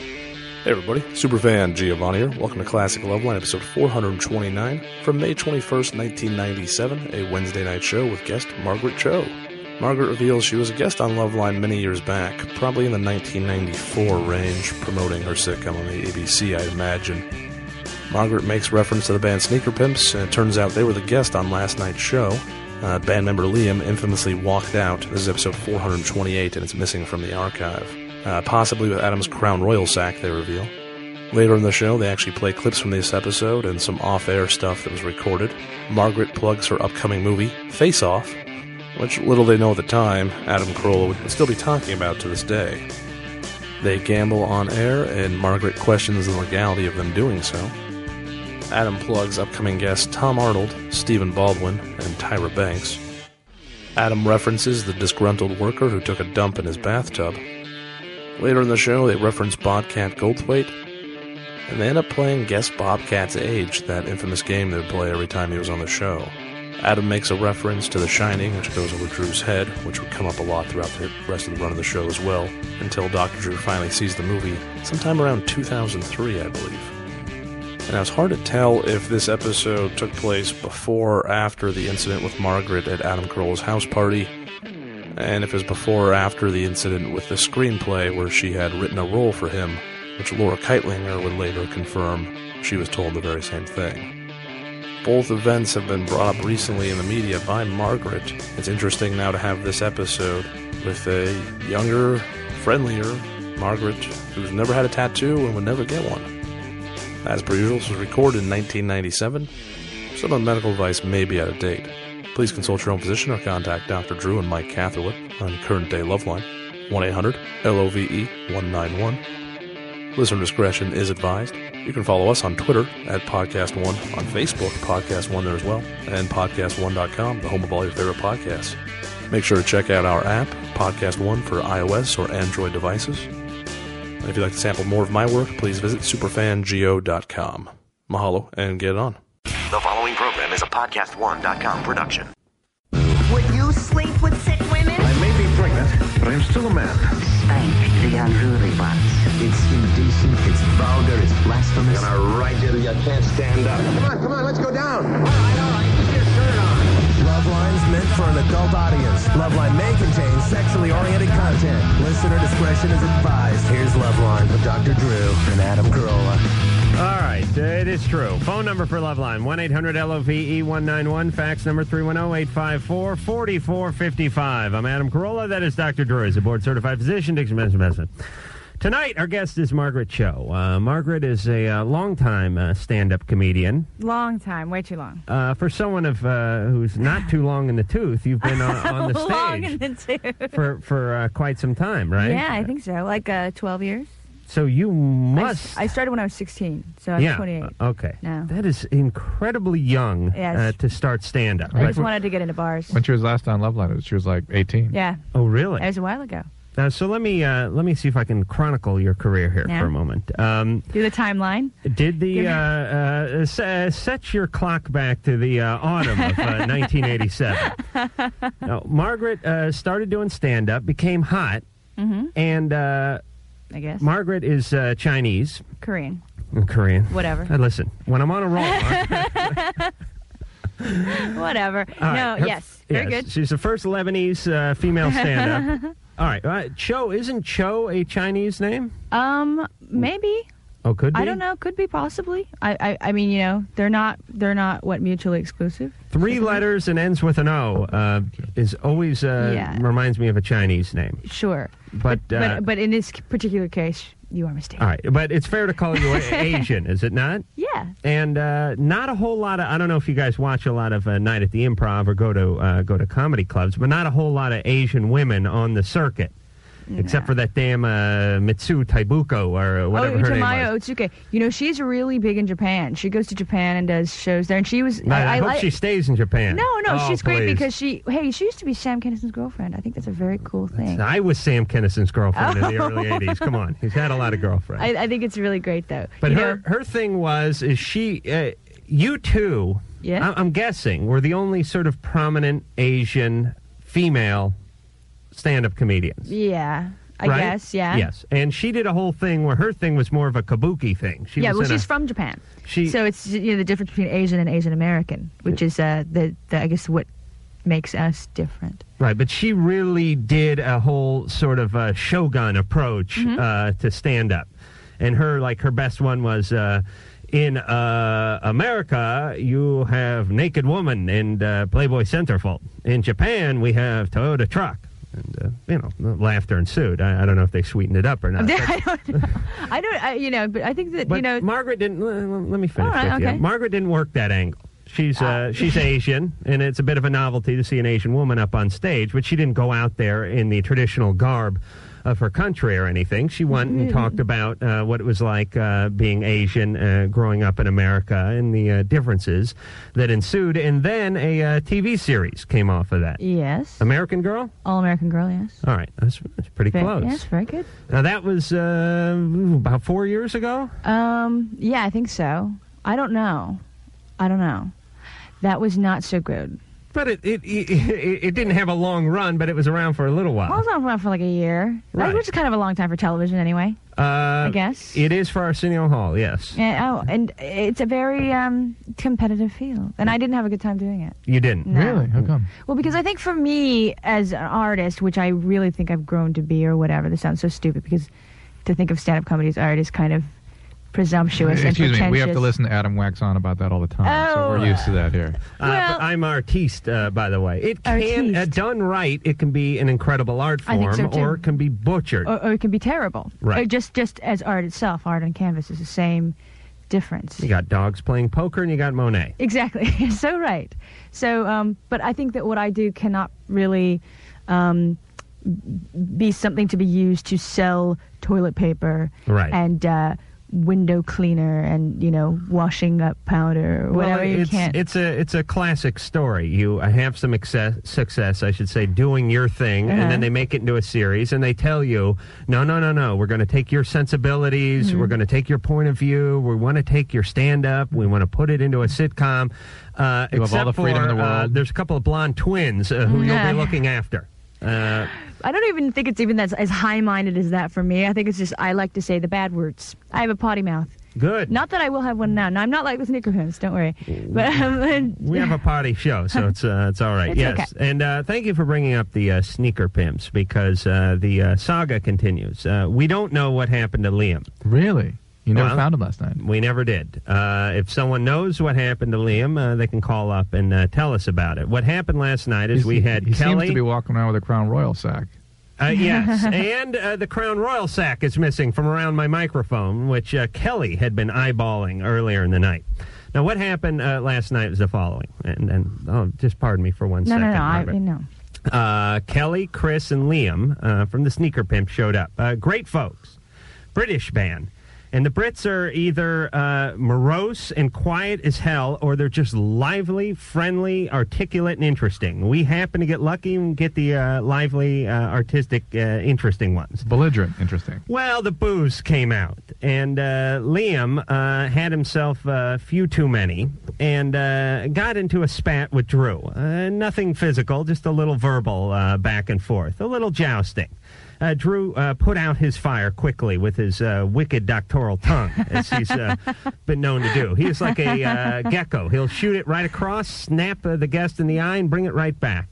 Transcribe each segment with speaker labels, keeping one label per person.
Speaker 1: Hey everybody, Superfan Giovanni here. Welcome to Classic Loveline, episode 429 from May 21st, 1997, a Wednesday night show with guest Margaret Cho. Margaret reveals she was a guest on Loveline many years back, probably in the 1994 range, promoting her sitcom on the ABC, I imagine. Margaret makes reference to the band Sneaker Pimps, and it turns out they were the guest on last night's show. Uh, band member Liam infamously walked out. This is episode 428, and it's missing from the archive. Uh, possibly with Adam's Crown Royal sack, they reveal. Later in the show, they actually play clips from this episode and some off air stuff that was recorded. Margaret plugs her upcoming movie, Face Off, which little they know at the time, Adam Carolla would still be talking about to this day. They gamble on air, and Margaret questions the legality of them doing so. Adam plugs upcoming guests Tom Arnold, Stephen Baldwin, and Tyra Banks. Adam references the disgruntled worker who took a dump in his bathtub. Later in the show, they reference Bobcat Goldthwait, and they end up playing Guess Bobcat's Age, that infamous game they would play every time he was on the show. Adam makes a reference to The Shining, which goes over Drew's head, which would come up a lot throughout the rest of the run of the show as well, until Dr. Drew finally sees the movie sometime around 2003, I believe. And it was hard to tell if this episode took place before or after the incident with Margaret at Adam Carolla's house party, and if it was before or after the incident with the screenplay where she had written a role for him, which Laura Keitlinger would later confirm she was told the very same thing. Both events have been brought up recently in the media by Margaret. It's interesting now to have this episode with a younger, friendlier Margaret who's never had a tattoo and would never get one. As per usual, this was recorded in 1997. Some of the medical advice may be out of date. Please consult your own physician or contact Dr. Drew and Mike Catherwood on Current Day Loveline, 1 800 LOVE 191. Listener discretion is advised. You can follow us on Twitter at Podcast One, on Facebook, Podcast One there as well, and PodcastOne.com, the home of all your favorite podcasts. Make sure to check out our app, Podcast One, for iOS or Android devices. And if you'd like to sample more of my work, please visit superfango.com. Mahalo and get it on.
Speaker 2: The following program is a podcast1.com production.
Speaker 3: Would you sleep with sick women?
Speaker 4: I may be pregnant, but I'm still a man.
Speaker 5: spank the unruly ones.
Speaker 6: It's indecent, it's vulgar, it's blasphemous.
Speaker 4: Gonna ride you till you can't stand up. Come on, come on, let's go down.
Speaker 6: Loveline's meant for an adult audience. Loveline may contain sexually oriented content. Listener discretion is advised. Here's Loveline with Dr. Drew and Adam Carolla.
Speaker 7: All right, uh, it is true. Phone number for Loveline, E 1-800-LOVE-191, fax number 310-854-4455. I'm Adam Carolla, that is Dr. Drew, he's a board-certified physician, Dictionary Master of Medicine. Tonight, our guest is Margaret Cho. Uh, Margaret is a uh, longtime uh, stand-up comedian.
Speaker 8: Long time, way too long.
Speaker 7: Uh, for someone of uh, who's not too long in the tooth, you've been on, uh, on the
Speaker 8: long
Speaker 7: stage
Speaker 8: in the tooth.
Speaker 7: for, for uh, quite some time, right?
Speaker 8: Yeah, I think so. Like uh, 12 years.
Speaker 7: So you
Speaker 8: I-
Speaker 7: must...
Speaker 8: I, started when I was 16, so I'm
Speaker 7: yeah.
Speaker 8: 28.
Speaker 7: uh, Okay.
Speaker 8: now.
Speaker 7: That is incredibly young
Speaker 8: Yes.
Speaker 7: uh, to start stand up.
Speaker 8: I just wanted to get into bars.
Speaker 9: When she was last on Love Letters, she was like 18.
Speaker 8: Yeah,
Speaker 7: Oh, really?
Speaker 8: that was a while ago.
Speaker 7: Now, so let me uh, let me see if I can chronicle your career here
Speaker 8: Yeah.
Speaker 7: for a moment. Um,
Speaker 8: Do the timeline.
Speaker 7: did the uh, uh, s- uh, set your clock back to the uh, autumn of uh, 1987? Now, Margaret uh, started doing stand up, became hot, and uh,
Speaker 8: Mm-hmm. I guess.
Speaker 7: Margaret is uh, Chinese,
Speaker 8: Korean.
Speaker 7: Korean,
Speaker 8: Whatever.
Speaker 7: Uh, listen, when I'm on a roll, Margaret-
Speaker 8: Whatever.
Speaker 7: All
Speaker 8: no,
Speaker 7: right. Her-
Speaker 8: yes. Very
Speaker 7: yes,
Speaker 8: good.
Speaker 7: She's the first Lebanese uh, female stand up. All right. Uh, Cho, isn't Cho a Chinese name?
Speaker 8: Um, maybe.
Speaker 7: Oh, could be.
Speaker 8: I don't know. Could be possibly. I, I, I mean, you know, they're not, they're not what mutually exclusive.
Speaker 7: Three letters and ends with an O uh, is always uh,
Speaker 8: Yeah.
Speaker 7: reminds me of a Chinese name.
Speaker 8: Sure.
Speaker 7: But, uh,
Speaker 8: but, but in this particular case, you are mistaken.
Speaker 7: all right, but it's fair to call you a- Asian, is it not?
Speaker 8: Yeah.
Speaker 7: And uh, not a whole lot of I don't know if you guys watch a lot of uh, Night at the Improv or go to uh, go to comedy clubs, but not a whole lot of Asian women on the circuit. Except for that damn uh, Mitsu Taibuko or whatever
Speaker 8: oh,
Speaker 7: her name
Speaker 8: Tamayo
Speaker 7: was.
Speaker 8: Otsuke. You know, she's really big in Japan. She goes to Japan and does shows there. And she was.
Speaker 7: I, I hope
Speaker 8: like-
Speaker 7: she stays in Japan.
Speaker 8: No, no,
Speaker 7: Oh,
Speaker 8: she's great
Speaker 7: please.
Speaker 8: because she. Hey, she used to be Sam Kinnison's girlfriend. I think that's a very cool thing.
Speaker 7: I was Sam Kinnison's girlfriend in the early '80s. Come on, he's had a lot of girlfriends.
Speaker 8: I, I think it's really great though.
Speaker 7: But
Speaker 8: You
Speaker 7: her
Speaker 8: know,
Speaker 7: her thing was is she uh, you two
Speaker 8: Yeah.
Speaker 7: I, am guessing were the only sort of prominent Asian female stand up comedians.
Speaker 8: yeah. I
Speaker 7: right?
Speaker 8: guess, yeah.
Speaker 7: Yes, and she did a whole thing where her thing was more of a kabuki thing. She
Speaker 8: yeah,
Speaker 7: was
Speaker 8: well,
Speaker 7: in a-
Speaker 8: she's from Japan,
Speaker 7: She-
Speaker 8: so it's you know the difference between Asian and Asian American, which is uh, the, the I guess what makes us different.
Speaker 7: Right, but she really did a whole sort of uh, shogun approach uh, to stand up, and her like her best one was uh, in uh, America you have naked woman and uh, Playboy centerfold. In Japan we have Toyota truck, and uh, you know laughter ensued. I, I don't know if they sweetened it up or not.
Speaker 8: I don't, know. I don't, I, you know, but I think that
Speaker 7: But
Speaker 8: you know,
Speaker 7: Margaret didn't. l- l- Let me finish.
Speaker 8: All right,
Speaker 7: with you.
Speaker 8: okay. Ah.
Speaker 7: Margaret didn't work that angle. She's uh, she's Asian, and it's a bit of a novelty to see an Asian woman up on stage. But she didn't go out there in the traditional garb of her country or anything. She went and
Speaker 8: Mm-hmm.
Speaker 7: talked about uh, what it was like uh, being Asian, uh, growing up in America, and the uh, differences that ensued. And then a uh, TV series came off of that.
Speaker 8: yes,
Speaker 7: American Girl.
Speaker 8: All American Girl, yes,
Speaker 7: All right, that's, that's pretty
Speaker 8: very,
Speaker 7: close.
Speaker 8: yes, very good.
Speaker 7: Now that was uh, about four years ago.
Speaker 8: Um, yeah, I think so. I don't know. I don't know. That was not so good.
Speaker 7: But it it, it it it didn't have a long run, but it was around for a little
Speaker 8: Well,
Speaker 7: while.
Speaker 8: it's not around for like a year,
Speaker 7: Right.
Speaker 8: Like, which is kind of a long time for television, anyway.
Speaker 7: Uh,
Speaker 8: I guess.
Speaker 7: it is for Arsenio Hall. Yes,
Speaker 8: Yeah, oh, and it's a very um, competitive field, and I didn't have a good time doing it.
Speaker 7: you didn't.
Speaker 8: No.
Speaker 9: Really? How come?
Speaker 8: Well, because I think for me as an artist, which I really think I've grown to be, or whatever, this sounds so stupid because to think of stand-up comedy as art is kind of presumptuous and
Speaker 9: Excuse me.
Speaker 8: pretentious.
Speaker 9: We have to listen to Adam wax on about that all the time, so
Speaker 8: Oh.
Speaker 9: we're used to that here.
Speaker 7: Uh,
Speaker 8: Well-
Speaker 7: but I'm artiste, uh, by the way. It can,
Speaker 8: Artiste.
Speaker 7: uh, done right, it can be an incredible art
Speaker 8: I
Speaker 7: form,
Speaker 8: think so, too. Oh.
Speaker 7: or it can be butchered.
Speaker 8: or, or it can be terrible.
Speaker 7: Right.
Speaker 8: Or just just as art itself, art on canvas is the same difference.
Speaker 7: you got dogs playing poker, and you got Monet.
Speaker 8: Exactly. so right. So, um, but I think that what I do cannot really um, be something to be used to sell toilet paper
Speaker 7: Right.
Speaker 8: and uh, window cleaner and you know washing up powder or whatever.
Speaker 7: Well,
Speaker 8: you
Speaker 7: it's,
Speaker 8: can't.
Speaker 7: It's a it's a classic story. You uh, have some success, success, I should say, doing your thing, and
Speaker 8: Uh-huh.
Speaker 7: then they make it into a series, and they tell you, no, no, no, no, we're going to take your sensibilities,
Speaker 8: Mm-hmm.
Speaker 7: we're going to take your point of view, we want to take your stand up, we want to put it into a sitcom. Uh,
Speaker 9: You have all
Speaker 7: except
Speaker 9: the freedom
Speaker 7: for,
Speaker 9: in the
Speaker 7: Uh,
Speaker 9: world.
Speaker 7: there's a couple of blonde twins uh, who you'll
Speaker 8: Yeah.
Speaker 7: be looking after. Uh,
Speaker 8: I don't even think it's even that as high minded as that for me. I think it's just I like to say the bad words. I have a potty mouth.
Speaker 7: good.
Speaker 8: Not that I will have one now. No, I'm not like the snickerhams. Don't worry. But um,
Speaker 7: We have a party show, so it's uh, it's all right.
Speaker 8: It's
Speaker 7: yes, and uh, thank you for bringing up the uh, sneaker pimps because uh, the uh, saga continues. Uh, we don't know what happened to Liam.
Speaker 9: Really? You never
Speaker 7: Well-
Speaker 9: found him last night.
Speaker 7: We never did. Uh, if someone knows what happened to Liam, uh, they can call up and uh, tell us about it. What happened last night is
Speaker 9: He-
Speaker 7: we had
Speaker 9: He
Speaker 7: Kelly.
Speaker 9: seems to be walking around with a Crown Royal sack.
Speaker 7: Uh, yes, and uh, the Crown Royal sack is missing from around my microphone, which uh, Kelly had been eyeballing earlier in the night. Now, what happened uh, last night was the following, and, and oh, just pardon me for one
Speaker 8: no,
Speaker 7: second.
Speaker 8: no, no. I,
Speaker 7: Margaret.
Speaker 8: you know.
Speaker 7: uh, Kelly, Chris, and Liam uh, from the Sneaker Pimp showed up. Uh, great folks, British band. And the Brits are either uh, morose and quiet as hell, or they're just lively, friendly, articulate, and interesting. We happen to get lucky and get the uh, lively, uh, artistic, uh, interesting ones.
Speaker 9: Belligerent. Interesting.
Speaker 7: Well, the booze came out, and uh, Liam uh, had himself a few too many and uh, got into a spat with Drew. Uh, nothing physical, just a little verbal uh, back and forth, a little jousting. Uh, Drew uh, put out his fire quickly with his uh, wicked doctoral tongue, as he's uh, been known to do. He is like a uh, gecko. He'll shoot it right across, snap uh, the guest in the eye, and bring it right back.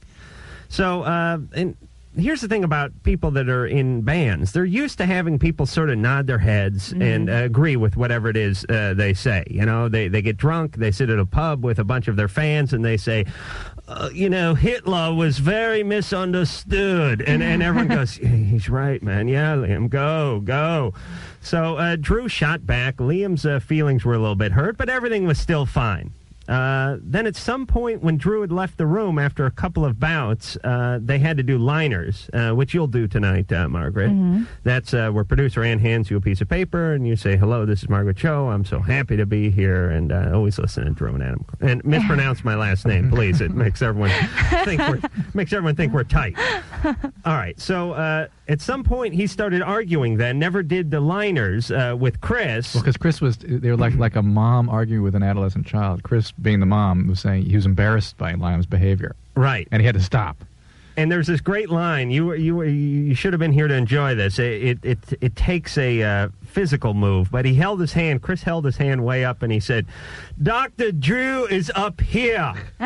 Speaker 7: So, uh, and here's the thing about people that are in bands: they're used to having people sort of nod their heads and uh, agree with whatever it is uh, they say. You know, they they get drunk, they sit at a pub with a bunch of their fans, and they say. Uh, you know, Hitler was very misunderstood, and and everyone goes, "Yeah, "He's right, man. Yeah, Liam, go, go." So uh, Drew shot back. Liam's uh, feelings were a little bit hurt, but everything was still fine. Uh, then at some point when Drew had left the room after a couple of bouts, uh, they had to do liners, uh, which you'll do tonight, uh, Margaret. That's uh, where producer Ann hands you a piece of paper and you say, "Hello, this is Margaret Cho. I'm so happy to be here." And uh, always listen to Drew and Adam. And mispronounce my last name, please. It makes everyone think we're makes everyone think we're tight. All right. So uh, at some point he started arguing. Then never did the liners uh, with Chris.
Speaker 9: Well, because Chris was, they were like like a mom arguing with an adolescent child. Chris, being the mom, was saying he was embarrassed by Liam's behavior
Speaker 7: Right.
Speaker 9: and he had to stop.
Speaker 7: And there's this great line. You were- you were- you should have been here to enjoy this. It it it, it takes a uh, physical move, but he held his hand. Chris held his hand way up, and he said, "Doctor Drew is up here.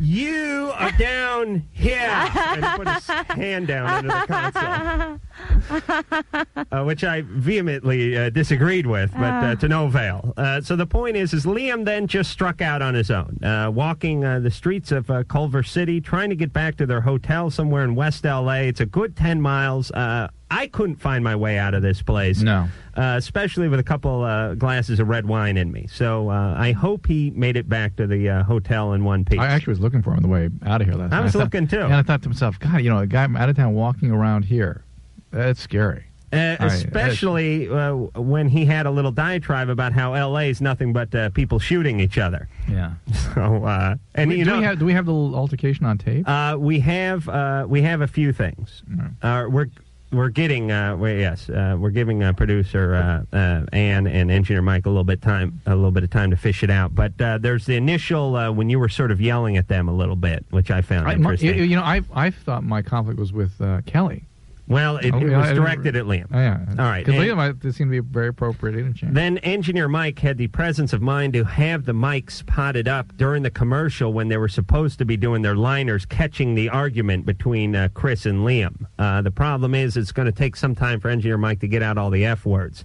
Speaker 7: you are down here." And he put his hand down under the console, uh, which I vehemently uh, disagreed with, but uh, to no avail. Uh, so the point is, is Liam then just struck out on his own, uh, walking uh, the streets of uh, Culver City, trying to get back to their hotel somewhere in West LA. It's a good ten miles. Uh, I couldn't find my way out of this place.
Speaker 9: No.
Speaker 7: Uh, especially with a couple uh, glasses of red wine in me. So uh, I hope he made it back to the uh, hotel in one piece.
Speaker 9: I actually was looking for him on the way out of here last
Speaker 7: I
Speaker 9: night.
Speaker 7: was
Speaker 9: thought-
Speaker 7: looking, too.
Speaker 9: And I thought to myself, God, you know, a guy from out of town walking around here, that's scary.
Speaker 7: Uh,
Speaker 9: I-
Speaker 7: especially uh, when he had a little diatribe about how LA is nothing but uh, people shooting each other.
Speaker 9: Yeah.
Speaker 7: So, uh, and
Speaker 9: do,
Speaker 7: you know,
Speaker 9: we have, do we have the little altercation on tape?
Speaker 7: uh, we have uh, we have a few things. Uh, we're we're getting uh, we, yes, uh, we're giving uh, producer uh, uh, Ann and engineer Mike a little bit time a little bit of time to fish it out. But uh, there's the initial uh, when you were sort of yelling at them a little bit, which I found
Speaker 9: I- my- you,
Speaker 7: interesting.
Speaker 9: you know, I I thought my conflict was with uh, Kelly.
Speaker 7: well, it,
Speaker 9: Oh,
Speaker 7: it
Speaker 9: yeah,
Speaker 7: was
Speaker 9: I-
Speaker 7: directed at Liam.
Speaker 9: Oh, yeah.
Speaker 7: All right,
Speaker 9: Because
Speaker 7: and-
Speaker 9: Liam, I, this seemed to be very appropriate interchange.
Speaker 7: Then engineer Mike had the presence of mind to have the mics potted up during the commercial when they were supposed to be doing their liners, catching the argument between uh, Chris and Liam. Uh, the problem is, it's going to take some time for engineer Mike to get out all the f words.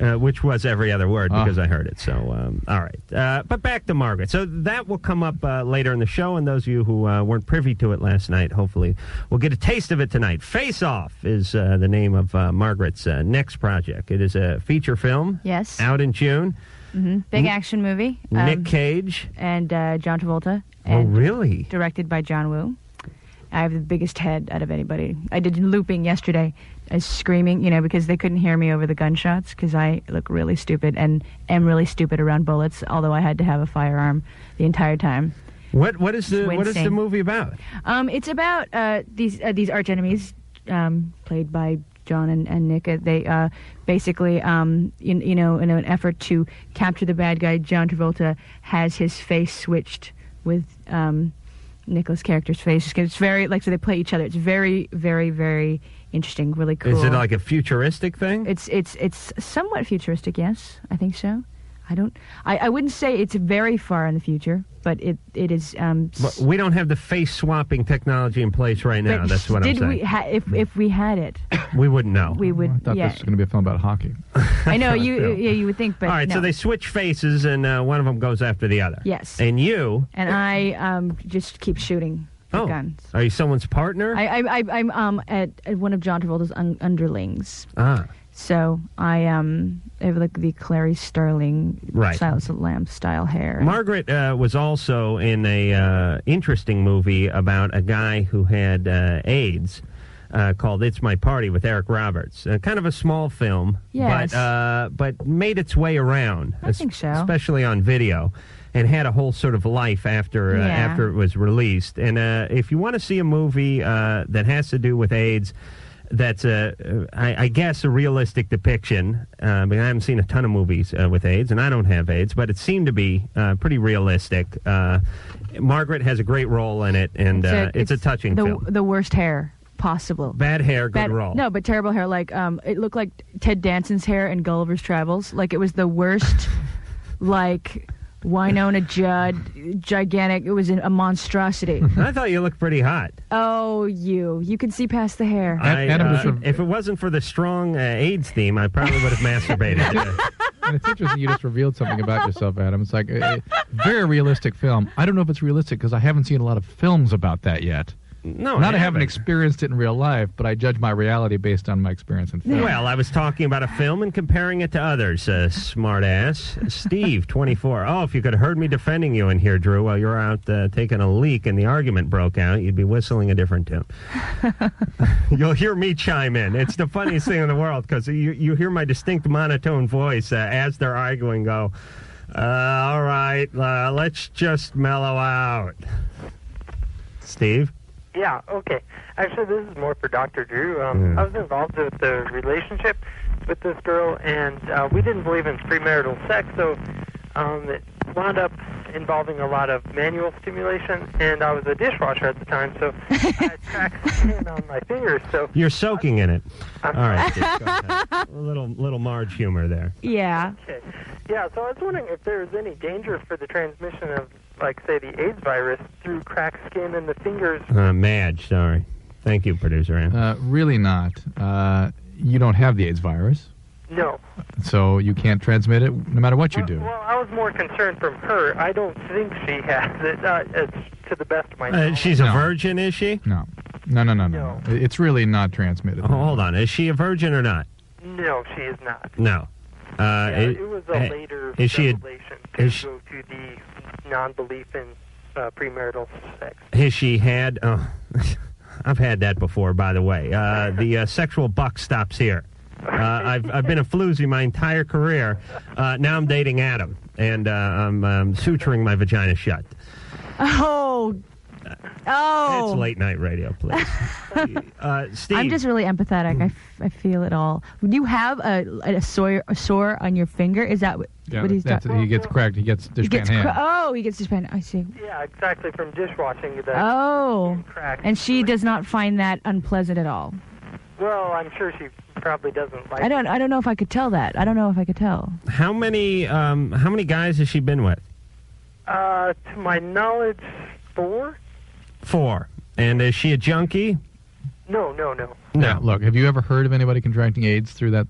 Speaker 7: Uh, which was every other word
Speaker 9: Ah.
Speaker 7: because I heard it. So, um, all right. Uh, but back to Margaret. So that will come up uh, later in the show, and those of you who uh, weren't privy to it last night, hopefully, will get a taste of it tonight. Face Off is uh, the name of uh, Margaret's uh, next project. It is a feature film.
Speaker 8: Yes.
Speaker 7: Out in June.
Speaker 8: Big action movie.
Speaker 7: Mm-hmm.
Speaker 8: um,
Speaker 7: Nick Cage.
Speaker 8: and uh, John Travolta.
Speaker 7: Oh,
Speaker 8: And
Speaker 7: really?
Speaker 8: Directed by John Woo. I have the biggest head out of anybody. I did looping yesterday. I was screaming, you know, because they couldn't hear me over the gunshots because I look really stupid and am really stupid around bullets, although I had to have a firearm the entire time.
Speaker 7: What What is the What is
Speaker 8: Wincing.
Speaker 7: the movie about?
Speaker 8: Um, it's about uh, these uh, these arch enemies, um, played by John and, and Nick. Uh, They uh, basically, um, you, you know, in an effort to capture the bad guy, John Travolta has his face switched with um, Nicholas' character's face. It's very like so they play each other. It's very, very, very interesting. Really cool.
Speaker 7: Is it like a futuristic thing?
Speaker 8: It's it's it's somewhat futuristic. Yes, I think so. I don't. I, I wouldn't say it's very far in the future, but it it is. Um,
Speaker 7: But we don't have the face swapping technology in place right now.
Speaker 8: but
Speaker 7: That's what
Speaker 8: did
Speaker 7: I'm saying. Mm.
Speaker 8: we ha- if if we had it,
Speaker 7: We wouldn't know.
Speaker 8: we
Speaker 9: I
Speaker 8: would.
Speaker 9: thought
Speaker 8: yeah,
Speaker 9: this was going to be a film about hockey.
Speaker 8: I know you.
Speaker 7: Yeah.
Speaker 8: Yeah, you would think, but
Speaker 7: All right,
Speaker 8: no.
Speaker 7: so they switch faces, and uh, one of them goes after the other.
Speaker 8: Yes.
Speaker 7: And you,
Speaker 8: and I um just keep shooting the
Speaker 7: oh,
Speaker 8: guns.
Speaker 7: are you someone's partner?
Speaker 8: I, I, I I'm um at, at one of John Travolta's un- underlings,
Speaker 7: ah,
Speaker 8: so I um I have like the Clary Sterling
Speaker 7: Right.
Speaker 8: Silence of the Lambs style hair.
Speaker 7: Margaret uh, was also in a uh, interesting movie about a guy who had uh, AIDS. Uh, called "It's My Party" with Eric Roberts, uh, kind of a small film,
Speaker 8: Yes.
Speaker 7: but uh, but made its way around,
Speaker 8: I think so.
Speaker 7: especially on video, and had a whole sort of life after uh,
Speaker 8: Yeah.
Speaker 7: after it was released. And uh, if you want to see a movie uh, that has to do with AIDS, that's a, uh, I, I guess, a realistic depiction. Uh, I mean, I haven't seen a ton of movies uh, with AIDS, and I don't have AIDS, but it seemed to be uh, pretty realistic. Uh, Margaret has a great role in it, and
Speaker 8: So
Speaker 7: uh, it's, a touching
Speaker 8: the,
Speaker 7: film.
Speaker 8: The worst hair possible.
Speaker 7: Bad hair, good
Speaker 8: Bad-
Speaker 7: role.
Speaker 8: No, but terrible hair. Like um, it looked like Ted Danson's hair in Gulliver's Travels. Like it was the worst. like Winona Judd, gigantic. It was an, a monstrosity.
Speaker 7: I thought you looked pretty hot.
Speaker 8: oh, you. You can see past the hair.
Speaker 7: I,
Speaker 9: Adam
Speaker 7: uh,
Speaker 9: just re-
Speaker 7: if it wasn't for the strong uh, AIDS theme, I probably would have masturbated.
Speaker 9: and it's interesting you just revealed something about yourself, Adam. It's like a, a very realistic film. I don't know if it's realistic because I haven't seen a lot of films about that yet.
Speaker 7: no,
Speaker 9: Not I haven't
Speaker 7: haven't.
Speaker 9: experienced it in real life, but I judge my reality based on my experience in film.
Speaker 7: Well, I was talking about a film and comparing it to others. Uh, smart ass. Steve, 24. Oh, if you could have heard me defending you in here, Drew, while you were out uh, taking a leak and the argument broke out, you'd be whistling a different tune. You'll hear me chime in. It's the funniest thing in the world because you, you hear my distinct monotone voice uh, as they're arguing go, uh, all right, uh, let's just mellow out. Steve?
Speaker 10: Yeah, okay. Actually, this is more for Dr. Drew. Um, I was involved with the relationship with this girl, and uh, we didn't believe in premarital sex, so um, it wound up
Speaker 11: involving a lot of manual stimulation, and I was a dishwasher at the time, so I had cracks in on my fingers. So Uh-huh.
Speaker 7: You're soaking in it. All
Speaker 11: I'm-
Speaker 7: right, Dick, go ahead. a little little Marge humor there.
Speaker 8: Yeah.
Speaker 11: Okay. Yeah, so I was wondering if there was any danger for the transmission of, like, say, the AIDS virus through cracked skin and the fingers.
Speaker 7: Uh, Madge, sorry. Thank you, producer Ann.
Speaker 9: Uh, really not. Uh, you don't have the AIDS virus,
Speaker 11: No.
Speaker 9: so you can't transmit it no matter what you do.
Speaker 11: Well, I was more concerned from her. I don't think she has it. Uh, it's to the best of my
Speaker 7: Uh,
Speaker 11: knowledge.
Speaker 7: she's a
Speaker 9: No.
Speaker 7: virgin, is she?
Speaker 9: No. No, no, no, no. no. It's really not transmitted.
Speaker 7: Oh, hold on, is she a virgin or not?
Speaker 11: No, she is not.
Speaker 7: No. Uh,
Speaker 11: Yeah,
Speaker 7: it-
Speaker 11: it, was a
Speaker 7: eh,
Speaker 11: later
Speaker 7: is she a-
Speaker 11: revelation to
Speaker 7: is she-
Speaker 11: go to the non-belief in uh, premarital sex.
Speaker 7: has she had? Oh, I've had that before, by the way. Uh, the uh, sexual buck stops here. Uh, I've I've been a floozy my entire career. Uh, now I'm dating Adam, and uh, I'm um, suturing my vagina shut.
Speaker 8: Oh. Oh.
Speaker 7: It's late night radio, please. uh, Steve,
Speaker 8: I'm just really empathetic. I, f- I feel it all. Do you have a, a, sore, a sore on your finger? Is that what,
Speaker 9: Yeah,
Speaker 8: what he's
Speaker 9: that's
Speaker 8: talking
Speaker 9: it. He gets cracked. He gets
Speaker 8: He
Speaker 9: dishpan
Speaker 8: gets
Speaker 9: hand.
Speaker 8: cra- oh, he gets suspended. I see.
Speaker 11: Yeah, exactly. From dishwashing that
Speaker 8: Oh.
Speaker 11: crack.
Speaker 8: And she does not find that unpleasant at all.
Speaker 11: Well, I'm sure she probably doesn't like.
Speaker 8: I don't.
Speaker 11: It.
Speaker 8: I don't know if I could tell that. I don't know if I could tell.
Speaker 7: how many um, how many guys has she been with?
Speaker 11: Uh, to my knowledge, four.
Speaker 7: Four. And is she a junkie?
Speaker 11: No, no, no.
Speaker 9: Yeah, look, have you ever heard of anybody contracting AIDS through that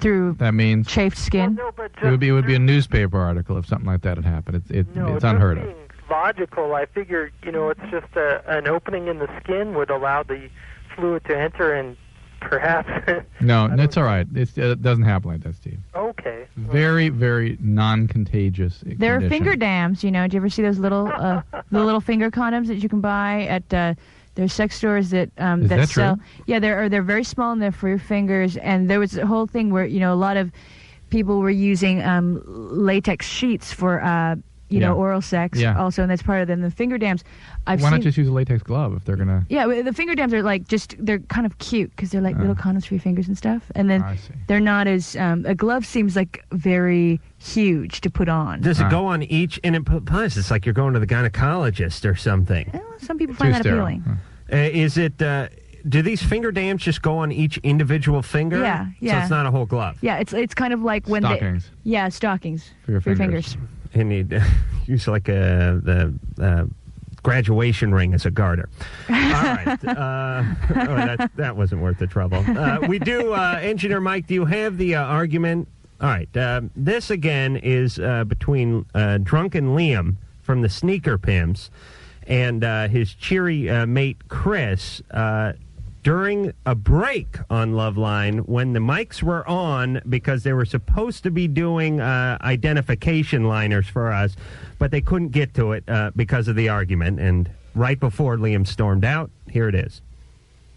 Speaker 8: Through
Speaker 9: that means?
Speaker 8: chafed
Speaker 11: Well,
Speaker 8: skin.
Speaker 11: no, but
Speaker 9: It would be it would be a
Speaker 11: just-
Speaker 9: newspaper article if something like that had happened. It's it,
Speaker 11: no,
Speaker 9: it's
Speaker 11: just
Speaker 9: unheard of.
Speaker 11: being Logical. I figure you know it's just a, an opening in the skin would allow the fluid to enter and perhaps.
Speaker 9: No,
Speaker 11: I
Speaker 9: that's
Speaker 11: don't-
Speaker 9: all right. It's, it doesn't happen like that, Steve.
Speaker 11: okay.
Speaker 9: Very very non-contagious.
Speaker 8: There are
Speaker 9: condition.
Speaker 8: finger dams. You know. Do you ever see those little uh, the little finger condoms that you can buy at uh, there's sex stores that um,
Speaker 9: Is
Speaker 8: that,
Speaker 9: that true?
Speaker 8: sell? Yeah, they're or they're very small and they're for your fingers. And there was a whole thing where you know a lot of people were using um, latex sheets for uh, you
Speaker 9: Yeah.
Speaker 8: know oral sex
Speaker 9: Yeah.
Speaker 8: also, and that's part of them. The finger dams. I've
Speaker 9: Why
Speaker 8: seen,
Speaker 9: not just use a latex glove if they're gonna?
Speaker 8: Yeah, well, the finger dams are like just they're kind of cute because they're like little condoms for your fingers and stuff, and then
Speaker 9: Ah. I see.
Speaker 8: they're not as um, a glove seems like very huge to put on.
Speaker 7: Does it
Speaker 9: Uh.
Speaker 7: go on each? And it, plus, it's like you're going to the gynecologist or something.
Speaker 8: Well, some people
Speaker 9: Too
Speaker 8: find that
Speaker 9: sterile. Hmm.
Speaker 8: appealing.
Speaker 9: Huh.
Speaker 7: Uh, is it? Uh, do these finger dams just go on each individual finger?
Speaker 8: Yeah,
Speaker 7: So
Speaker 8: yeah.
Speaker 7: it's not a whole glove.
Speaker 8: Yeah, it's it's kind of like when
Speaker 9: Stockings.
Speaker 8: they yeah stockings
Speaker 9: For your fingers.
Speaker 7: And you use like a the uh, graduation ring as a garter. All right. Uh, oh, that, that wasn't worth the trouble. Uh, we do, uh, Engineer Mike. Do you have the uh, argument? All right. Uh, this again is uh, between uh, drunken Liam from the Sneaker Pimps and uh, his cheery uh, mate Chris. Uh, during a break on Loveline when the mics were on because they were supposed to be doing uh, identification liners for us, but they couldn't get to it uh, because of the argument. And right before Liam stormed out, here it is.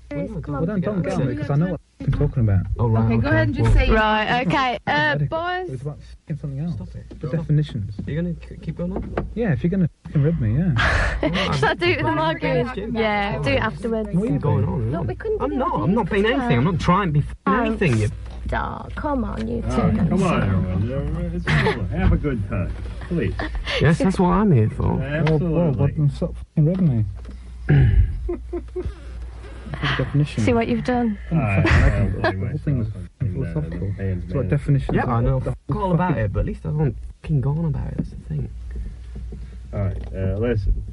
Speaker 12: Well, don't, don't get on because I know what I'm talking about. Oh, right. Okay, go ahead and just say.
Speaker 8: Right. Okay. Uh, boys.
Speaker 12: It's about f***ing something else. Stop it. The definitions. Are you going to keep going on? Yeah, if you're going to f***ing rib me, yeah.
Speaker 8: I do it with my good? Yeah. Do it afterwards.
Speaker 12: what are you going on?
Speaker 5: Look, we couldn't
Speaker 12: I'm not. I'm not being anything. I'm not trying to be f***ing anything. You.
Speaker 5: Dark. Come on, you two.
Speaker 12: Come on,
Speaker 7: Have a good time, please.
Speaker 12: Yes, that's what I'm here for. Whoa, but then stop f***ing ribbing me. That's the definition.
Speaker 5: See what you've done.
Speaker 12: the whole thing was f***ing philosophical. It's like definitions.
Speaker 7: Yeah,
Speaker 12: of
Speaker 7: I know.
Speaker 12: what the f- all about it, but at least I don't f***ing go on about it. That's the thing.
Speaker 7: All right, uh, listen.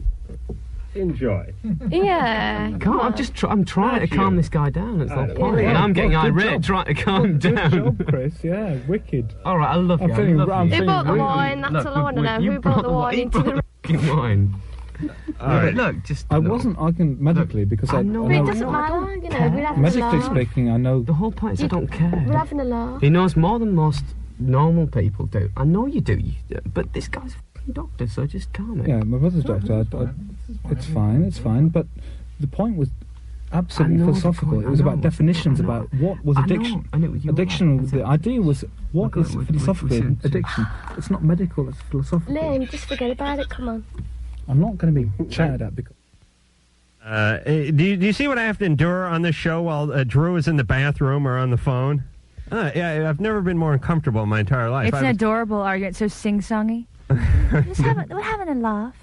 Speaker 7: Enjoy.
Speaker 5: Yeah.
Speaker 12: Can't, I'm just try, I'm trying to calm this guy down. It's not funny.
Speaker 5: yeah.
Speaker 12: And I'm getting irate trying to calm down.
Speaker 13: Chris, yeah, wicked.
Speaker 12: All right, I love you.
Speaker 13: feeling-
Speaker 12: I love
Speaker 13: I'm
Speaker 12: you.
Speaker 5: Who
Speaker 13: feeling-
Speaker 5: brought the
Speaker 13: Really?
Speaker 5: wine? That's
Speaker 12: Look,
Speaker 5: all I want to
Speaker 12: we-
Speaker 5: know.
Speaker 12: you
Speaker 5: Who brought the
Speaker 12: wi-
Speaker 5: wine
Speaker 12: you
Speaker 5: into
Speaker 12: brought
Speaker 5: the
Speaker 12: the fucking wine.
Speaker 7: All
Speaker 12: No, but
Speaker 7: right.
Speaker 12: look, just
Speaker 13: I
Speaker 12: look,
Speaker 13: wasn't arguing medically because I,
Speaker 12: I know-
Speaker 13: I
Speaker 12: It
Speaker 13: know-
Speaker 5: It doesn't
Speaker 12: No,
Speaker 5: matter, you know. We're having a
Speaker 13: medically
Speaker 5: laugh.
Speaker 13: speaking, I know
Speaker 12: The whole point is I don't
Speaker 5: We're
Speaker 12: care.
Speaker 5: having a laugh.
Speaker 12: He knows more than most normal people do. I know you do, you, but this guy's a fucking doctor, so just calm it.
Speaker 13: Yeah, my brother's
Speaker 9: Oh,
Speaker 13: doctor. I, I, it's fine, it's fine. But the point was absolutely
Speaker 12: I know the
Speaker 13: philosophical.
Speaker 12: point,
Speaker 13: It was
Speaker 12: I know,
Speaker 13: about definitions,
Speaker 12: I know.
Speaker 13: about what was
Speaker 12: I know,
Speaker 13: addiction.
Speaker 12: I know, you are
Speaker 13: addiction.
Speaker 12: right,
Speaker 13: The
Speaker 12: exactly.
Speaker 13: idea was what
Speaker 12: Okay,
Speaker 13: is
Speaker 12: we- we-
Speaker 13: philosophical
Speaker 12: we- we-
Speaker 13: addiction. It's not medical. It's philosophical.
Speaker 5: Liam, just forget about it. Come on.
Speaker 13: I'm not going to be shouted at because
Speaker 7: Uh, eh, do, you, do you see what I have to endure on this show while uh, Drew is in the bathroom or on the phone? Uh, yeah, I've never been more uncomfortable in my entire life.
Speaker 8: It's
Speaker 7: I
Speaker 8: an
Speaker 7: was-
Speaker 8: adorable argument. So sing songy. Just have a, we're having a laugh.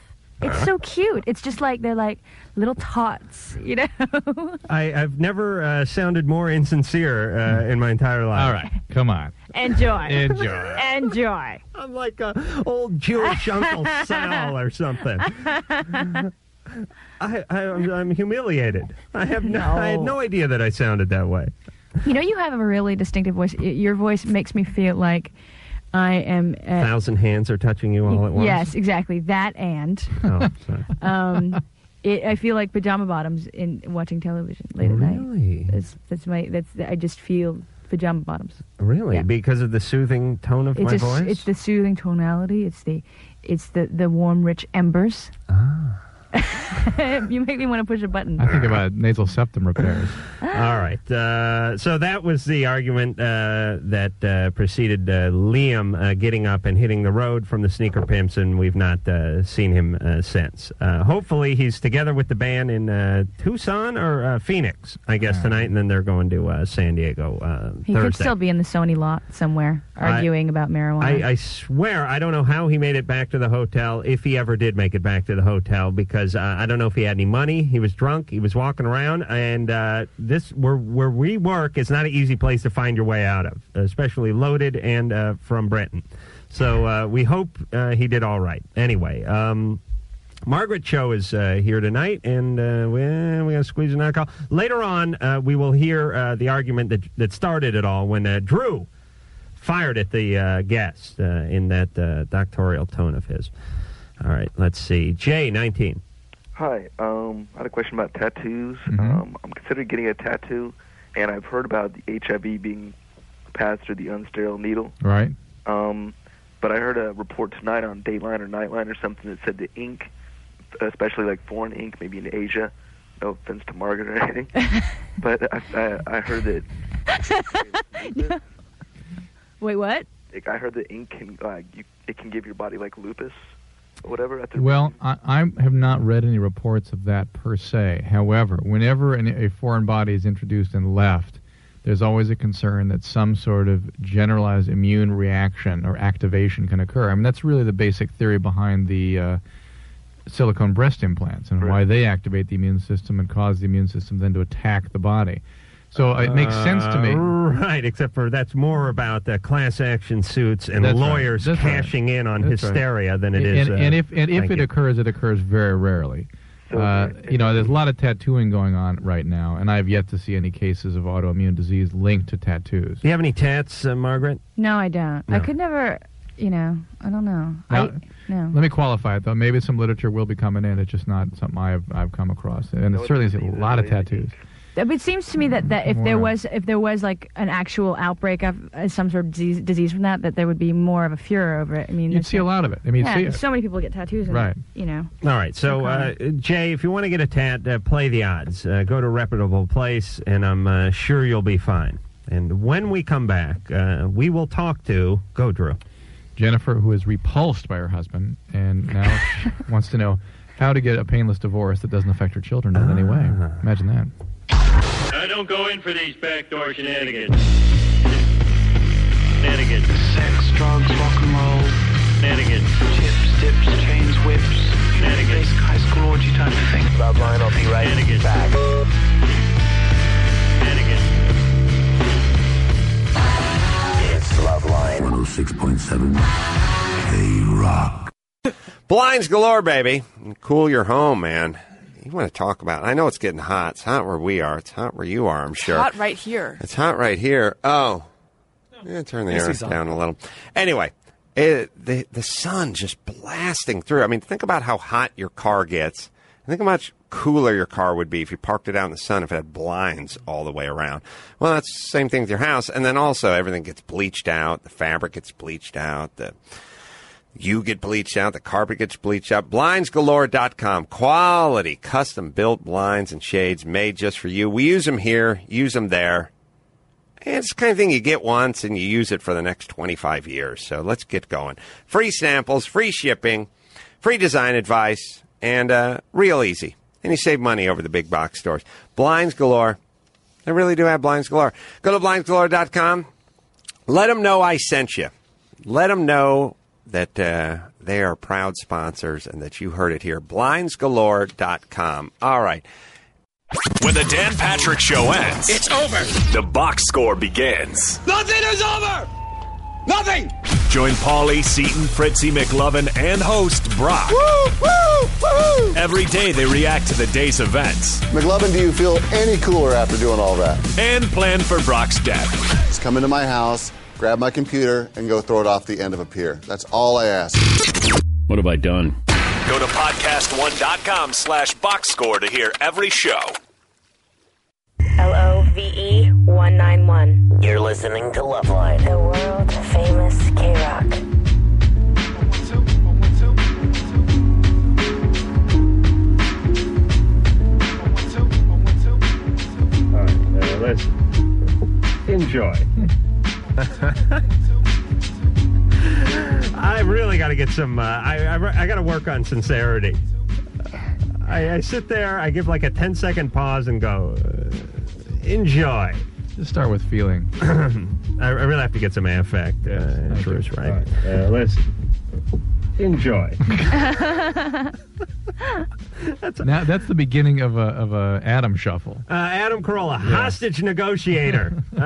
Speaker 8: It's so cute. It's just like they're like little tots, you know.
Speaker 7: I, I've never uh, sounded more insincere uh, in my entire life. All
Speaker 9: right, come on.
Speaker 8: Enjoy.
Speaker 7: Enjoy.
Speaker 8: Enjoy.
Speaker 7: I'm like a old Jewish Uncle Sal or something. I, I, I'm, I'm humiliated. I have no, I had no idea that I sounded that way.
Speaker 8: You know, you have a really distinctive voice. Y- Your voice makes me feel like I am.
Speaker 7: A
Speaker 8: At,
Speaker 7: thousand hands are touching you all at once.
Speaker 8: Uh, yes, exactly. That and.
Speaker 7: Oh, sorry.
Speaker 8: um, it, I feel like pajama bottoms in watching television late at night.
Speaker 7: Really?
Speaker 8: That's, that's my. That's I just feel pajama bottoms.
Speaker 7: Really?
Speaker 8: Yeah.
Speaker 7: Because of the soothing tone of my
Speaker 8: it's just-
Speaker 7: voice?
Speaker 8: It's the soothing tonality. It's the. It's the, the warm, rich embers. Ah. you make me want to push a button.
Speaker 9: I think about nasal septum repairs.
Speaker 7: All right. Uh, so that was the argument uh, that uh, preceded uh, Liam uh, getting up and hitting the road from the sneaker pimps, and we've not uh, seen him uh, since. Uh, hopefully, he's together with the band in uh, Tucson or uh, Phoenix, I guess, tonight, and then they're going to uh, San Diego uh,
Speaker 8: He
Speaker 7: Thursday.
Speaker 8: could still be in the Sony lot somewhere
Speaker 7: I-
Speaker 8: arguing about marijuana.
Speaker 7: I, I swear, I don't know how he made it back to the hotel, if he ever did make it back to the hotel, because uh, I don't know if he had any money. He was drunk. He was walking around, and uh, this where where we work is not an easy place to find your way out of, especially loaded and uh, from Britain. So uh, we hope uh, he did all right. Anyway. Um, Margaret Cho is uh, here tonight, and uh, we, we got to squeeze an alcohol. Later on, uh, we will hear uh, the argument that, that started it all when uh, Drew fired at the uh, guest uh, in that uh, doctoral tone of his. All right, let's see. J nineteen.
Speaker 14: Hi. Um, I had a question about tattoos. Um, I'm considering getting a tattoo, and I've heard about the HIV being passed through the unsterile needle.
Speaker 9: Right.
Speaker 14: Um, but I heard a report tonight on Dateline or Nightline or something that said the ink, especially like foreign ink, maybe in Asia. No offense to Margaret or anything, but I, I, I heard that
Speaker 8: Wait, what?
Speaker 14: like, I heard that ink can like you, it can give your body like lupus or whatever. That's a-
Speaker 9: Well, I, I have not read any reports of that per se. However, whenever an, a foreign body is introduced and left, there's always a concern that some sort of generalized immune reaction or activation can occur. I mean, that's really the basic theory behind the uh, silicone breast implants and why they activate the immune system and cause the immune system then to attack the body. So it makes sense to me.
Speaker 7: Uh, right? Except for that's more about uh, class action suits and
Speaker 9: That's right.
Speaker 7: lawyers
Speaker 9: That's right.
Speaker 7: cashing in on
Speaker 9: That's right.
Speaker 7: hysteria than it
Speaker 9: and,
Speaker 7: is.
Speaker 9: And,
Speaker 7: uh,
Speaker 9: and if and if
Speaker 7: thank
Speaker 9: it
Speaker 7: you.
Speaker 9: occurs, it occurs very rarely. Uh, you know, there's a lot of tattooing going on right now, and I have yet to see any cases of autoimmune disease linked to tattoos.
Speaker 7: Do you have any tats, uh, Margaret?
Speaker 8: No, I don't. I
Speaker 9: No.
Speaker 8: could never. You know, I don't know.
Speaker 9: Now,
Speaker 8: I no.
Speaker 9: Let me qualify it though. Maybe some literature will be coming in. It's just not something I've I've come across, and it certainly is a lot of tattoos.
Speaker 8: Uh, but It seems to me that, that if there was if there was like an actual outbreak of uh, some sort of disease, disease from that, that there would be more of a furor over it. I mean,
Speaker 9: You'd
Speaker 8: that's
Speaker 9: see a
Speaker 8: not-
Speaker 9: lot of it. I mean, you'd
Speaker 8: yeah,
Speaker 9: see it.
Speaker 8: so many people get tattoos. And,
Speaker 7: Right.
Speaker 8: You know.
Speaker 7: All right. So, uh, Jay, if you want to get a tat, uh, play the odds. Uh, go to a reputable place, and I'm uh, sure you'll be fine. And when we come back, uh, we will talk to Go Drew.
Speaker 9: Jennifer, who is repulsed by her husband, and now she wants to know how to get a painless divorce that doesn't affect her children in any way.
Speaker 7: Ah.
Speaker 9: Imagine that.
Speaker 2: I Uh, don't go in for these backdoor shenanigans. Shenanigans. Sex, drugs, rock and roll. Shenanigans. Chips, dips, chains, whips. Shenanigans. High school orgy type of thing. About mine, I'll be right back.
Speaker 15: It's Loveline 106.7 K Rock.
Speaker 6: Blinds galore, baby. Cool your home, man. You want to talk about? I know it's getting hot. It's hot where we are. It's hot where you are. I'm sure.
Speaker 16: Hot right here.
Speaker 6: It's hot right here. Oh, yeah, turn the
Speaker 16: Yes,
Speaker 6: air
Speaker 16: he's on.
Speaker 6: down a little. Anyway, it, the the sun just blasting through. I mean, think about how hot your car gets. Think how much cooler your car would be if you parked it out in the sun if it had blinds all the way around. Well, that's the same thing with your house. And then also everything gets bleached out. The fabric gets bleached out. The you get bleached out, the carpet gets bleached out. Blindsgalore.com. Quality, custom built blinds and shades made just for you. We use them here, use them there. And it's the kind of thing you get once and you use it for the next 25 years. So let's get going. Free samples, free shipping, free design advice, and uh, real easy. And you save money over the big box stores. Blinds galore. They really do have blinds galore. Go to blindsgalore.com. Let them know I sent you. Let them know
Speaker 17: that uh, they are proud sponsors and that you heard it here. Blindsgalore.com. All right.
Speaker 18: When the Dan Patrick Show ends,
Speaker 11: It's over.
Speaker 18: The box score begins.
Speaker 11: Nothing is over. Nothing.
Speaker 18: Join Paulie, Seaton, Fritzy, McLovin, and host Brock. Every day they react to the day's events
Speaker 16: McLovin, do you feel any cooler after doing all that?
Speaker 18: and plan for Brock's death.
Speaker 16: Just come into my house, grab my computer, and go throw it off the end of a pier. That's all I ask.
Speaker 19: What have I done?
Speaker 18: Go to podcast1.com slash box score to hear every show.
Speaker 13: L O V E 191.
Speaker 15: You're listening to Loveline.
Speaker 13: The world famous K Rock.
Speaker 7: All right, now let's enjoy. I really got to get some. Uh, I I, I got to work on sincerity. I, I sit there, I give like a 10 second pause, and go uh, enjoy.
Speaker 9: Just start with feeling.
Speaker 7: I, I really have to get some affect. Uh, Drew's right. Uh, let's enjoy.
Speaker 9: now that's the beginning of a of a Adam shuffle.
Speaker 7: Uh, Adam Carolla, hostage negotiator. uh,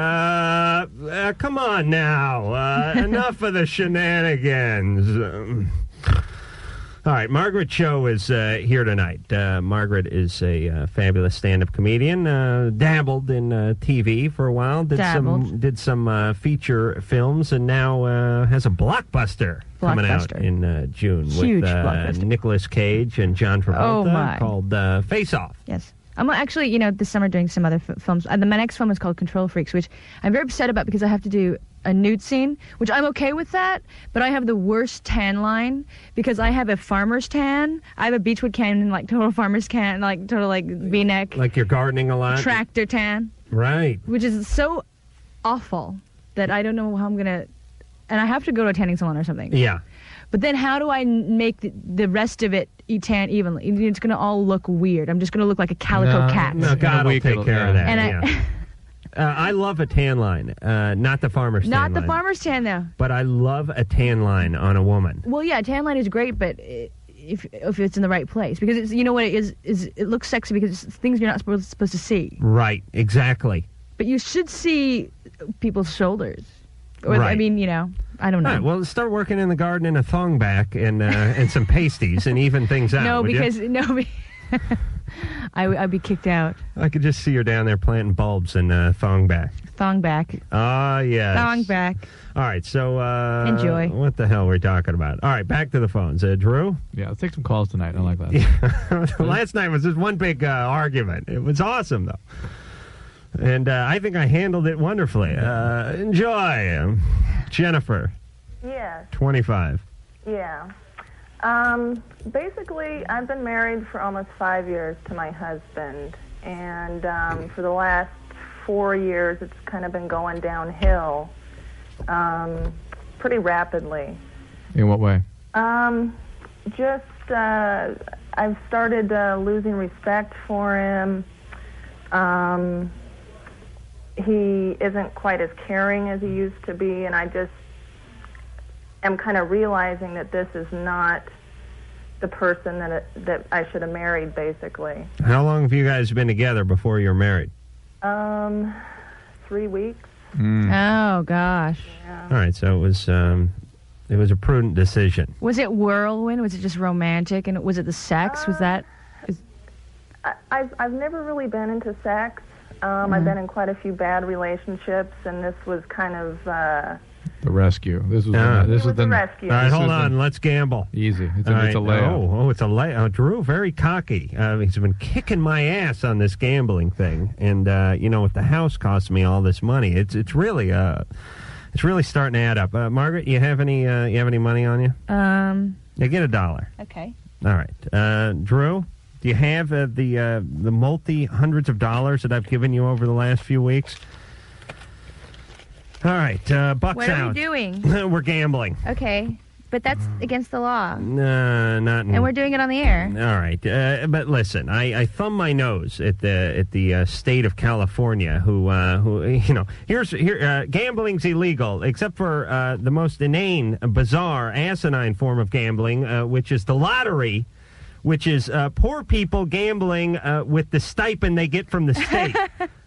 Speaker 7: uh, come on now. Uh, enough of the shenanigans. Um, all right, Margaret Cho is uh, here tonight. Uh, Margaret is a uh, fabulous stand-up comedian. Uh, dabbled in uh, TV for a while. Did some
Speaker 8: Dabbled.
Speaker 7: did some uh, feature films, and now uh, has a blockbuster, coming out
Speaker 8: Blockbuster.
Speaker 7: in uh, June
Speaker 8: Huge
Speaker 7: with uh,
Speaker 8: blockbuster.
Speaker 7: Nicolas Cage and John Travolta
Speaker 8: Oh, my.
Speaker 7: called uh, Face Off.
Speaker 8: Yes. I'm actually, you know, this summer doing some other f- films. Uh, the, my next film is called Control Freaks, which I'm very upset about because I have to do a nude scene, which I'm okay with that, but I have the worst tan line because I have a farmer's tan. I have a Beechwood Canyon, like total farmer's can, like total like V-neck
Speaker 7: Like you're gardening a lot.
Speaker 8: tractor tan,
Speaker 7: Right.
Speaker 8: which is so awful that I don't know how I'm gonna. And I have to go to a tanning salon or something.
Speaker 7: Yeah.
Speaker 8: But then how do I n- make the, the rest of it e- tan evenly? It's going to all look weird. I'm just going to look like a calico cat.
Speaker 7: No, God will take care of that.
Speaker 8: And
Speaker 7: yeah.
Speaker 8: I,
Speaker 7: Uh, I love a tan line, uh, not the farmer's
Speaker 8: not
Speaker 7: tan
Speaker 8: the
Speaker 7: line,
Speaker 8: farmer's tan though.
Speaker 7: but I love a tan line on a woman.
Speaker 8: Well, yeah, tan line is great, but i- if if it's in the right place, because it's, you know what it is is it looks sexy because it's things you're not supposed supposed to see.
Speaker 7: Right, exactly.
Speaker 8: But you should see people's shoulders. Or I
Speaker 7: Right.
Speaker 8: mean, you know, I don't know.
Speaker 7: All right, well, start working in the garden in a thong back and uh, and some pasties and even things out.
Speaker 8: no,
Speaker 7: would you?
Speaker 8: because no, be- I w- I'd be kicked out.
Speaker 7: I could just see her down there planting bulbs in a thong back.
Speaker 8: Thong back,
Speaker 7: Ah, yes.
Speaker 8: thong back.
Speaker 7: All right, so uh,
Speaker 8: Enjoy.
Speaker 7: What the hell we're talking about? All right, back to the phones. Uh, Drew.
Speaker 9: Yeah, let's take some calls tonight. I like that.
Speaker 7: Last night was just one big uh, argument. It was awesome, though. And uh, I think I handled it wonderfully. Uh, enjoy. Um, Jennifer,
Speaker 20: Yeah,
Speaker 7: 25.
Speaker 20: yeah. Um, basically, I've been married for almost five years to my husband, and um, for the last four years, it's kind of been going downhill um, pretty rapidly.
Speaker 9: In what way?
Speaker 20: Um, just uh, I've started uh, losing respect for him. Um, he isn't quite as caring as he used to be, and I just am kind of realizing that this is not the person that it, that I should have married. Basically,
Speaker 7: How long have you guys been together before you're married?
Speaker 20: um, three weeks.
Speaker 9: Hmm.
Speaker 7: Hmm.
Speaker 8: Oh gosh,
Speaker 7: All right, so it was um, it was a prudent decision.
Speaker 8: was it whirlwind? Was it just romantic? And was it the sex? Was that?
Speaker 20: I- I've I've never really been into sex. Um, I've been in quite a few bad relationships, and this was kind of. Uh,
Speaker 9: The rescue. This was
Speaker 7: Ah.
Speaker 9: the, this
Speaker 7: It was
Speaker 9: was the
Speaker 20: a rescue.
Speaker 7: All right,
Speaker 20: This
Speaker 7: hold
Speaker 20: is
Speaker 7: on. Let's gamble.
Speaker 9: Easy. It's a-
Speaker 7: All
Speaker 9: it's a layup.
Speaker 7: Oh, oh, it's a layup. Drew, very cocky. Uh, he's been kicking my ass on this gambling thing, and uh, you know, with the house cost me all this money, it's it's really uh, it's really starting to add up. Uh, Margaret, you have any uh, you have any money on you?
Speaker 8: Um.
Speaker 7: Yeah, get a dollar.
Speaker 8: Okay.
Speaker 7: All right, uh, Drew. Do you have uh, the uh, the multi hundreds of dollars that I've given you over the last few weeks? All right, uh, bucks
Speaker 8: What are we
Speaker 7: out.
Speaker 8: doing?
Speaker 7: We're gambling.
Speaker 8: Okay.
Speaker 3: but that's
Speaker 7: Mm.
Speaker 3: against the law.
Speaker 7: No, not. in-
Speaker 3: And we're doing it on the air.
Speaker 7: All right, uh, but listen, I, I thumb my nose at the at the uh, state of California, who uh, who you know here's here uh, gambling's illegal except for uh, the most inane, bizarre, asinine form of gambling, uh, which is the lottery, which is uh, poor people gambling uh, with the stipend they get from the state.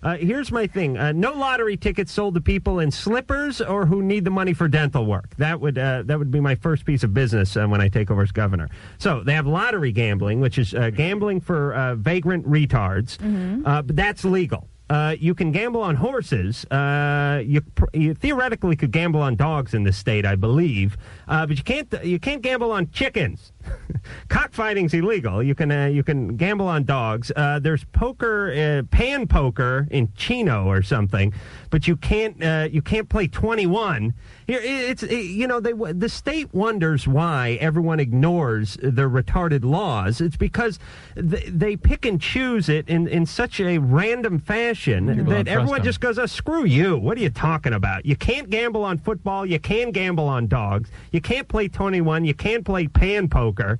Speaker 7: uh, here's my thing: uh, no lottery tickets sold to people in slippers or who need the money for dental work. That would uh, that would be my first piece of business uh, when I take over as governor. So they have lottery gambling, which is uh, gambling for uh, vagrant retards, uh, but that's legal. Uh, you can gamble on horses. Uh, you, pr- you theoretically could gamble on dogs in this state, I believe, uh, but you can't. You can't gamble on chickens. Cockfighting's illegal. You can uh, you can gamble on dogs. Uh, there's poker, uh, pan poker in Chino or something, but you can't uh, you can't play 21. Here, i- it's i- you know they w- the state wonders why everyone ignores their retarded laws. It's because th- they pick and choose it in in such a random fashion
Speaker 9: People don't
Speaker 7: that
Speaker 9: trust
Speaker 7: everyone
Speaker 9: them.
Speaker 7: just goes, oh, "Screw you! What are you talking about? You can't gamble on football. You can gamble on dogs. You can't play twenty-one. You can't play pan poker.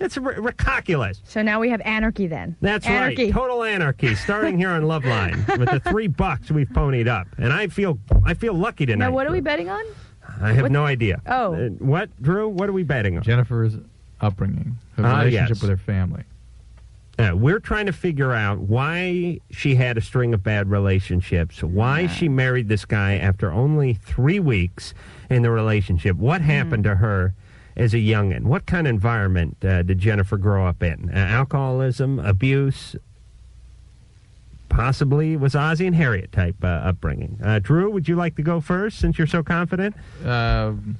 Speaker 7: It's ri- ridiculous."
Speaker 8: So now we have anarchy then.
Speaker 7: That's
Speaker 8: anarchy.
Speaker 7: right. Total anarchy. Starting here on Loveline with the three bucks we've ponied up, and I feel I feel lucky tonight.
Speaker 8: Now, what are we betting on?
Speaker 7: I have
Speaker 8: what-
Speaker 7: no idea.
Speaker 8: Oh.
Speaker 7: Uh, what, Drew? What are we betting on?
Speaker 9: Jennifer's upbringing, her
Speaker 7: Ah,
Speaker 9: relationship
Speaker 7: yes.
Speaker 9: with her family.
Speaker 7: Uh, we're trying to figure out why she had a string of bad relationships, why she married this guy after only three weeks in the relationship. What
Speaker 8: Mm-hmm.
Speaker 7: happened to her as a youngin? What kind of environment uh, did Jennifer grow up in? Uh, alcoholism, abuse, possibly was Ozzy and Harriet type uh, upbringing. Uh, Drew, would you like to go first since you're so confident?
Speaker 9: Um,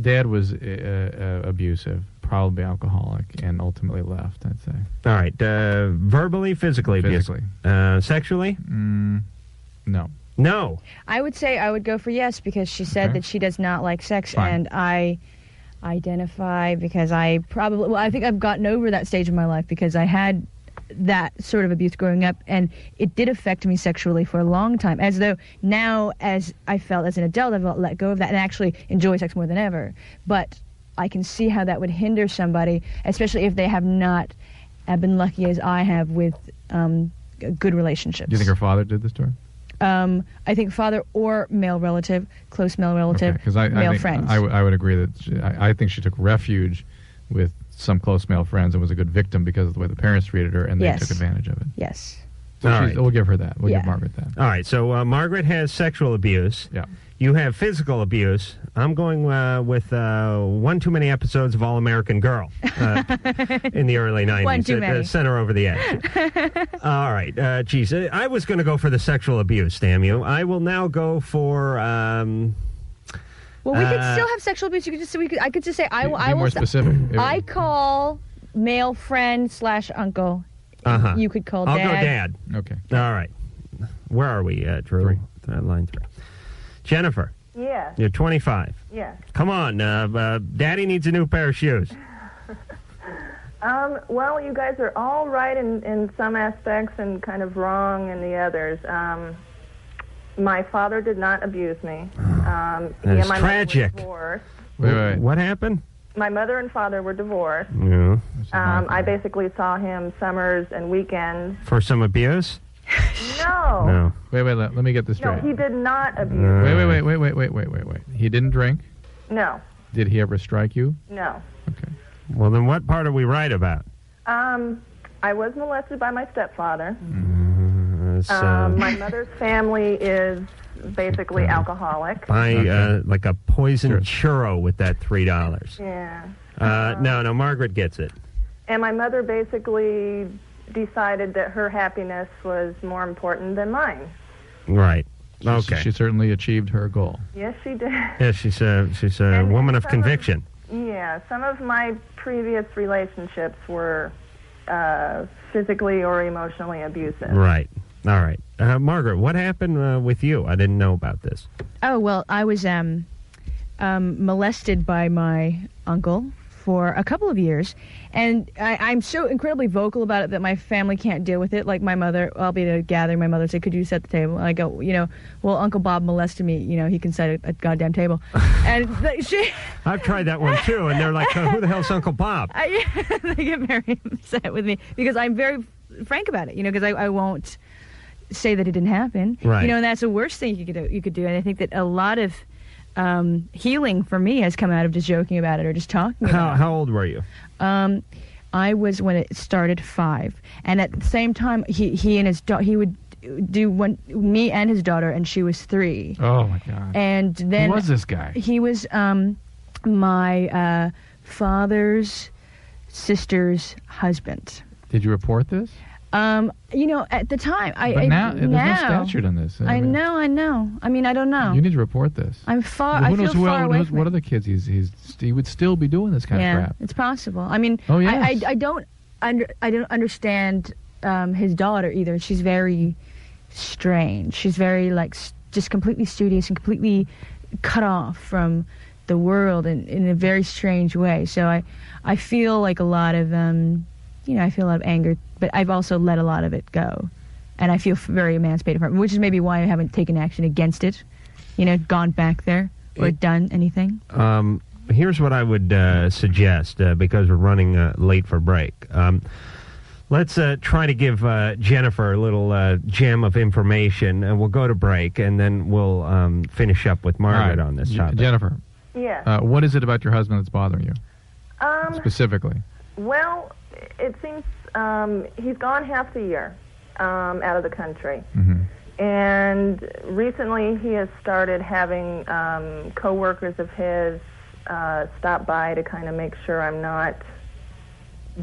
Speaker 9: Dad was uh, uh, abusive, probably alcoholic, and ultimately left. I'd say.
Speaker 7: All right. Uh, verbally, physically, abuse-
Speaker 9: Physically.
Speaker 7: Uh, sexually?
Speaker 9: Mm, no.
Speaker 7: No.
Speaker 8: I would say I would go for yes because she said
Speaker 9: Okay.
Speaker 8: that she does not like sex,
Speaker 9: Fine.
Speaker 8: and I identify because I probably well I think I've gotten over that stage of my life because I had that sort of abuse growing up and it did affect me sexually for a long time as though now as I felt as an adult I've let go of that and actually enjoy sex more than ever but I can see how that would hinder somebody especially if they have not have been lucky as I have with um, g- good relationships
Speaker 9: Do you think her father did this to her?
Speaker 8: um, I think father or male relative, close male relative,
Speaker 9: Because I, I
Speaker 8: male
Speaker 9: think,
Speaker 8: friends.
Speaker 9: I, would- I would agree that she, I, I think she took refuge with some close male friends and was a good victim because of the way the parents treated her and they
Speaker 8: Yes.
Speaker 9: took advantage of it.
Speaker 8: yes.
Speaker 9: So
Speaker 7: All
Speaker 9: she's-
Speaker 7: right.
Speaker 9: We'll give her that. We'll
Speaker 8: Yeah.
Speaker 9: give Margaret that.
Speaker 7: All right, so uh, Margaret has sexual abuse.
Speaker 9: Yeah.
Speaker 7: You have physical abuse. I'm going uh, with uh, one too many episodes of All American Girl uh, in the early 90s.
Speaker 8: One too
Speaker 7: It, uh,
Speaker 8: many.
Speaker 7: sent her over the edge. All right, uh, geez. uh, I was going to go for the sexual abuse, damn you. I will now go for. Um,
Speaker 8: Well, we could
Speaker 7: uh,
Speaker 8: still have sexual abuse. You could just we could, I could just say I will.
Speaker 7: Be-
Speaker 8: I
Speaker 7: be
Speaker 8: will
Speaker 7: more
Speaker 8: st-
Speaker 7: specific.
Speaker 8: I call male friend slash uncle.
Speaker 7: Uh-huh.
Speaker 8: You could call
Speaker 7: I'll
Speaker 8: dad.
Speaker 7: go dad.
Speaker 9: Okay.
Speaker 7: All right. Where are we, uh, Drew? Uh, line three. Jennifer,
Speaker 20: Yes.
Speaker 7: you're 25.
Speaker 20: Yes.
Speaker 7: Come on, uh, uh, Daddy needs a new pair of shoes.
Speaker 20: Um, well, you guys are all right in, in some aspects and kind of wrong in the others. Um, my father did not abuse me. Um, he
Speaker 7: Mm. That
Speaker 20: and
Speaker 7: is
Speaker 20: my mother were
Speaker 7: tragic.
Speaker 20: divorced.
Speaker 9: Wait, wait.
Speaker 7: What happened?
Speaker 20: My mother and father were divorced.
Speaker 7: No.
Speaker 20: Um, I basically saw him summers and weekends.
Speaker 7: For some abuse?
Speaker 20: No.
Speaker 7: No.
Speaker 9: Wait, wait. Let, let me get this
Speaker 20: No,
Speaker 9: straight.
Speaker 20: he did not abuse me.
Speaker 9: wait, wait, wait, wait, wait, wait, wait, wait, wait. He didn't drink.
Speaker 20: No,
Speaker 9: Did he ever strike you?
Speaker 20: no.
Speaker 7: Well, then what part are we right about?
Speaker 20: Um, I was molested by my stepfather.
Speaker 7: Uh, so,
Speaker 20: Um, my mother's family is basically alcoholic.
Speaker 7: buy uh, like a poisoned churro with that three dollars.
Speaker 20: Yeah.
Speaker 7: Uh, no, no, Margaret gets it.
Speaker 20: And my mother basically decided that her happiness was more important than mine.
Speaker 7: Right.
Speaker 9: She-
Speaker 7: Okay.
Speaker 9: She certainly achieved her goal.
Speaker 20: Yes, she did.
Speaker 7: Yeah, she's a she's a woman of
Speaker 20: some of-
Speaker 7: conviction.
Speaker 20: Yeah, some of my previous relationships were uh, physically or emotionally abusive.
Speaker 7: Right. All right. Uh, Margaret, what happened uh, with you? I didn't know about this.
Speaker 8: Oh well, I was um, um, molested by my uncle for a couple of years, and I, I'm so incredibly vocal about it that my family can't deal with it. Like my mother, I'll be at a gathering, my mother said, "Could you set the table?" And I go, "You know, well, Uncle Bob molested me. You know, he can set a, a goddamn table." and th- she,
Speaker 7: I've tried that one too, and they're like, "Uh, "Who the hell's Uncle Bob?"
Speaker 8: I, they get very upset with me because I'm very frank about it. You know, because I, I won't say that it didn't happen.
Speaker 1: Right.
Speaker 8: You know, and that's the worst thing you could do, you could do. And I think that a lot of um, healing for me has come out of just joking about it or just talking about
Speaker 7: How how old were you?
Speaker 8: it. Um, I was when it started five, and at the same time, he he and his da- he would do one me and his daughter, and she was three.
Speaker 9: Oh my God.
Speaker 8: And then
Speaker 9: was this guy?
Speaker 8: He was um, my uh, father's sister's husband.
Speaker 9: Did you report this?
Speaker 8: Um, you know, at the time, I
Speaker 9: but
Speaker 8: I,
Speaker 9: now there's no
Speaker 8: now-
Speaker 9: statute on this.
Speaker 8: I
Speaker 9: mean,
Speaker 8: know, I know. I mean, I don't know.
Speaker 9: You need to report this.
Speaker 8: I'm far.
Speaker 9: who
Speaker 8: I
Speaker 9: knows
Speaker 8: feel
Speaker 9: who
Speaker 8: far
Speaker 9: else-
Speaker 8: away
Speaker 9: knows
Speaker 8: from
Speaker 9: what
Speaker 8: it.
Speaker 9: other kids he's, he's he would still be doing this kind
Speaker 8: yeah,
Speaker 9: of crap.
Speaker 8: it's possible. I mean,
Speaker 9: Oh,
Speaker 8: I, I,
Speaker 9: yes.
Speaker 8: I don't under, I don't understand um, his daughter either. She's very strange. She's very like s- just completely studious and completely cut off from the world in, in a very strange way. So I I feel like a lot of um you know I feel a lot of anger, but I've also let a lot of it go, and I feel f- very emancipated from it, which is maybe why I haven't taken action against it. You know, gone back there or done anything.
Speaker 7: Um, here's what I would uh, suggest uh, because we're running uh, late for break. Um, let's uh, try to give uh, Jennifer a little uh, gem of information, and we'll go to break, and then we'll um, finish up with Margaret
Speaker 9: All right.
Speaker 7: on this
Speaker 9: Je-
Speaker 7: topic.
Speaker 9: Jennifer,
Speaker 20: Yes.
Speaker 9: uh, what is it about your husband that's bothering you
Speaker 7: Uh,
Speaker 20: Um,
Speaker 9: specifically?
Speaker 20: well, it seems um, he's gone half the year um, out of the country. And recently he has started having um, coworkers of his uh, stop by to kind of make sure I'm not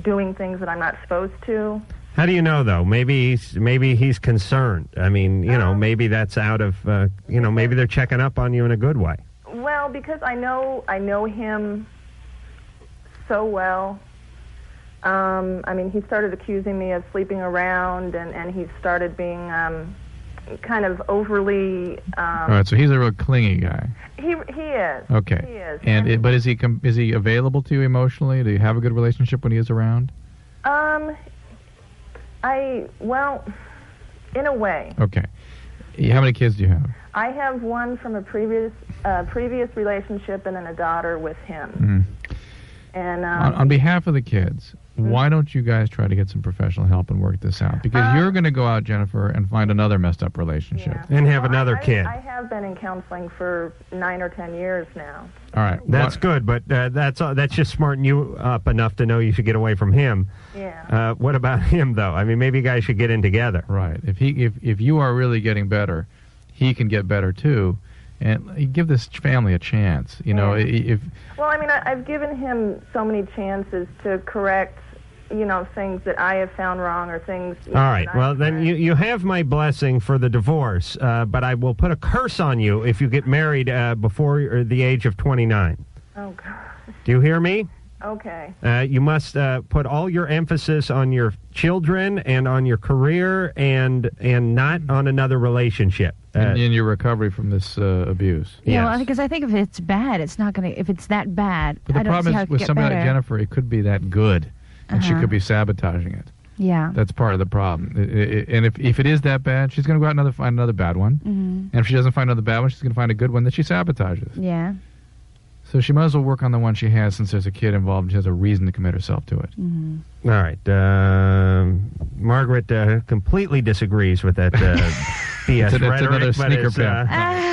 Speaker 20: doing things that I'm not supposed to.
Speaker 7: How do you know though? Maybe he's maybe he's concerned. I mean, you
Speaker 9: Um,
Speaker 7: know, maybe that's out of uh, you know, maybe they're checking up on you in a good way.
Speaker 20: Well, because I know I know him so well. Um, I mean, he started accusing me of sleeping around, and and he started being um, kind of overly. Um,
Speaker 9: All right, so he's a real clingy guy.
Speaker 20: He he is.
Speaker 9: Okay.
Speaker 20: He is.
Speaker 9: And it, but is he com- is he available to you emotionally? Do you have a good relationship when he is around?
Speaker 20: Um, I well, in a way,
Speaker 9: Okay. How many kids do you have?
Speaker 20: I have one from a previous uh, previous relationship, and then a daughter with him.
Speaker 9: Mm.
Speaker 20: And um,
Speaker 9: on, on behalf of the kids,
Speaker 8: Mm-hmm.
Speaker 9: why don't you guys try to get some professional help and work this out? Because
Speaker 8: Uh,
Speaker 9: you're going to go out, Jennifer, and find another messed up relationship
Speaker 7: and have another
Speaker 20: I- I have been in counseling for nine or ten years now.
Speaker 9: All right,
Speaker 7: that's good, but uh, that's uh, that's just smarting you up enough to know you should get away from him.
Speaker 20: Yeah.
Speaker 7: Uh, what about him though? I mean, maybe you guys should get in together.
Speaker 9: Right. If he if if you are really getting better, he can get better too, and give this family a chance. You know, i- i- if
Speaker 20: Well, I mean, I, I've given him so many chances to correct, you know, things that I have found wrong or things. you know,
Speaker 7: All right.
Speaker 20: that I-
Speaker 7: Well, then you, you have my blessing for the divorce, uh, but I will put a curse on you if you get married uh, before the age of 29.
Speaker 20: Oh God.
Speaker 7: Do you hear me?
Speaker 20: Okay.
Speaker 7: Uh, you must uh, put all your emphasis on your children and on your career and and not on another relationship. Uh,
Speaker 9: in, in your recovery from this uh, abuse.
Speaker 8: Yeah, well, because I think if it's bad, it's not going to. If it's that bad,
Speaker 9: But the
Speaker 8: I don't see
Speaker 9: problem
Speaker 8: how
Speaker 9: is
Speaker 8: it could
Speaker 9: with
Speaker 8: get
Speaker 9: somebody
Speaker 8: better.
Speaker 9: like Jennifer, it could be that good, and she
Speaker 8: Uh-huh.
Speaker 9: could be sabotaging it.
Speaker 8: Yeah.
Speaker 9: That's part of the problem. I- I- And if if it is that bad, she's going to go out another find another bad one.
Speaker 8: Mhm.
Speaker 9: And if she doesn't find another bad one, she's going to find a good one that she sabotages.
Speaker 8: Yeah.
Speaker 9: So she might as well work on the one she has since there's a kid involved and she has a reason to commit herself to it.
Speaker 8: Mm-hmm.
Speaker 7: All right. Um
Speaker 9: Mm-hmm.
Speaker 7: Margaret uh, completely disagrees with that uh, BS
Speaker 9: It's an- it's
Speaker 7: rhetoric.
Speaker 9: another
Speaker 7: but, it's,
Speaker 9: sneaker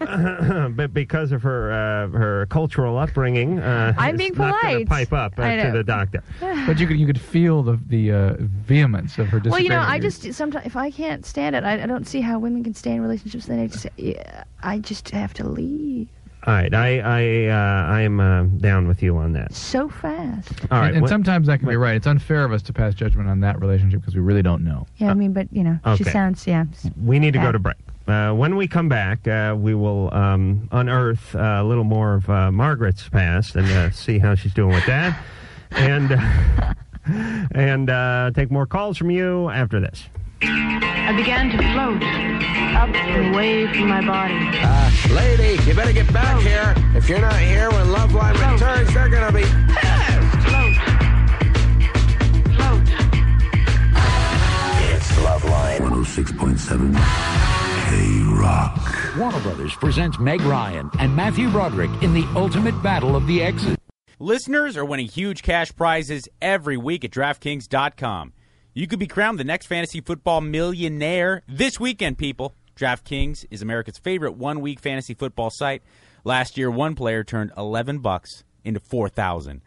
Speaker 7: uh, but because of her uh, her cultural upbringing, uh,
Speaker 8: I'm
Speaker 7: is
Speaker 8: being
Speaker 7: not gonna
Speaker 8: polite.
Speaker 7: Pipe up uh,
Speaker 8: I
Speaker 7: to
Speaker 8: know.
Speaker 7: the doctor.
Speaker 9: But you could you could feel the the uh, vehemence of her disagreement.
Speaker 8: Well, you know, I just sometimes if I can't stand it, I, I don't see how women can stay in relationships. Then I just, yeah, I just have to leave
Speaker 7: All right. I I uh, I am uh, down with you on that.
Speaker 8: so fast.
Speaker 7: All right.
Speaker 9: and, and
Speaker 7: what-
Speaker 9: sometimes that can be right. It's unfair of us to pass judgment on that relationship because we really don't know.
Speaker 8: Yeah, I mean, but you know, she
Speaker 7: okay.
Speaker 8: sounds yeah.
Speaker 7: We need to
Speaker 8: Yeah.
Speaker 7: go to break. Uh, when we come back, uh, we will um, unearth uh, a little more of uh, Margaret's past and uh, see how she's doing with that, uh, and and uh, take more calls from you after this.
Speaker 1: I began to float up and away from my body.
Speaker 6: Uh, lady, you better get back here. If you're not here when Loveline returns, they're gonna be.
Speaker 15: It's Loveline 106.7 K Rock.
Speaker 19: Warner Brothers presents Meg Ryan and Matthew Broderick in the ultimate battle of the exes.
Speaker 21: Listeners are winning huge cash prizes every week at DraftKings.com. You could be crowned the next fantasy football millionaire this weekend, people. DraftKings is America's favorite one-week fantasy football site. Last year, one player turned 11 bucks into 4,000.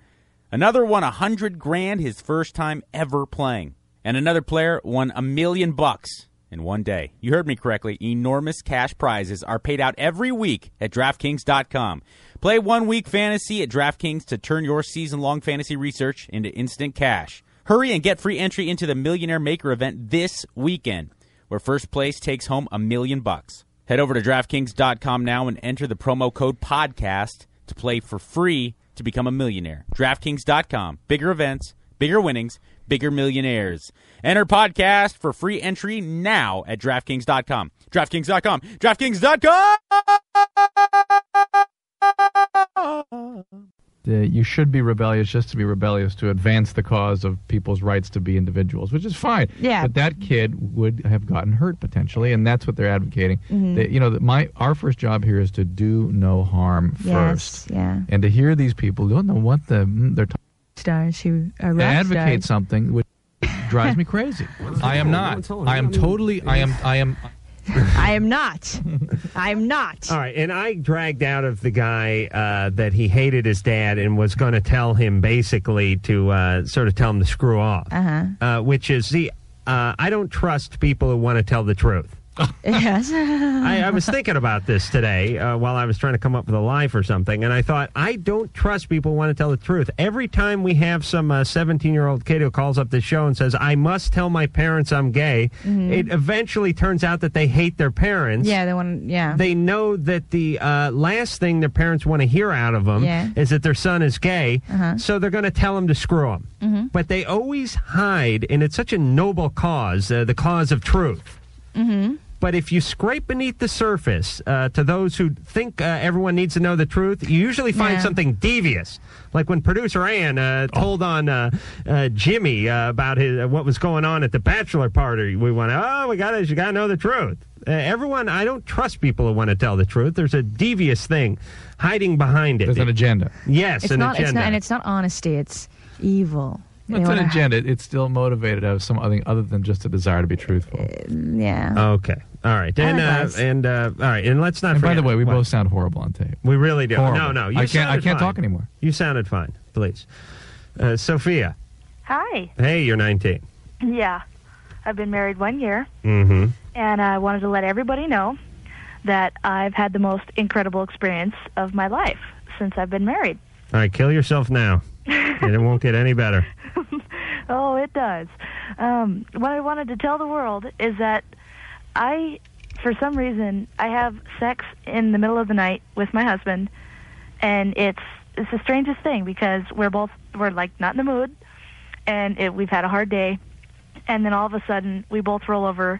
Speaker 21: Another won 100 grand his first time ever playing. And another player won a million bucks in one day. You heard me correctly. Enormous cash prizes are paid out every week at DraftKings.com. Play one week fantasy at DraftKings to turn your season long fantasy research into instant cash. Hurry and get free entry into the Millionaire Maker event this weekend, where first place takes home a million bucks. Head over to DraftKings.com now and enter the promo code podcast to play for free to become a millionaire. DraftKings.com. Bigger events, bigger winnings, bigger millionaires. Enter podcast for free entry now at DraftKings.com. DraftKings.com. DraftKings.com.
Speaker 9: The- you should be rebellious just to be rebellious to advance the cause of people's rights to be individuals, which is fine.
Speaker 22: Yeah.
Speaker 9: But that kid would have gotten hurt potentially, and that's what they're advocating.
Speaker 22: Mhm.
Speaker 9: That, you know, that my our first job here is to do no harm
Speaker 22: Yes,
Speaker 9: first,
Speaker 22: yeah.
Speaker 9: and to hear these people don't know what the mm, they're talking.
Speaker 8: Stars who are
Speaker 9: to
Speaker 8: uh, rock
Speaker 9: advocate
Speaker 8: stars.
Speaker 9: something which drives me crazy. I am not. I am totally. I am. I am.
Speaker 8: I am not. I am not.
Speaker 7: All right, and I dragged out of the guy uh, that he hated his dad and was going to tell him basically to uh, sort of tell him to screw off,
Speaker 3: Uh-huh.
Speaker 7: uh, which is the uh, I don't trust people who want to tell the truth.
Speaker 3: Yes.
Speaker 7: I, I was thinking about this today uh, while I was trying to come up with a lie for something, and I thought I don't trust people who want to tell the truth. Every time we have some uh, seventeen-year-old kid who calls up the show and says, "I must tell my parents I'm gay,"
Speaker 3: Mhm.
Speaker 7: it eventually turns out that they hate their parents.
Speaker 3: yeah, they want. Yeah.
Speaker 7: They know that the uh, last thing their parents want to hear out of them
Speaker 3: Yeah.
Speaker 7: is that their son is gay,
Speaker 3: Uh-huh.
Speaker 7: so they're going to tell him to screw him.
Speaker 8: Mm-hmm.
Speaker 3: Mhm.
Speaker 7: But they always hide, and it's such a noble cause, uh, the cause of truth.
Speaker 3: Mm-hmm.
Speaker 7: But if you scrape beneath the surface uh, to those who think uh, everyone needs to know the truth, you usually find
Speaker 3: Yeah.
Speaker 7: something devious. Like when producer Ann uh,
Speaker 9: Oh.
Speaker 7: told on uh, uh, Jimmy uh, about his, uh, what was going on at the bachelor party, we went, "Oh, we got to, you got to know the truth." Uh, everyone, I don't trust people who want to tell the truth. There's a devious thing hiding behind it. There's an
Speaker 9: agenda.
Speaker 7: Yes,
Speaker 8: It's
Speaker 7: an
Speaker 8: not,
Speaker 7: agenda.
Speaker 8: it's not. And it's not honesty. It's evil. They
Speaker 9: It's an
Speaker 8: wanna-
Speaker 9: agenda. It's still motivated out of something other than just a desire to be truthful.
Speaker 8: Yeah.
Speaker 7: Okay. All right. And uh,
Speaker 9: Otherwise-
Speaker 7: and uh, all right. And let's not.
Speaker 9: And by the
Speaker 7: forget-
Speaker 9: way, we
Speaker 7: What?
Speaker 9: both sound horrible on tape.
Speaker 7: We really do.
Speaker 9: Horrible.
Speaker 7: No, no. You
Speaker 9: I can't- I
Speaker 7: sounded
Speaker 9: can't
Speaker 7: fine.
Speaker 9: talk anymore.
Speaker 7: You sounded fine. Please, uh, Sophia.
Speaker 23: Hi.
Speaker 7: Hey, you're 19.
Speaker 23: Yeah. I've been married one year,
Speaker 7: Mm-hmm.
Speaker 23: and I wanted to let everybody know that I've had the most incredible experience of my life since I've been married.
Speaker 7: All right, kill yourself now. and it won't get any better.
Speaker 23: Oh, it does. Um, what I wanted to tell the world is that I, for some reason, I have sex in the middle of the night with my husband, and it's it's the strangest thing because we're both we're like not in the mood, and it, we've had a hard day, and then all of a sudden we both roll over,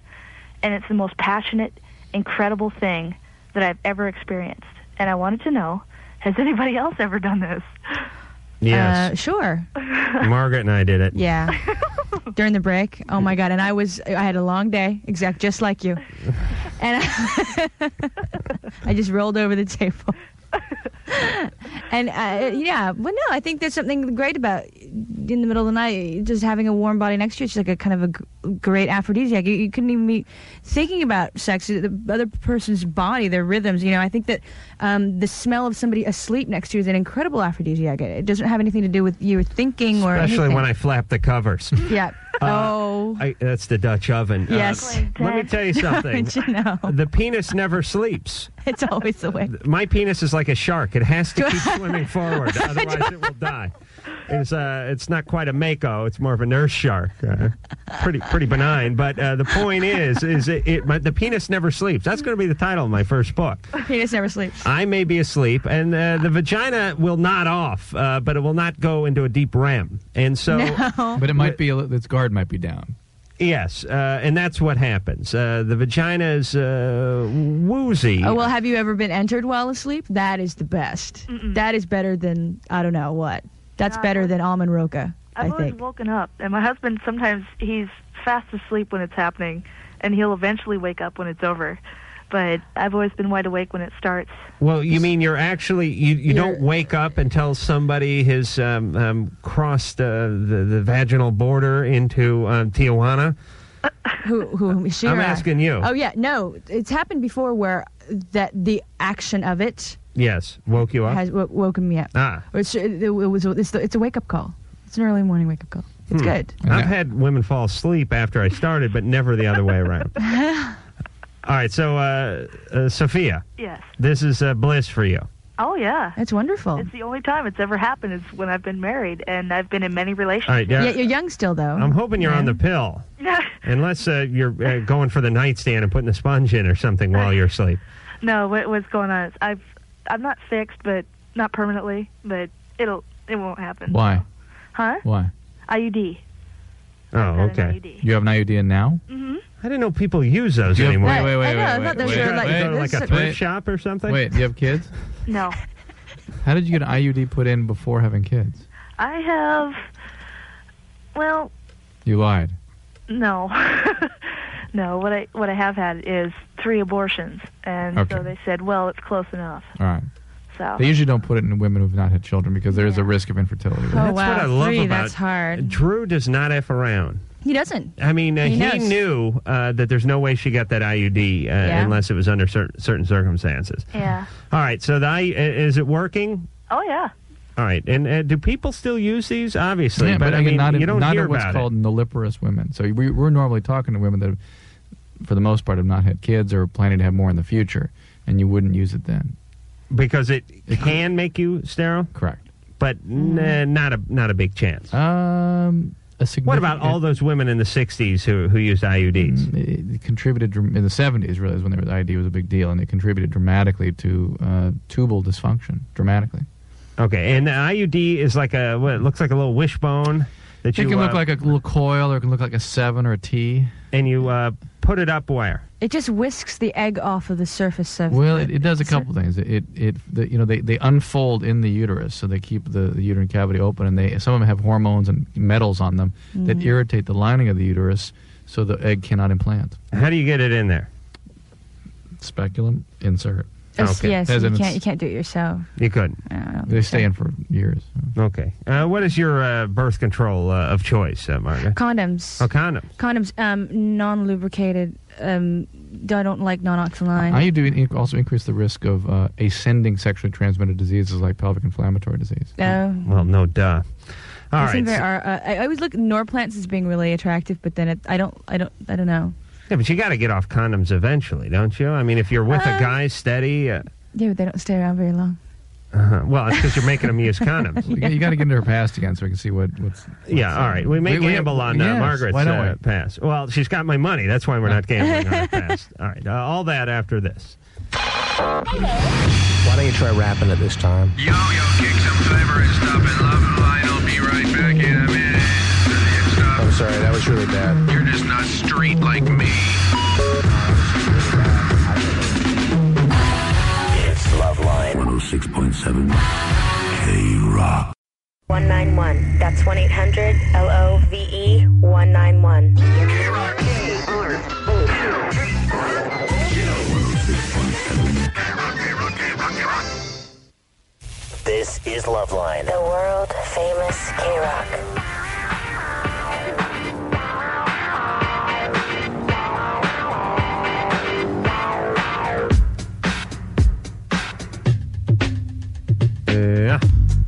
Speaker 23: and it's the most passionate, incredible thing that I've ever experienced. And I wanted to know, has anybody else ever done this?
Speaker 7: Yes.
Speaker 8: Uh, sure.
Speaker 7: Margaret and I did it.
Speaker 8: Yeah. During the break. Oh my god! And I was I had a long day, exact just like you. And I, I just rolled over the table. and uh, yeah, but no, I think there's something great about in the middle of the night just having a warm body next to you. It's like a kind of a g- great aphrodisiac. You, you couldn't even be thinking about sex, the other person's body, their rhythms. You know, I think that um, the smell of somebody asleep next to you is an incredible aphrodisiac. It, it doesn't have anything to do with your thinking or
Speaker 7: Especially when I
Speaker 8: anything.
Speaker 7: flap the covers.
Speaker 8: Yeah.
Speaker 7: Uh,
Speaker 8: oh.
Speaker 7: I, that's the Dutch oven. Uh,
Speaker 8: Yes.
Speaker 7: let me tell you something.
Speaker 8: Don't you know?
Speaker 7: The penis never sleeps.
Speaker 8: It's always the way.
Speaker 7: My penis is like a shark. It has to keep swimming forward, otherwise it will die. It's uh, it's not quite a mako. It's more of a nurse shark. Uh, pretty pretty benign. But uh, the point is, is it, it my, the penis never sleeps. That's going to be the title of my first book.
Speaker 8: Penis never sleeps.
Speaker 7: I may be asleep, and uh, the vagina will not off, uh, but it will not go into a deep REM. And so, Uh,
Speaker 8: No.
Speaker 9: But it might be. a li- Its guard might be down.
Speaker 7: Yes, uh, and that's what happens. Uh, the vagina is uh, woozy.
Speaker 3: Oh well, have you ever been entered while asleep? That is the best. That is better than I don't know what. That's
Speaker 23: Yeah.
Speaker 3: better than almond roca. I
Speaker 23: I've always
Speaker 3: think.
Speaker 23: woken up, and my husband sometimes he's fast asleep when it's happening, and he'll eventually wake up when it's over. But I've always been wide awake when it starts.
Speaker 7: Well, you mean you're actually you, you don't wake up until somebody has um, um, crossed uh, the the vaginal border into um, Tijuana.
Speaker 3: Who? Who? She
Speaker 7: I'm
Speaker 3: or I?
Speaker 7: asking you.
Speaker 3: Oh yeah, no, it's happened before where that the action of it
Speaker 7: Yes, woke you up.
Speaker 3: has w- woken me up.
Speaker 7: ah,
Speaker 3: It's, it, was it's, the- it's a wake up call. It's an early morning wake up call. It's
Speaker 7: hmm.
Speaker 3: good.
Speaker 7: I've had women fall asleep after I started, but never the other way around. All right, so uh, uh, Sophia,
Speaker 23: Yes.
Speaker 7: this is uh, bliss for you.
Speaker 23: Oh yeah.
Speaker 3: It's wonderful.
Speaker 23: It's the only time it's ever happened is when I've been married, and I've been in many relationships.
Speaker 7: All right, yeah. Yet you're
Speaker 3: young still,
Speaker 23: Oh,
Speaker 3: though.
Speaker 7: I'm hoping you're on the pill, unless uh, you're uh, going for the nightstand and putting a sponge in or something while you're asleep.
Speaker 23: no, what, what's going on? Is I've I'm not fixed, but not permanently, but it'll it won't happen.
Speaker 9: Why?
Speaker 23: Huh?
Speaker 9: Why?
Speaker 23: IUD.
Speaker 7: Oh,
Speaker 9: okay. You have an IUD now?
Speaker 23: Mm-hmm.
Speaker 7: I didn't know people use those
Speaker 9: Do you have-
Speaker 7: anymore.
Speaker 9: Wait, wait, wait, I know, I wait, thought those wait, were wait, like- this
Speaker 7: Go to, a
Speaker 9: is-
Speaker 7: thrift
Speaker 9: wait.
Speaker 7: shop or something.
Speaker 9: Wait, do you have kids?
Speaker 23: No,
Speaker 9: How did you get an IUD put in before having kids?
Speaker 23: I have. Well,
Speaker 9: You lied.
Speaker 23: No, no. What I what I have had is three abortions, and so
Speaker 9: Okay.
Speaker 23: they said, well, it's close enough.
Speaker 9: All right.
Speaker 23: So
Speaker 9: They usually don't put it in women who've not had children because there is a risk of infertility.
Speaker 23: Oh,
Speaker 7: That's what I love
Speaker 3: Three,
Speaker 7: about
Speaker 3: that's hard.
Speaker 7: Drew does not f around.
Speaker 3: He doesn't.
Speaker 7: I mean, uh,
Speaker 3: He
Speaker 7: he,
Speaker 3: knows.
Speaker 7: knew uh, that there's no way she got that IUD uh,
Speaker 23: Yeah.
Speaker 7: unless it was under cer- certain circumstances.
Speaker 23: yeah.
Speaker 7: All right, so the I- uh, is it working?
Speaker 23: Oh yeah.
Speaker 7: All right, and uh, do people still use these? Obviously,
Speaker 9: Yeah,
Speaker 7: but, I
Speaker 9: again,
Speaker 7: mean,
Speaker 9: not in,
Speaker 7: you don't
Speaker 9: not in
Speaker 7: hear
Speaker 9: what's
Speaker 7: about it.
Speaker 9: called nulliparous women. So we, we're normally talking to women that, have, for the most part, have not had kids or are planning to have more in the future, and you wouldn't use it then.
Speaker 7: because it can make you sterile.
Speaker 9: Correct,
Speaker 7: but nah, not a not a big chance.
Speaker 9: Um, a
Speaker 7: what about all those women in the '60s who who used E IUDs?
Speaker 9: Mm, It contributed dr- in the 70s, really, is when the IUD was a big deal, and it contributed dramatically to uh, tubal dysfunction, dramatically.
Speaker 7: Okay, and the IUD is like a what it looks like a little wishbone that
Speaker 9: it
Speaker 7: you
Speaker 9: can look
Speaker 7: uh,
Speaker 9: like a little coil, or it can look like a seven or a T.
Speaker 7: And you uh, put it up where?
Speaker 3: It just whisks the egg off of the surface of.
Speaker 9: Well, it, it does a couple things. It it, it the, you know they, they unfold in the uterus, so they keep the, the uterine cavity open, and they some of them have hormones and metals on them that
Speaker 3: Mm-hmm.
Speaker 7: Mhm.
Speaker 9: irritate the lining of the uterus, so the egg cannot implant.
Speaker 7: How do you get it in there?
Speaker 9: Speculum insert.
Speaker 3: Yes, yes,
Speaker 9: As
Speaker 3: you
Speaker 9: in
Speaker 3: can't
Speaker 9: it's-
Speaker 3: you can't do it yourself.
Speaker 7: You couldn't.
Speaker 9: They stay in for years.
Speaker 7: Okay. Uh, what is your uh, birth control uh, of choice, uh, Margaret?
Speaker 3: Condoms.
Speaker 7: Oh, condom.
Speaker 3: Condoms. Um, non-lubricated. Um, I don't like non-oxaline.
Speaker 9: IUD in- also increase the risk of uh, ascending sexually transmitted diseases like pelvic inflammatory disease.
Speaker 3: Oh.
Speaker 7: Well, no duh. All
Speaker 3: I
Speaker 7: right.
Speaker 3: think there
Speaker 7: so-
Speaker 3: are. Uh, I I always look at Norplants as being really attractive, but then it, I don't. I don't. I don't know.
Speaker 7: Yeah, but you got to get off condoms eventually, don't you? I mean, if you're with a
Speaker 3: Um,
Speaker 7: guy steady, uh,
Speaker 3: Yeah, but they don't stay around very long.
Speaker 7: uh well, it's because you're making them use condoms.
Speaker 9: You, got to get into her past again so we can see what, what's.
Speaker 7: Yeah, all right. We may
Speaker 9: We- we-
Speaker 7: gamble on uh,
Speaker 9: yes,
Speaker 7: Margaret's
Speaker 9: why don't
Speaker 7: uh,
Speaker 9: we?
Speaker 7: pass. Well, she's got my money. That's why we're not gambling on her pass. All right. Uh, all that after this.
Speaker 6: Why don't you try rapping at this time? I'm sorry, that was really bad.
Speaker 24: You're just not straight like me.
Speaker 15: It's Loveline 106.7 K Rock.
Speaker 13: 191. That's 1 800 L O V E 191.
Speaker 15: This is Loveline.
Speaker 13: The world famous K Rock.
Speaker 7: Yeah.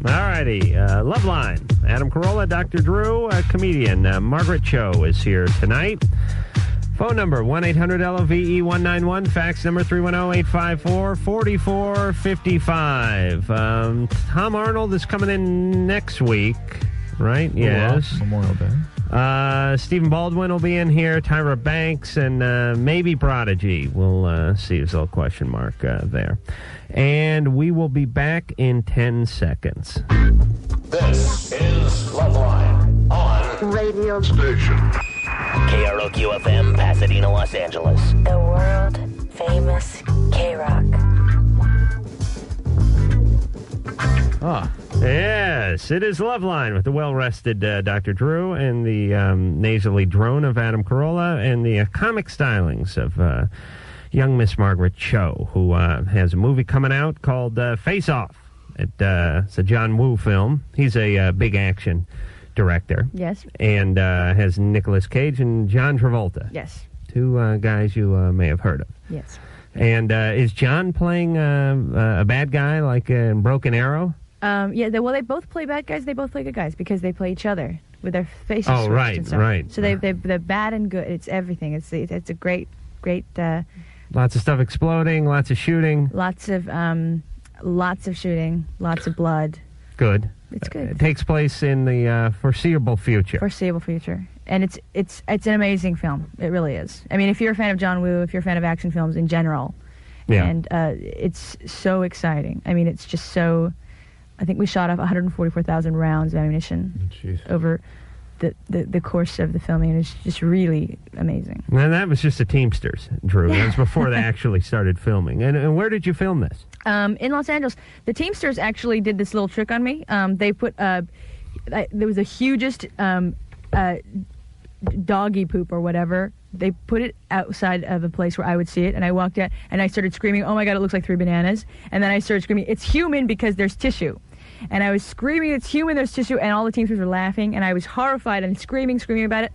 Speaker 7: All righty. Uh, Loveline. Adam Carolla, Dr. Drew, uh, comedian. Uh, Margaret Cho is here tonight. Phone number 1 800 LOVE 191. Fax number 310 854 4455. Um, Tom Arnold is coming in next week, right?
Speaker 9: Oh,
Speaker 7: Yes.
Speaker 9: Memorial Day.
Speaker 7: Uh, Stephen Baldwin will be in here, Tyra Banks, and uh, maybe Prodigy. We'll uh, see his little question mark uh, there. And we will be back in 10 seconds.
Speaker 15: This is Loveline on radio station. KROQ FM, Pasadena, Los Angeles.
Speaker 13: The world famous K Rock.
Speaker 7: Ah. Yes, it is Loveline with the well rested uh, Dr. Drew and the um, nasally drone of Adam Carolla and the uh, comic stylings of uh, young Miss Margaret Cho, who uh, has a movie coming out called uh, Face Off. It, uh, it's a John Woo film. He's a uh, big action director.
Speaker 8: Yes.
Speaker 7: And uh, has Nicolas Cage and John Travolta.
Speaker 8: Yes.
Speaker 7: Two uh, guys you uh, may have heard of.
Speaker 8: Yes.
Speaker 7: And uh, is John playing uh, uh, a bad guy like uh, in Broken Arrow?
Speaker 8: Um, yeah, they, well, they both play bad guys. They both play good guys because they play each other with their faces.
Speaker 7: Oh,
Speaker 8: switched
Speaker 7: right,
Speaker 8: and stuff.
Speaker 7: right.
Speaker 8: So they, they they're bad and good. It's everything. It's it's a great great uh,
Speaker 7: Lots of stuff exploding, lots of shooting.
Speaker 8: lots of um, lots of shooting, lots of blood.
Speaker 7: Good.
Speaker 8: It's good.
Speaker 7: It takes place in the uh, foreseeable future.
Speaker 8: Foreseeable future, and it's it's it's an amazing film. It really is. I mean, if you're a fan of John Woo, if you're a fan of action films in general,
Speaker 7: Yeah.
Speaker 8: and uh, it's so exciting. I mean, it's just so. I think we shot off 144,000 rounds of ammunition over the, the the course of the filming, and it's just really amazing.
Speaker 7: and that was just the Teamsters, Drew. That was
Speaker 8: Yeah.
Speaker 7: before they actually started filming. And, and where did you film this?
Speaker 8: um, in Los Angeles. The Teamsters actually did this little trick on me. Um, they put uh, I, there was the hugest um, uh, d- doggy poop or whatever. They put it outside of a place where I would see it, and I walked out and I started screaming, "Oh my god, it looks like three bananas!" And then I started screaming, "It's human because there's tissue." And I was screaming, "It's human, there's tissue!" And all the Teamsters were laughing, and I was horrified and screaming, screaming about it.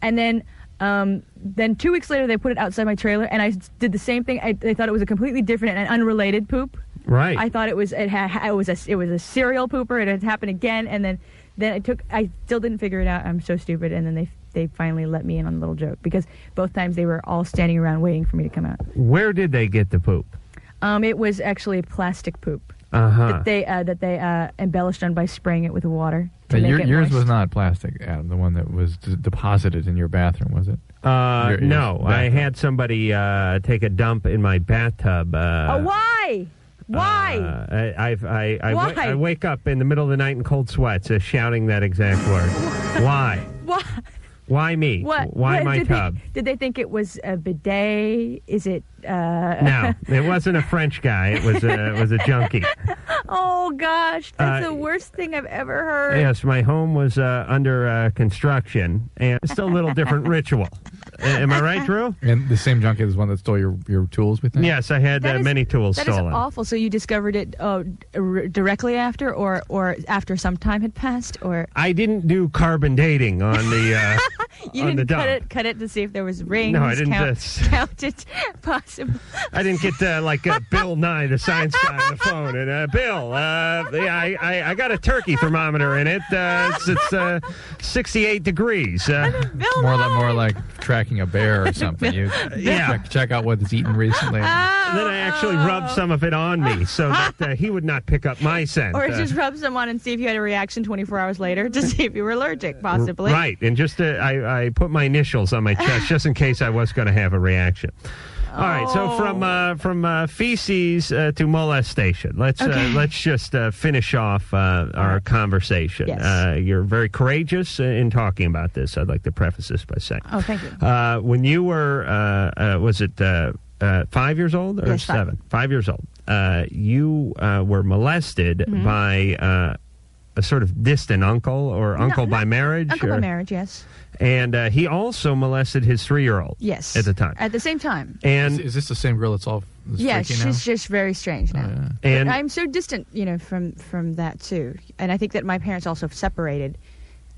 Speaker 8: And then um, then two weeks later, they put it outside my trailer, and I s- did the same thing. I, they thought it was a completely different and unrelated poop.
Speaker 7: Right.
Speaker 8: I thought it was it, ha- it was a it was a serial pooper. It had happened again, and then then it took. I still didn't figure it out. I'm so stupid. And then they they finally let me in on the little joke because both times they were all standing around waiting for me to come out.
Speaker 7: Where did they get the poop?
Speaker 8: Um, it was actually plastic poop
Speaker 7: Uh huh.
Speaker 8: that they uh, that they uh, embellished on by spraying it with water to
Speaker 9: Now,
Speaker 8: make
Speaker 9: your-
Speaker 8: it
Speaker 9: yours
Speaker 8: moist.
Speaker 9: was not plastic, Adam. The one that was d- deposited in your bathroom, was it?
Speaker 7: Uh,
Speaker 9: Your- your
Speaker 7: no, I
Speaker 9: bathroom.
Speaker 7: had somebody uh, take a dump in my bathtub. Uh,
Speaker 8: oh, why? Why?
Speaker 7: Uh, I, I've, I, I, wa-
Speaker 8: Why?
Speaker 7: I wake up in the middle of the night in cold sweats, uh, shouting that exact word. Why?
Speaker 8: why?
Speaker 7: Why me?
Speaker 8: What?
Speaker 7: Why
Speaker 8: what
Speaker 7: my
Speaker 8: did they-
Speaker 7: tub?
Speaker 8: did they think it was a bidet? Is it? Uh,
Speaker 7: No, it wasn't a French guy. It was a, it was a junkie.
Speaker 8: oh gosh, that's
Speaker 7: Uh,
Speaker 8: the worst thing I've ever heard.
Speaker 7: Yes, my home was uh, under uh, construction, and it's still a little different ritual. A- Am I right, Drew?
Speaker 9: And the same junkie is the one that stole your, your tools with you?
Speaker 7: Yes, I had uh,
Speaker 8: That is-
Speaker 7: many tools
Speaker 8: That is
Speaker 7: stolen.
Speaker 8: awful. So you discovered it uh, d- r- directly after, or or after some time had passed, or
Speaker 7: I didn't do carbon dating on the uh,
Speaker 8: you
Speaker 7: on the
Speaker 8: didn't cut
Speaker 7: dump.
Speaker 8: it cut it to see if there was rings.
Speaker 7: No, I didn't, uh,
Speaker 8: Count,
Speaker 7: s-
Speaker 8: count it possible.
Speaker 7: I didn't get uh, like uh, Bill Nye, the science guy, on the phone. And uh, Bill, uh, yeah, I, I, I got a turkey thermometer in it. Uh, it's it's uh, 68 degrees. Uh,
Speaker 9: More like, more like tracking a bear or something. You
Speaker 7: Yeah.
Speaker 9: check, check out what it's eaten recently.
Speaker 8: Oh,
Speaker 7: then I actually rubbed some of it on me so that uh, he would not pick up my scent.
Speaker 8: Or
Speaker 7: Uh,
Speaker 8: just rub someone and see if you had a reaction 24 hours later to see if you were allergic, possibly.
Speaker 7: Right, and just uh, I, I put my initials on my chest just in case I was going to have a reaction. All right,
Speaker 2: Oh.
Speaker 7: so from uh, from uh, feces uh, to molestation, let's
Speaker 2: Okay.
Speaker 7: uh, let's just uh, finish off uh, our conversation.
Speaker 2: Yes.
Speaker 7: Uh, you're very courageous in talking about this. I'd like to preface this by saying,
Speaker 2: Oh, thank you.
Speaker 7: uh, when you were uh, uh, was it uh, uh, five years old or
Speaker 2: Yes, five.
Speaker 7: seven? Five. years old. Uh, you uh, were molested
Speaker 8: Mhm.
Speaker 7: by uh, a sort of distant uncle or
Speaker 8: No,
Speaker 7: uncle by
Speaker 8: not-
Speaker 7: marriage.
Speaker 8: Uncle by
Speaker 7: or-
Speaker 8: marriage, yes.
Speaker 7: And uh, he also molested his three-year-old.
Speaker 8: Yes.
Speaker 7: At the time.
Speaker 8: At the same time.
Speaker 7: And
Speaker 9: is, this the same girl that's all?
Speaker 8: Yes, she's just very strange now.
Speaker 9: Oh,
Speaker 7: And-
Speaker 8: I'm so distant, you know, from from that too. And I think that my parents also separated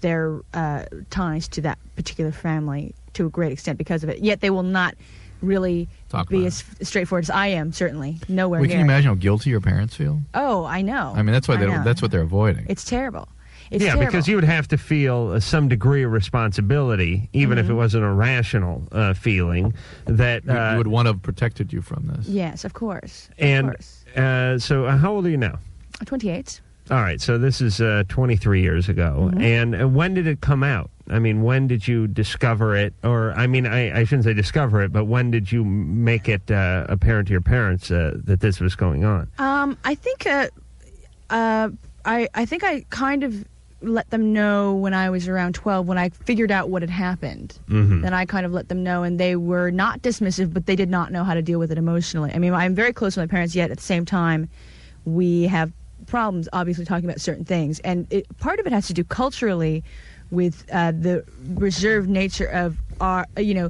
Speaker 8: their uh, ties to that particular family to a great extent because of it. Yet they will not really
Speaker 9: Talk
Speaker 8: be as straightforward as I am. Certainly, nowhere
Speaker 9: We
Speaker 8: near.
Speaker 9: can imagine how guilty your parents feel.
Speaker 8: Oh, I know.
Speaker 9: I mean, that's why
Speaker 8: I
Speaker 9: they,
Speaker 8: know.
Speaker 9: that's what they're avoiding.
Speaker 8: It's terrible. It's
Speaker 7: yeah,
Speaker 8: terrible.
Speaker 7: because you would have to feel uh, some degree of responsibility, even if
Speaker 8: Mhm.
Speaker 7: it wasn't a rational uh, feeling, that uh,
Speaker 9: you would want to have protected you from this.
Speaker 8: Yes, of course.
Speaker 7: And uh, so, uh, how old are you now?
Speaker 8: Twenty-eight.
Speaker 7: All right, so this is uh, 23 years ago.
Speaker 8: Mhm.
Speaker 7: And uh, when did it come out? I mean, when did you discover it? Or, I mean, I, I shouldn't say discover it, but when did you m- make it uh, apparent to your parents uh, that this was going on?
Speaker 8: Um, I think uh, uh, I I think I kind of let them know when I was around 12 when I figured out what had happened.
Speaker 23: Mhm.
Speaker 8: Then I kind of let them know, and they were not dismissive, but they did not know how to deal with it emotionally. I mean, I'm very close with my parents, yet at the same time, we have problems obviously talking about certain things. And it, part of it has to do culturally with uh, the reserved nature of our, you know,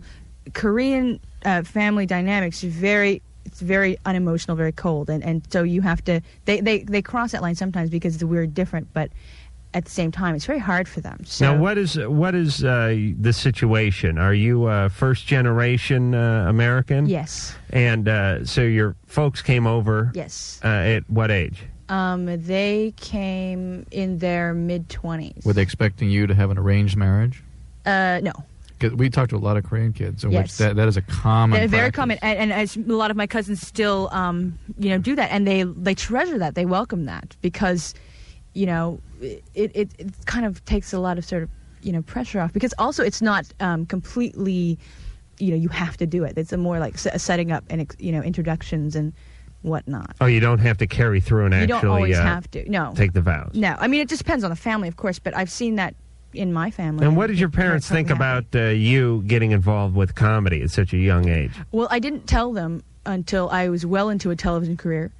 Speaker 8: Korean uh, family dynamics is very it's very unemotional, very cold, and and so you have to they they they cross that line sometimes because we're different, but at the same time, it's very hard for them. So
Speaker 7: Now, what is what is uh, the situation? Are you uh, first generation uh, American?
Speaker 8: Yes.
Speaker 7: And uh, so your folks came over.
Speaker 8: Yes.
Speaker 7: Uh, at what age?
Speaker 8: um, they came in their mid twenties.
Speaker 9: Were they expecting you to have an arranged marriage?
Speaker 8: Uh, no,
Speaker 9: 'Cause we talked to a lot of Korean kids, in
Speaker 8: Yes.
Speaker 9: which that, that is a common.
Speaker 8: They're very
Speaker 9: practice.
Speaker 8: common, and, and as a lot of my cousins still, um, you know, do that, and they they treasure that, they welcome that because, you know, it it, it kind of takes a lot of sort of you know pressure off because also it's not um, completely, you know, you have to do it. It's a more like se- setting up and you know introductions and whatnot.
Speaker 7: Oh, you don't have to carry through and
Speaker 8: You
Speaker 7: actually.
Speaker 8: don't always
Speaker 7: uh,
Speaker 8: have to. No.
Speaker 7: Take the vows.
Speaker 8: No, I mean it just depends on the family, of course, but I've seen that in my family.
Speaker 7: And what did your parents think about uh, you getting involved with comedy at such a young age?
Speaker 8: Well, I didn't tell them until I was well into a television career,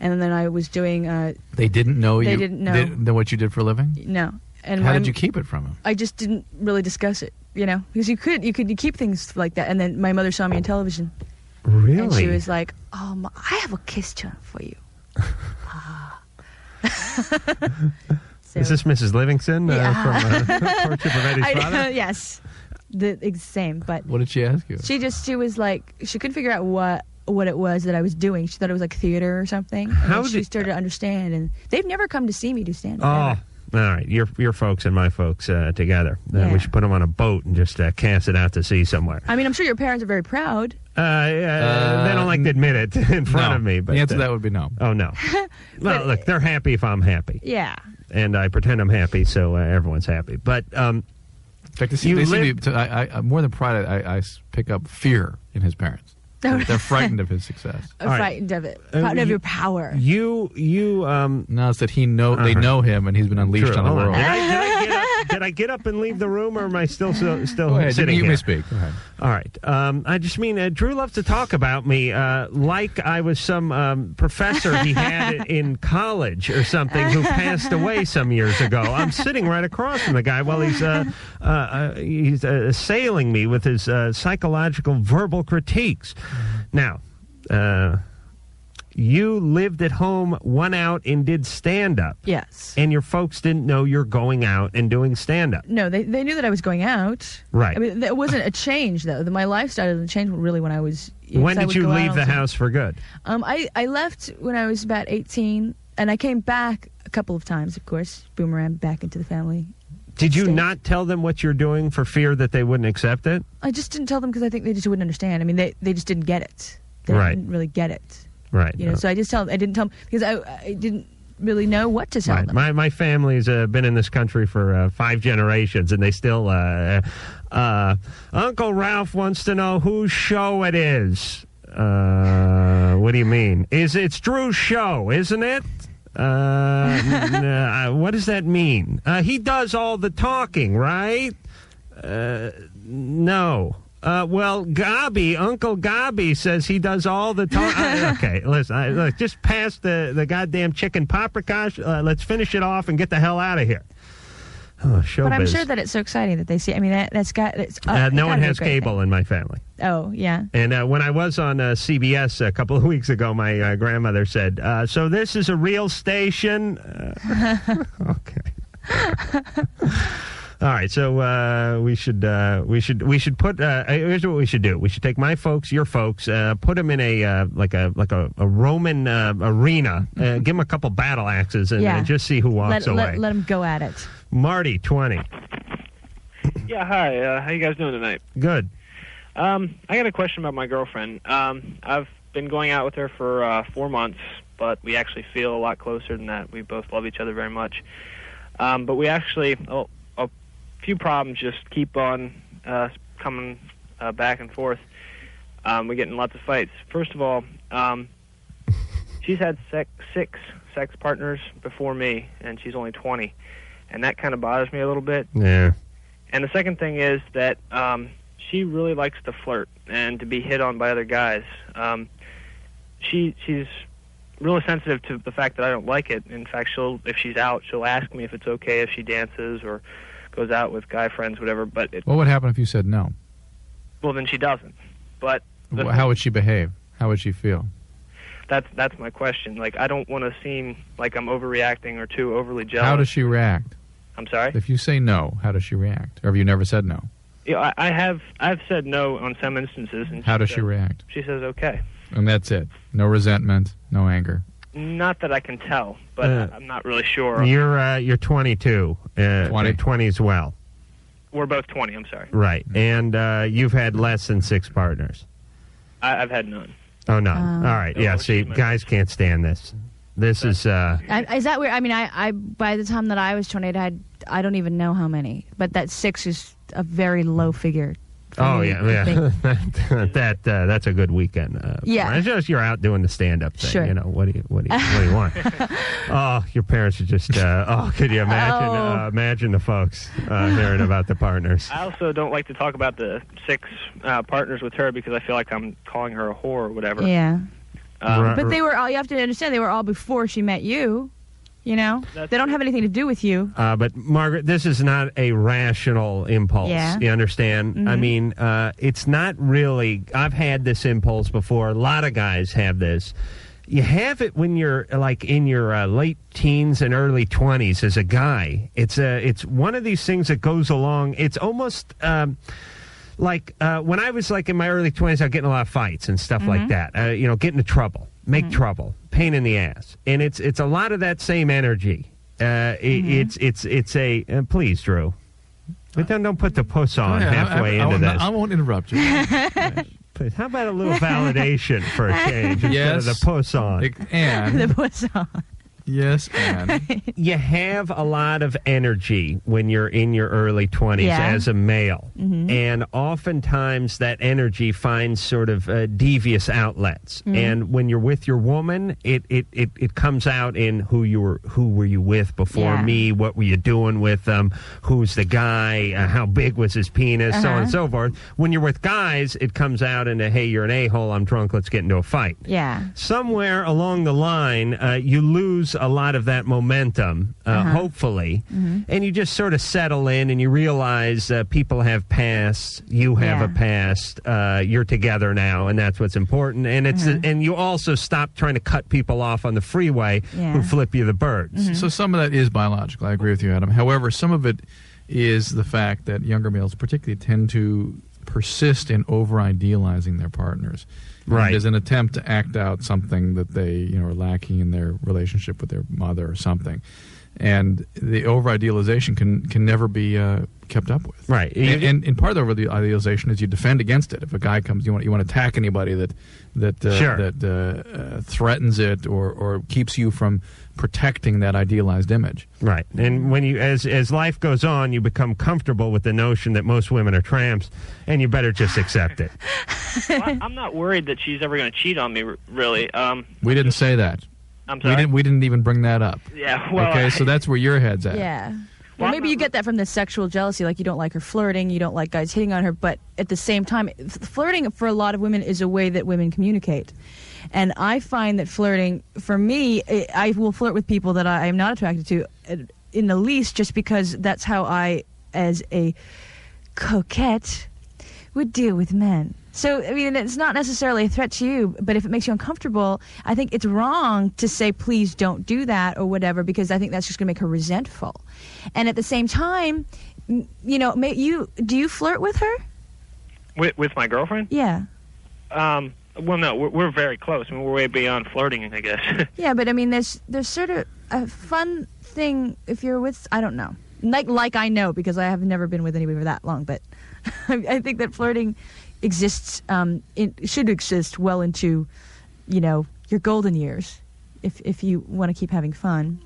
Speaker 8: and then I was doing uh,
Speaker 9: They didn't know
Speaker 8: They
Speaker 9: you.
Speaker 8: didn't know.
Speaker 9: did- what you did for a living.
Speaker 8: no. And
Speaker 9: How
Speaker 8: my-
Speaker 9: did you keep it from them?
Speaker 8: I just didn't really discuss it, you know, because you could you could you keep things like that. And then my mother saw me on television,
Speaker 7: Really?
Speaker 8: and she was like, "Oh, Ma, I have a kiss tune for you."
Speaker 7: Is this Mrs. Livingston uh, from uh,
Speaker 8: Ah.
Speaker 7: Courtship of Eddie's
Speaker 8: I-
Speaker 7: Father?
Speaker 8: yes, the ex- same. But
Speaker 9: What did she ask you?
Speaker 8: she just she was like she couldn't figure out what what it was that I was doing. She thought it was like theater or something. And
Speaker 7: How
Speaker 8: then she
Speaker 7: did-
Speaker 8: started to understand, and they've never come to see me do stand up.
Speaker 7: Oh, all right. Your your folks and my folks uh, together. Uh,
Speaker 8: Yeah.
Speaker 7: We should put them on a boat and just uh, cast it out to sea somewhere.
Speaker 8: I mean, I'm sure your parents are very proud.
Speaker 7: Uh, yeah, they don't like to admit it in front
Speaker 9: no.
Speaker 7: of me. But
Speaker 9: The answer to
Speaker 7: uh,
Speaker 9: that would be no.
Speaker 7: Oh no. well, look, they're happy if I'm happy,
Speaker 8: Yeah.
Speaker 7: and I pretend I'm happy, so uh, everyone's happy. But um,
Speaker 9: In fact, they seem,
Speaker 7: you
Speaker 9: they seem
Speaker 7: lived-
Speaker 9: to, to, I, I, more than pride, I, I s- pick up fear in his parents.
Speaker 8: Oh.
Speaker 9: They're, they're frightened of his success.
Speaker 8: I'm frightened of it.
Speaker 9: Uh,
Speaker 8: Proud of
Speaker 9: you-
Speaker 8: your power.
Speaker 7: You, you, um.
Speaker 9: No, it's that he know they
Speaker 7: Uh-huh.
Speaker 9: know him and he's been unleashed
Speaker 7: True. Oh,
Speaker 9: on the
Speaker 7: Hold on.
Speaker 9: world.
Speaker 7: Did I, did, I get up, did I get up and leave the room, or am I still so, still
Speaker 9: Go ahead. You,
Speaker 7: sitting
Speaker 9: you
Speaker 7: here?
Speaker 9: may speak. Go ahead.
Speaker 7: All right. Um, I just mean uh, Drew loves to talk about me uh, like I was some um, professor he had in college or something who passed away some years ago. I'm sitting right across from the guy while he's uh, uh, uh, he's uh, assailing me with his uh, psychological verbal critiques. Now. Uh, you lived at home, went out, and did stand up.
Speaker 8: Yes.
Speaker 7: And your folks didn't know you're going out and doing stand up.
Speaker 8: No, they they knew that I was going out.
Speaker 7: Right.
Speaker 8: I mean, it wasn't a change though. My lifestyle didn't change really when I was. 'cause
Speaker 7: When
Speaker 8: I
Speaker 7: did
Speaker 8: would
Speaker 7: you
Speaker 8: go out
Speaker 7: leave
Speaker 8: all
Speaker 7: the
Speaker 8: time.
Speaker 7: house for good?
Speaker 8: Um, I I left when I was about eighteen, and I came back a couple of times. Of course, boomerang back into the family.
Speaker 7: Did you not tell them what you're doing for fear that they wouldn't accept it?
Speaker 8: I just didn't tell them because I think they just wouldn't understand. I mean, they they just didn't get it. They
Speaker 7: Right.
Speaker 8: didn't really get it.
Speaker 7: Right.
Speaker 8: You know,
Speaker 7: Uh,
Speaker 8: so I just tell I didn't tell them because I I didn't really know what to tell
Speaker 7: right.
Speaker 8: them.
Speaker 7: My my family's uh, been in this country for uh, five generations, and they still. Uh, uh, Uncle Ralph wants to know whose show it is. Uh, what do you mean? Is it's Drew's show, isn't it? Uh, n- uh, what does that mean? Uh, he does all the talking, right? Uh, no. Uh, well, Gabi, Uncle Gabi says he does all the talk. I- okay, listen, I, look, just pass the, the goddamn chicken paprikash. Uh, let's finish it off and get the hell out of here. Oh, showbiz.
Speaker 8: but I'm sure that it's so exciting that they see. I mean, that that's got it's.
Speaker 7: Uh,
Speaker 8: it's gotta
Speaker 7: no one
Speaker 8: be a
Speaker 7: has
Speaker 8: great
Speaker 7: cable in my family.
Speaker 8: thing. Oh yeah.
Speaker 7: And uh, when I was on uh, CBS a couple of weeks ago, my uh, grandmother said, uh, "So this is a real station." Uh, All right, so uh, we should uh, we should we should put uh, here's what we should do. We should take my folks, your folks, uh, put them in a uh, like a like a, a Roman uh, arena, uh, give them a couple battle axes, and,
Speaker 8: Mm-hmm. Yeah.
Speaker 7: and just see who
Speaker 8: let,
Speaker 7: walks away.
Speaker 8: Let, let 'em go at it.
Speaker 7: Marty, twenty,
Speaker 4: Yeah, hi. Uh, how you guys doing tonight?
Speaker 7: good.
Speaker 4: Um, I got a question about my girlfriend. Um, I've been going out with her for uh, four months, but we actually feel a lot closer than that. We both love each other very much. Um, but we actually, oh, a few problems just keep on uh, coming uh, back and forth. Um, we get in lots of fights. First of all, um, she's had sex, six sex partners before me, and she's only 20. and that kind of bothers me a little bit.
Speaker 7: Yeah.
Speaker 4: And the second thing is that um, she really likes to flirt and to be hit on by other guys. Um, she she's really sensitive to the fact that I don't like it. In fact, she'll if she's out, she'll ask me if it's okay if she dances or goes out with guy friends, whatever. But it,
Speaker 9: What would happen if you said no?
Speaker 4: well, then she doesn't. But
Speaker 9: Wh- How would she behave? How would she feel?
Speaker 4: that's that's my question. Like I don't want to seem like I'm overreacting or too overly jealous.
Speaker 9: How does she react?
Speaker 4: I'm sorry.
Speaker 9: If you say no, how does she react? Or have you never said no?
Speaker 4: Yeah, I, I have I've said no on some instances. And
Speaker 9: How does she
Speaker 4: said-
Speaker 9: react?
Speaker 4: She says okay.
Speaker 9: And that's it. No resentment, no anger.
Speaker 4: Not that I can tell, but
Speaker 7: Uh,
Speaker 4: I- I'm not really sure.
Speaker 7: You're uh, you're 22. Uh,
Speaker 4: 20.
Speaker 7: 20 as well.
Speaker 4: We're both 20. I'm sorry.
Speaker 7: Right. And uh, you've had less than six partners.
Speaker 4: I, I've had none.
Speaker 7: Oh, no.
Speaker 8: Um,
Speaker 7: All right. Yeah. See, guys can't stand this. This is. Uh,
Speaker 8: I, is that weird? I mean, I, I by the time that I was 28, I had I don't even know how many, but that six is a very low figure. for
Speaker 7: Oh
Speaker 8: me,
Speaker 7: yeah,
Speaker 8: I
Speaker 7: yeah.
Speaker 4: Um,
Speaker 8: think.
Speaker 7: that uh, that's a good weekend. Uh,
Speaker 8: Yeah.
Speaker 7: it's just you're out doing the stand up thing.
Speaker 8: Sure.
Speaker 7: You know what do you what do you, what do you want? oh, your parents are just. Uh, oh, could you imagine?
Speaker 4: Oh.
Speaker 7: Uh, imagine the folks uh, hearing about the partners.
Speaker 4: I also don't like to talk about the six uh, partners with her because I feel like I'm calling her a whore or whatever.
Speaker 8: Yeah.
Speaker 4: Um,
Speaker 8: But they were all. You have to understand, they were all before she met you. You know, they don't have anything to do with you.
Speaker 7: Uh, but Margaret, this is not a rational impulse.
Speaker 8: Yeah.
Speaker 7: You understand? I
Speaker 8: Mhm.
Speaker 7: mean, uh, it's not really. I've had this impulse before. A lot of guys have this. You have it when you're like in your uh, late teens and early twenties as a guy. It's a. It's one of these things that goes along. It's almost. Um, like uh, when I was like in my early twenties, I was getting a lot of fights and stuff like
Speaker 8: Mm-hmm.
Speaker 6: Mhm.
Speaker 7: that. Uh, you know, get into trouble, make trouble, pain in the ass, and it's it's a lot of that same energy. Uh, i It's it's it's a uh, please, Drew. But don't don't put the puss on
Speaker 9: Yeah, I-
Speaker 7: halfway
Speaker 9: I, I,
Speaker 7: into
Speaker 9: won't-
Speaker 7: this.
Speaker 9: I won't interrupt you.
Speaker 7: But how about a little validation for a change instead
Speaker 9: Yes.
Speaker 7: of the puss on?
Speaker 9: and-
Speaker 8: the puss on.
Speaker 9: Yes, and
Speaker 7: you have a lot of energy when you're in your early 20s
Speaker 8: Yeah.
Speaker 7: as a male.
Speaker 6: Mm-hmm.
Speaker 8: Mhm.
Speaker 7: And oftentimes that energy finds sort of uh, devious outlets.
Speaker 6: Mhm.
Speaker 7: And when you're with your woman, it, it, it, it comes out in who you were, who were you with before
Speaker 6: Yeah.
Speaker 7: me? What were you doing with them? Who's the guy? Uh, how big was his penis? So on
Speaker 6: Uh-huh.
Speaker 7: and so forth. When you're with guys, it comes out in a, hey, you're an a-hole. I'm drunk. Let's get into a fight
Speaker 8: Yeah.
Speaker 7: somewhere along the line, uh, you lose a lot of that momentum, uh,
Speaker 6: Uh-huh.
Speaker 7: hopefully, and you just sort of settle in and you realize uh, people have pasts, you have a
Speaker 6: Yeah.
Speaker 7: past, uh, you're together now, and that's what's important. And it's
Speaker 6: Uh-huh.
Speaker 7: and you also stop trying to cut people off on the freeway
Speaker 9: Yeah.
Speaker 7: who flip you the bird.
Speaker 9: So some of that is biological. I agree with you, Adam. However, some of it is the fact that younger males, particularly, tend to persist in over idealizing their partners.
Speaker 7: Right.
Speaker 9: There's an attempt to act out something that they you know are lacking in their relationship with their mother or something. And the over idealization can can never be uh, kept up with.
Speaker 7: Right.
Speaker 9: And, and, and part of the over idealization is you defend against it. If a guy comes, you want you want to attack anybody that that uh,
Speaker 7: Sure.
Speaker 9: that uh, uh, threatens it or or keeps you from protecting that idealized image.
Speaker 7: Right. And when you as as life goes on, you become comfortable with the notion that most women are tramps, and you better just accept it.
Speaker 4: well, I- I'm not worried that she's ever going to cheat on me. r- Really. Um,
Speaker 9: We didn't say that.
Speaker 4: I'm
Speaker 9: We
Speaker 4: sorry.
Speaker 9: didn't. We didn't even bring that up.
Speaker 4: Yeah, well,
Speaker 9: okay.
Speaker 4: I-
Speaker 9: so that's where your head's at.
Speaker 8: Yeah. Well, maybe you get that from the sexual jealousy, like you don't like her flirting, you don't like guys hitting on her, but at the same time, f- flirting for a lot of women is a way that women communicate. And I find that flirting, for me, I I will flirt with people that I am not attracted to uh, in the least just because that's how I, as a coquette, would deal with men. So, I mean, it's not necessarily a threat to you, but if it makes you uncomfortable, I think it's wrong to say, please don't do that or whatever, because I think that's just going to make her resentful. And at the same time, m- you know, may, you do you flirt with her?
Speaker 4: with, with my girlfriend.
Speaker 8: Yeah.
Speaker 4: Um, well, no, we're, we're very close. I mean, we're way beyond flirting, I guess.
Speaker 8: Yeah, but I mean, there's there's sort of a fun thing if you're with I don't know, like like I know because I have never been with anybody for that long, but I, I think that flirting exists, um, it should exist well into, you know, your golden years, if if you want to keep having fun.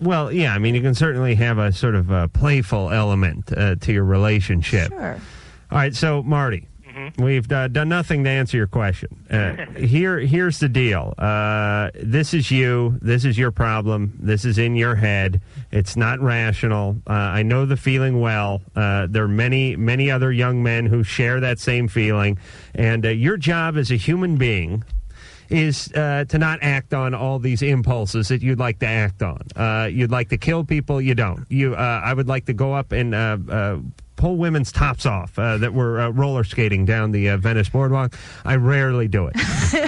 Speaker 7: Well, yeah, I mean, you can certainly have a sort of uh playful element uh, to your relationship.
Speaker 8: Sure.
Speaker 7: All right, so Marty,
Speaker 4: hmm
Speaker 7: We've uh, done nothing to answer your question. Uh, here, here's the deal. Uh, this is you. This is your problem. This is in your head. It's not rational. Uh, I know the feeling well. Uh, there are many, many other young men who share that same feeling. And uh, your job as a human being is uh, to not act on all these impulses that you'd like to act on. Uh, you'd like to kill people, you don't. You, uh, I would like to go up and uh, uh, pull women's tops off uh, that were uh, roller skating down the uh, Venice boardwalk. I rarely do it.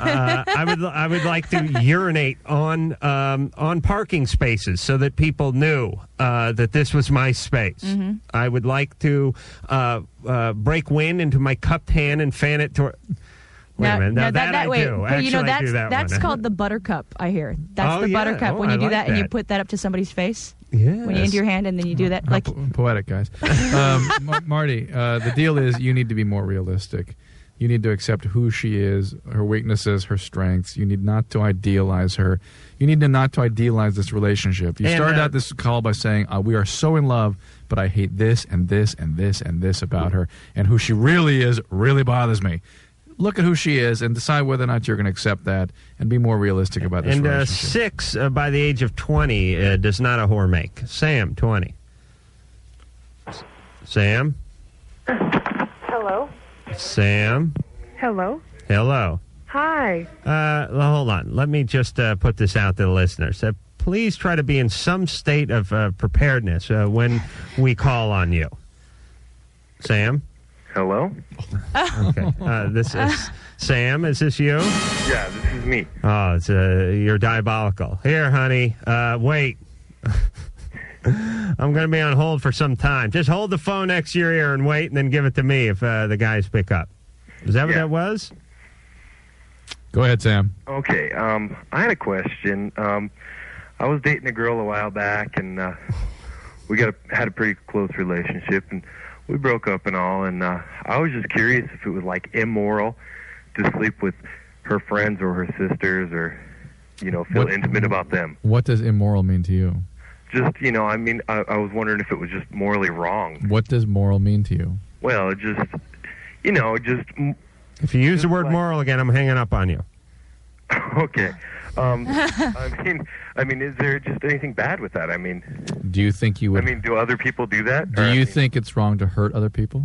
Speaker 7: uh, I would, I would like to urinate on um, on parking spaces so that people knew uh, that this was my space.
Speaker 24: Mhm.
Speaker 7: I would like to uh, uh, break wind into my cupped hand and fan it toward. Wait
Speaker 3: Now-
Speaker 7: a minute.
Speaker 3: now
Speaker 7: Now that, I
Speaker 3: wait,
Speaker 7: do.
Speaker 3: but
Speaker 7: Actually,
Speaker 3: you know
Speaker 7: I
Speaker 3: that's
Speaker 7: do that
Speaker 3: that's
Speaker 7: one.
Speaker 3: called the buttercup. I hear that's
Speaker 7: Oh,
Speaker 3: the
Speaker 7: yeah.
Speaker 3: buttercup
Speaker 7: Oh,
Speaker 3: when you
Speaker 7: I
Speaker 3: do
Speaker 7: like
Speaker 3: that, and you
Speaker 7: that.
Speaker 3: put that up to somebody's face. When you
Speaker 9: Yes.
Speaker 3: into your hand and then you do that, like
Speaker 9: poetic guys. Um, Ma- Marty, uh, the deal is you need to be more realistic. You need to accept who she is, her weaknesses, her strengths. You need not to idealize her. You need to not to idealize this relationship. You
Speaker 2: And,
Speaker 9: started
Speaker 2: uh,
Speaker 9: out this call by saying, uh, "We are so in love, but I hate this and this and this and this about her, and who she really is really bothers me." Look at who she is and decide whether or not you're going to accept that, and be more realistic about this
Speaker 7: And uh,
Speaker 9: relationship.
Speaker 7: six uh, by the age of 20 uh, does not a whore make. Sam, 20. S- Sam?
Speaker 5: Hello.
Speaker 7: Sam?
Speaker 5: Hello.
Speaker 7: Hello.
Speaker 5: Hi.
Speaker 7: Uh, well, hold on. Let me just uh, put this out to the listeners. Uh, please try to be in some state of uh, preparedness uh, when we call on you. Sam? Hello? okay. Uh, this is Sam. Is this you?
Speaker 10: Yeah, this is me.
Speaker 7: Oh, it's uh, you're diabolical. Here, honey. Uh, wait. I'm going to be on hold for some time. Just hold the phone next to your ear and wait, and then give it to me if uh, the guys pick up. Is that what that was?
Speaker 9: Go ahead, Sam.
Speaker 10: Okay, um, I had a question. Um, I was dating a girl a while back, and uh, we got a, had a pretty close relationship, and we broke up and all. And uh, I was just curious if it was like immoral to sleep with her friends or her sisters, or you know, feel
Speaker 9: What-
Speaker 10: intimate about them.
Speaker 9: What does immoral mean to you?
Speaker 10: Just you know, I mean, I, I was wondering if it was just morally wrong.
Speaker 9: What does moral mean to you?
Speaker 10: Well, it just you know, it just mm,
Speaker 7: If you use the word moral again, I'm hanging up on you.
Speaker 10: okay. Um, I mean, I mean, is there just anything bad with that? I mean,
Speaker 9: Do you think you would?
Speaker 10: I mean, do other people do that?
Speaker 9: do
Speaker 10: Or, I
Speaker 9: you
Speaker 10: mean,
Speaker 9: think it's wrong to hurt other people?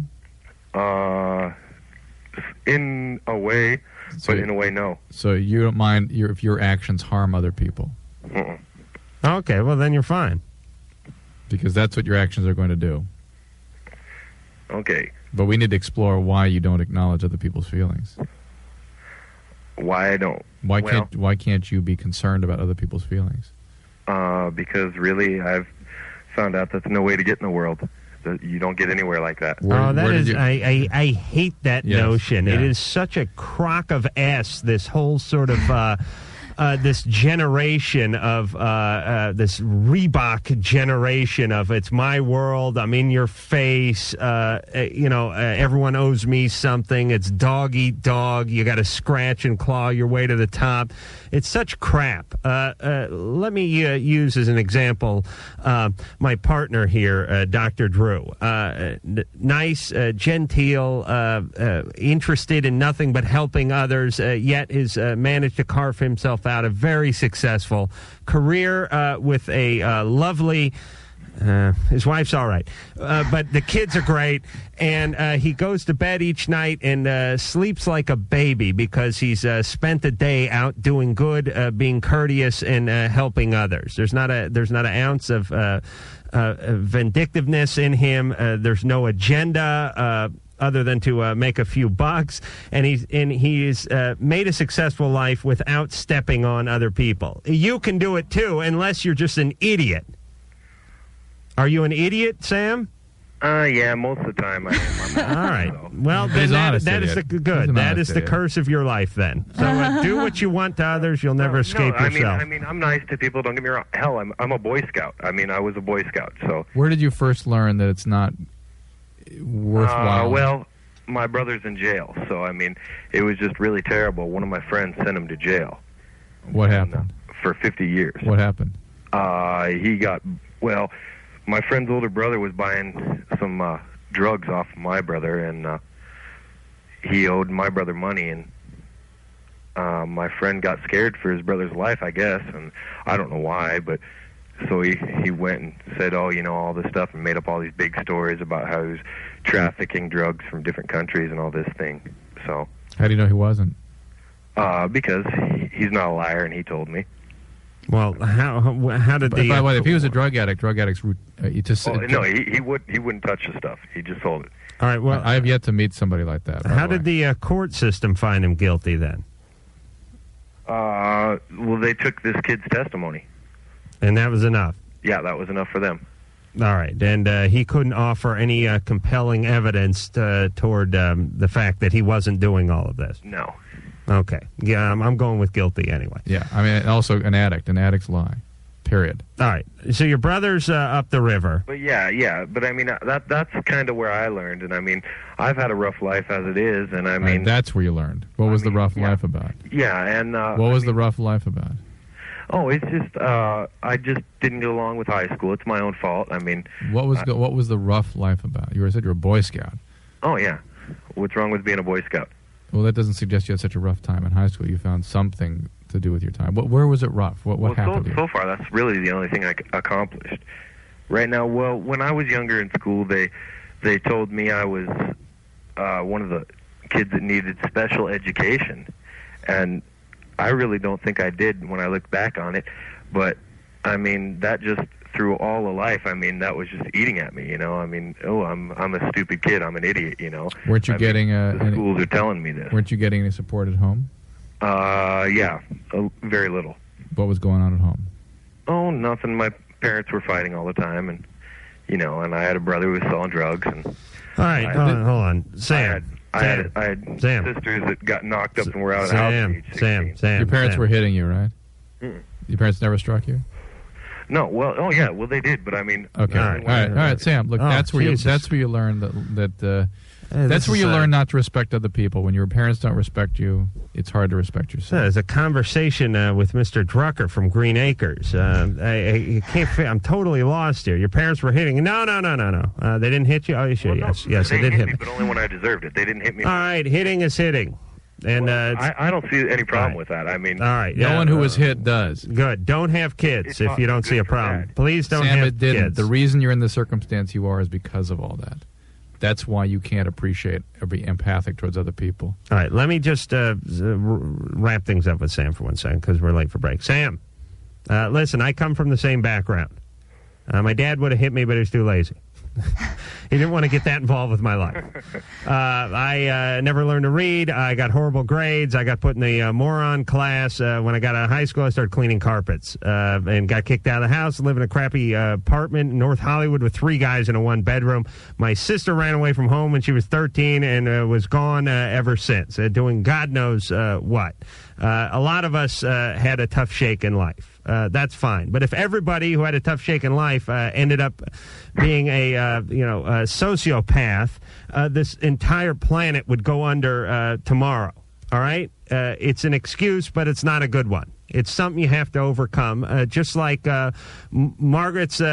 Speaker 10: Uh, in a way, but in a way, no.
Speaker 9: So you don't mind your, if your actions harm other people,
Speaker 10: Mm-mm.
Speaker 7: Okay, well, then you're fine.
Speaker 9: because that's what your actions are going to do.
Speaker 10: Okay.
Speaker 9: But we need to explore why you don't acknowledge other people's feelings.
Speaker 10: Why I don't?
Speaker 9: Why
Speaker 10: Well-
Speaker 9: can't Why can't you be concerned about other people's feelings?
Speaker 10: Uh, because really, I've found out that's no way to get in the world. That you don't get anywhere like that.
Speaker 7: oh, that is, I, I, I hate that
Speaker 10: Yes,
Speaker 7: notion. It
Speaker 10: yeah.
Speaker 7: is such a crock of s. This whole sort of. Uh, Uh, this generation of uh, uh, this Reebok generation of it's my world, I'm in your face, uh, uh, you know, uh, everyone owes me something. It's dog eat dog. You got to scratch and claw your way to the top. It's such crap. Uh, uh, let me uh, use as an example uh, my partner here, uh, Dr. Drew. Uh, n- nice, uh, genteel, uh, uh, interested in nothing but helping others, uh, yet has uh, managed to carve himself out a very successful career uh, with a uh, lovely. Uh, his wife's all right, uh, but the kids are great, and uh, he goes to bed each night and uh, sleeps like a baby because he's uh, spent the day out doing good, uh, being courteous, and uh, helping others. There's not a there's not an ounce of uh, uh, vindictiveness in him. Uh, there's no agenda. Uh, other than to uh, make a few bucks, and he's and he's uh, made a successful life without stepping on other people. You can do it too, unless you're just an idiot. Are you an idiot, Sam?
Speaker 10: Uh, yeah, most of the time I am.
Speaker 7: All right. Well,
Speaker 10: He's
Speaker 7: then
Speaker 10: an
Speaker 7: that,
Speaker 10: honest
Speaker 7: that is the
Speaker 10: idiot. He's
Speaker 7: good.
Speaker 10: an
Speaker 7: That
Speaker 10: honest
Speaker 7: is the
Speaker 10: idiot.
Speaker 7: curse of your life. Then, so uh, do what you want to others. You'll never escape
Speaker 10: no, I mean,
Speaker 7: yourself.
Speaker 10: I mean, I'm nice to people. Don't get me wrong. Hell, I'm I'm a Boy Scout. I mean, I was a Boy Scout, so
Speaker 9: Where did you first learn that it's not worthwhile?
Speaker 10: Uh, well, my brother's in jail, so I mean, it was just really terrible. One of my friends sent him to jail
Speaker 9: what happened?
Speaker 10: for 50 years.
Speaker 9: What happened?
Speaker 10: Uh, he got well. My friend's older brother was buying some uh, drugs off my brother, and uh, he owed my brother money, and uh, my friend got scared for his brother's life, I guess, and I don't know why, but so he he went and said, oh, you know, all this stuff, and made up all these big stories about how he was trafficking drugs from different countries and all this thing. So
Speaker 9: How do you know he wasn't?
Speaker 10: uh, because he- he's not a liar, and he told me.
Speaker 7: Well, how how, how did
Speaker 9: By,
Speaker 7: the
Speaker 9: by the way, if he was a drug addict, drug addicts root- uh, you just
Speaker 10: Oh, no, he he would he wouldn't touch the stuff. He just sold it.
Speaker 7: all right, well,
Speaker 9: I have yet to meet somebody like that. by
Speaker 7: how
Speaker 9: the way.
Speaker 7: did the uh, court system find him guilty then?
Speaker 10: Uh, well, they took this kid's testimony.
Speaker 7: And that was
Speaker 9: Ah.
Speaker 7: enough.
Speaker 10: Yeah, that was enough for them.
Speaker 7: All right, and uh, he couldn't offer any uh, compelling evidence uh, toward um, the fact that he wasn't doing all of this.
Speaker 10: No.
Speaker 7: Okay. Yeah, I'm, I'm going with guilty anyway.
Speaker 9: Yeah, I mean, and also an addict. An addict's lie. Period.
Speaker 7: All right. So your brother's uh, up the river.
Speaker 10: But yeah, yeah. But I mean, uh, that that's kind of where I learned, and I mean, I've had a rough life as it is, and I
Speaker 9: All right,
Speaker 10: mean,
Speaker 9: Uh, that's where you learned. What was the rough life about?
Speaker 10: yeah, and uh,
Speaker 9: What was the rough life about?
Speaker 10: oh, it's just uh, I just didn't get along with high school. It's my own fault. I mean, uh,
Speaker 9: What was
Speaker 10: I-
Speaker 9: go- what was the rough life about? You were said you were a Boy Scout.
Speaker 10: oh yeah, what's wrong with being a Boy Scout?
Speaker 9: Well, that doesn't suggest you had such a rough time in high school. You found something to do with your time. What, where was it rough? What, what
Speaker 10: well,
Speaker 9: happened?
Speaker 10: So, so far, that's really the only thing I c- accomplished. Right now, well, when I was younger in school, they they told me I was uh, one of the kids that needed special education, and I really don't think I did when I look back on it. But I mean, that just through all of life, I mean, that was just eating at me. You know, I mean, oh, I'm I'm a stupid kid. I'm an idiot. You know,
Speaker 9: Weren't you
Speaker 10: I mean,
Speaker 9: getting uh,
Speaker 10: the
Speaker 9: any,
Speaker 10: schools are telling me this.
Speaker 9: Weren't you getting any support at home?
Speaker 10: Uh, yeah, uh, very little.
Speaker 9: What was going on at home?
Speaker 10: Oh, nothing. My parents were fighting all the time, and you know, and I had a brother who was selling drugs, and
Speaker 7: All right,
Speaker 10: I-
Speaker 7: hold on, hold on. Sam.
Speaker 10: I had I had
Speaker 7: Sam.
Speaker 10: sisters that got knocked up and were out of
Speaker 7: Sam,
Speaker 10: the house.
Speaker 7: Sam, Sam.
Speaker 9: your parents
Speaker 7: Sam.
Speaker 9: were hitting you, right?
Speaker 10: Mm.
Speaker 9: Your parents never struck you.
Speaker 10: No, well, oh yeah, well they did, but I mean,
Speaker 9: Okay. All right. All right. All right. Sam, look,
Speaker 10: Oh,
Speaker 9: that's where
Speaker 10: Jesus.
Speaker 9: you that's where you learn that that uh,
Speaker 7: Hey,
Speaker 9: that's
Speaker 7: this
Speaker 9: where
Speaker 7: is,
Speaker 9: you
Speaker 7: uh,
Speaker 9: learn not to respect other people. When your parents don't respect you, it's hard to respect yourself.
Speaker 7: So there's a conversation uh, with Mr. Drucker from Green Acres. Uh, I, I you can't. Fi- I'm totally lost here. Your parents were hitting. No, no, no, no, no. Uh, they didn't hit you. Oh, you should. yes, yes, they, did
Speaker 10: they hit
Speaker 7: hit
Speaker 10: me,
Speaker 7: me.
Speaker 10: but only when I deserved it. They didn't hit me.
Speaker 7: All right, hitting is hitting, and uh,
Speaker 10: I, I don't see any problem with that. I mean,
Speaker 7: All right.
Speaker 10: No one
Speaker 9: who was hit does.
Speaker 7: Good. Don't have kids
Speaker 10: It's
Speaker 7: if
Speaker 10: not
Speaker 7: you don't see a
Speaker 10: good for
Speaker 7: problem. Please don't
Speaker 9: Sam,
Speaker 7: have
Speaker 9: it didn't.
Speaker 7: kids.
Speaker 9: The reason you're in the circumstance you are is because of all that. That's why you can't appreciate or be empathic towards other people.
Speaker 7: All right. Let me just uh, z- r- wrap things up with Sam for one second because we're late for break. Sam, uh, listen, I come from the same background. Uh, my dad would have hit me, but he was too lazy. he didn't want to get that involved with my life. Uh, I uh, never learned to read. I got horrible grades. I got put in the uh, moron class. Uh, when I got out of high school, I started cleaning carpets uh, and got kicked out of the house. Live in a crappy uh, apartment in North Hollywood with three guys in a one bedroom. My sister ran away from home when she was 13 and uh, was gone uh, ever since, uh, doing God knows uh, what. Uh, a lot of us uh, had a tough shake in life. Uh, that's fine. But if everybody who had a tough shake in life uh, ended up being a uh, you know a sociopath, uh, this entire planet would go under uh, tomorrow. All right, uh, it's an excuse, but it's not a good one. It's something you have to overcome. Uh, just like uh, M- Margaret's, uh,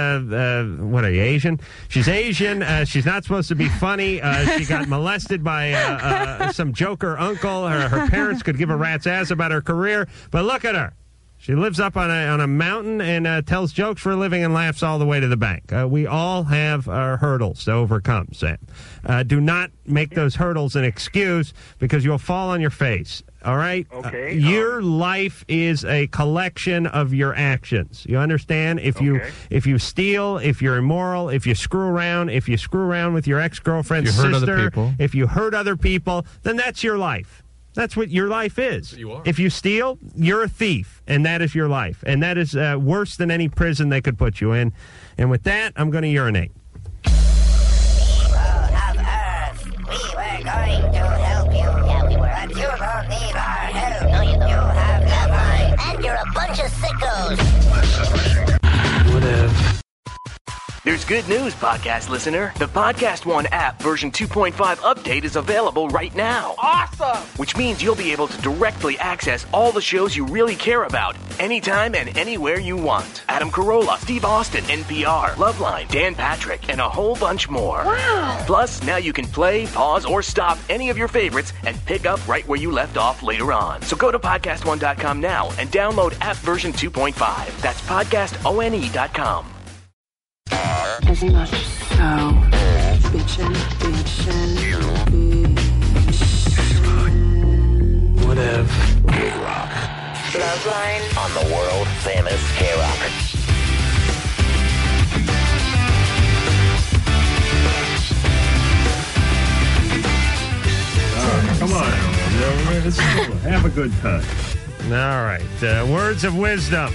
Speaker 7: uh, what are you, Asian? She's Asian. Uh, she's not supposed to be funny. Uh, she got molested by uh, uh, some joker uncle. Her, her parents could give a rat's ass about her career, but look at her. She lives up on a, on a mountain and uh, tells jokes for a living and laughs all the way to the bank. Uh, we all have our hurdles to overcome, Sam. Uh, do not make those hurdles an excuse because you'll fall on your face. All right? Okay. your life is a collection of your actions. You understand? If you if you steal, if you're immoral, if you screw around, if you screw around with your ex girlfriend,
Speaker 9: If you hurt other
Speaker 7: sister,
Speaker 9: people.
Speaker 7: if you hurt other people, then that's your life. That's what your life is. You are. If you steal, you're a thief, and that is your life. And that is uh, worse than any prison they could put you in. And with that, I'm going to urinate.
Speaker 2: And you're a bunch of sickos.
Speaker 24: Whatever.
Speaker 2: There's good news, podcast listener. The Podcast One app version 2.5 update is available right now.
Speaker 11: Awesome!
Speaker 2: Which means you'll be able to directly access all the shows you really care about, anytime and anywhere you want. Adam Carolla, Steve Austin, NPR, Loveline, Dan Patrick, and a whole bunch more.
Speaker 11: Wow.
Speaker 2: Plus, now you can play, pause, or stop any of your favorites and pick up right where you left off later on. So go to podcastone.com now and download app version 2.5. That's podcastone.com.
Speaker 12: Pretty much so. Bitchin', bitchin',
Speaker 15: Whatever.
Speaker 13: Loveline.
Speaker 15: On the world famous K Rock.
Speaker 14: Come on. Let's have a good time.
Speaker 7: All right. Uh, words of wisdom.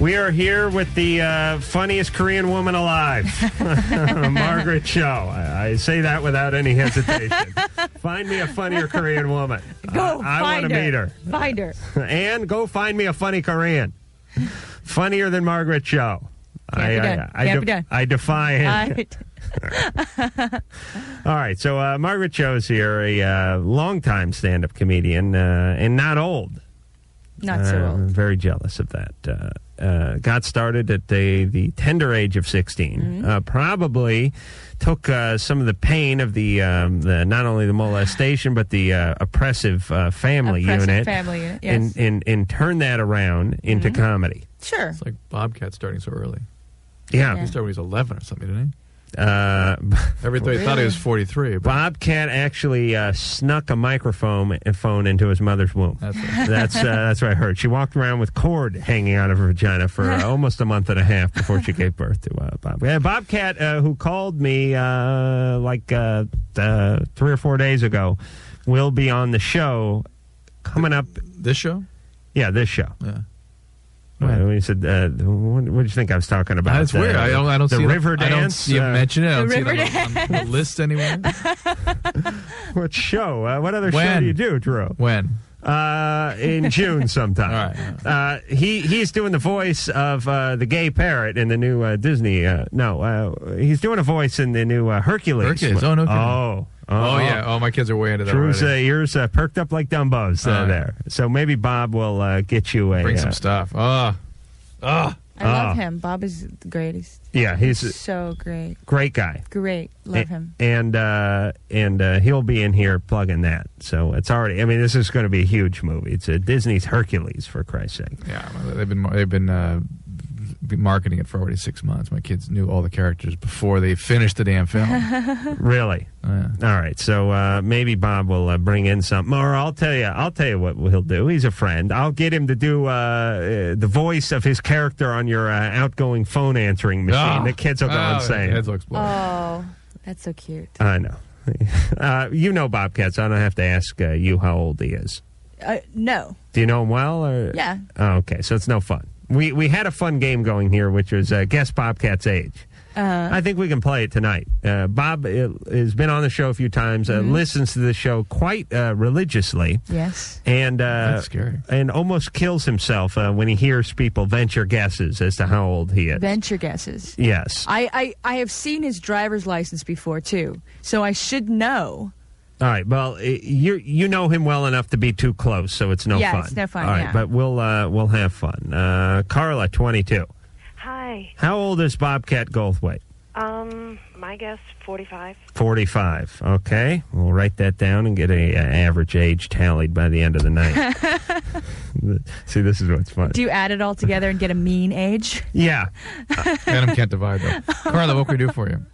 Speaker 7: We are here with the uh, funniest Korean woman alive, Margaret Cho. I, I say that without any hesitation. find me a funnier Korean woman.
Speaker 8: oh,
Speaker 3: Go.
Speaker 7: I, I want
Speaker 3: find
Speaker 7: to meet her.
Speaker 3: Find her.
Speaker 7: and go find me a funny Korean. Funnier than Margaret Cho. I,
Speaker 3: be
Speaker 7: I-
Speaker 3: done.
Speaker 7: I,
Speaker 3: Can't
Speaker 7: de-
Speaker 3: be done.
Speaker 7: I defy him.
Speaker 3: Right.
Speaker 7: All right, so uh, Margaret Cho's here, a uh, longtime stand-up comedian, uh, and not old.
Speaker 3: Not so
Speaker 7: Uh,
Speaker 3: old.
Speaker 7: I'm very jealous of that. Uh, uh, got started at the, the tender age of 16.
Speaker 8: Mm-hmm.
Speaker 7: Uh, probably took uh, some of the pain of the, um, the not only the molestation but the uh, oppressive uh, family
Speaker 8: Oppressive
Speaker 7: unit,
Speaker 8: family unit, yes. Mm-hmm.
Speaker 7: and, and and turned that around into comedy.
Speaker 3: Sure.
Speaker 9: It's like Bobcat starting so early.
Speaker 7: Yeah.
Speaker 9: He started when he was 11 or something, didn't
Speaker 7: he? Uh,
Speaker 9: Everybody thought he was 43. But
Speaker 7: Bobcat actually uh, snuck a microphone uh, phone into his mother's womb. That's that's, uh, that's what I heard. She walked around with cord hanging out of her vagina for uh, almost a month and a half before she gave birth to uh, Bobcat. Yeah, Bobcat, uh, who called me uh, like uh, uh, three or four days ago, will be on the show coming up.
Speaker 9: This show?
Speaker 7: Yeah, this show.
Speaker 9: Yeah.
Speaker 7: Well, he said, uh, "What what did you think I was talking about?"
Speaker 9: That's weird.
Speaker 7: Uh,
Speaker 9: I don't. I don't
Speaker 7: the
Speaker 9: see
Speaker 7: river
Speaker 9: it.
Speaker 7: dance.
Speaker 9: I don't see it
Speaker 7: Uh,
Speaker 9: mentioned. I don't see it on the- on, the list anywhere.
Speaker 7: what show? Uh, what other show
Speaker 9: When?
Speaker 7: do you do, Drew?
Speaker 9: When?
Speaker 7: Uh, in June sometime. Uh, he he's doing the voice of uh, the gay parrot in the new uh, Disney. Uh, no, uh, he's doing a voice in the new uh, Hercules.
Speaker 9: Hercules. Oh no. kidding.
Speaker 7: Oh.
Speaker 9: Oh, yeah. Oh my kids are way into that.
Speaker 7: Drew's uh,
Speaker 9: already.
Speaker 7: ears uh, perked up like Dumbo's uh,
Speaker 9: Oh, yeah.
Speaker 7: there. So maybe Bob will uh, get you a
Speaker 9: Bring some
Speaker 7: uh,
Speaker 9: stuff. Ah. Ah.
Speaker 7: I
Speaker 25: I
Speaker 7: love
Speaker 25: love
Speaker 7: Ah.
Speaker 25: him. Bob is the greatest.
Speaker 7: Yeah, he's a-
Speaker 25: so great.
Speaker 7: Great guy.
Speaker 25: Great. Love
Speaker 7: A-
Speaker 25: him.
Speaker 7: And uh, and uh, he'll be in here plugging that. So it's already. I mean, this is going to be a huge movie. It's a Disney's Hercules for Christ's sake.
Speaker 9: Yeah, well, they've been they've been uh, been marketing it for already six months. My kids knew all the characters before they finished the damn film.
Speaker 7: Really? All right. So uh, maybe Bob will uh, bring in something, or I'll tell you. I'll tell you what he'll do. He's a friend. I'll get him to do uh, uh, the voice of his character on your uh, outgoing phone answering machine.
Speaker 25: Oh.
Speaker 7: The kids will go
Speaker 25: Oh,
Speaker 7: insane.
Speaker 25: the
Speaker 9: kids will explode.
Speaker 25: Oh, that's so cute.
Speaker 7: I know. uh, you know Bobcat, so I don't have to ask uh, you how old he is.
Speaker 3: Uh, no.
Speaker 7: Do you know him well? Or
Speaker 3: Yeah.
Speaker 7: Oh, okay, so it's no fun. We we had a fun game going here, which was uh, guess Bobcat's age.
Speaker 3: Uh,
Speaker 7: I think we can play it tonight. Uh, Bob uh, has been on the show a few times, uh,
Speaker 3: Mm-hmm.
Speaker 7: listens to the show quite uh, religiously,
Speaker 25: Yes.
Speaker 7: and uh,
Speaker 25: That's
Speaker 9: scary.
Speaker 7: and almost kills himself uh, when he hears people venture guesses as to how old he is.
Speaker 3: Venture guesses.
Speaker 7: yes.
Speaker 3: I, I, I have seen his driver's license before, too, so I should know.
Speaker 7: All right. Well, i- you you know him well enough to be too close, so it's no
Speaker 3: Yeah,
Speaker 7: fun.
Speaker 3: it's no fun,
Speaker 7: All right,
Speaker 3: yeah.
Speaker 7: but we'll uh, we'll have fun. Uh, Carla, twenty two.
Speaker 5: Hi.
Speaker 7: How old is Bobcat Goldthwait?
Speaker 5: Um, my guess, 45.
Speaker 7: 45. Okay. We'll write that down and get a, uh average age tallied by the end of the night. See, this is what's fun.
Speaker 3: Do you add it all together and get a mean age?
Speaker 7: yeah.
Speaker 9: Adam can't divide them. Carla, what can we do for you?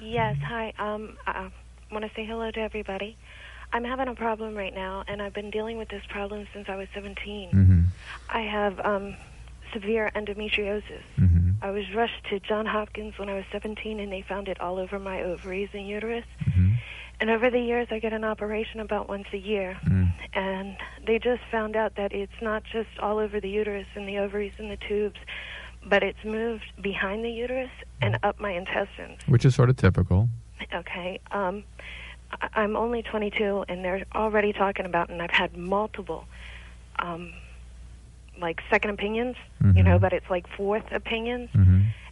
Speaker 5: Yes, hi. Um, I want to say hello to everybody. I'm having a problem right now, and I've been dealing with this problem since I was 17. I have um, severe endometriosis. I was rushed to John Hopkins when I was 17, and they found it all over my ovaries and uterus. And over the years, I get an operation about once a year, and they just found out that it's not just all over the uterus and the ovaries and the tubes, but it's moved behind the uterus and up my intestines.
Speaker 9: Which is sort of typical.
Speaker 5: Okay. Um, I- I'm only 22, and they're already talking about, and I've had multiple, um,
Speaker 7: Mm-hmm.
Speaker 5: like second opinions, you know, but it's like fourth opinions,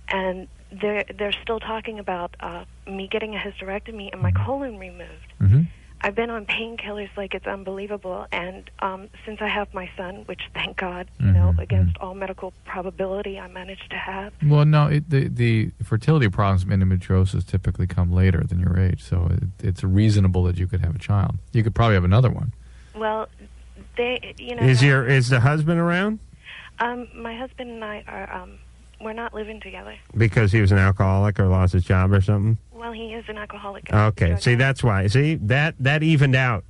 Speaker 5: and they're they're still talking about uh, me getting a hysterectomy and my
Speaker 7: Mm-hmm.
Speaker 5: colon removed. I've been on painkillers like it's unbelievable, and um, since I have my son, which thank God, you know,
Speaker 7: Mm-hmm.
Speaker 5: against all medical probability, I managed to have.
Speaker 9: Well, no, it, the the fertility problems from endometriosis typically come later than your age, so it, it's reasonable that you could have a child. You could probably have another one.
Speaker 5: Well, they, you know,
Speaker 7: Is your is the husband around?
Speaker 5: um, my husband and I are um, we're not living together.
Speaker 7: Because he was an alcoholic or lost his job or something?
Speaker 5: Well, he is an alcoholic.
Speaker 7: Okay, see that's why. See that that evened out.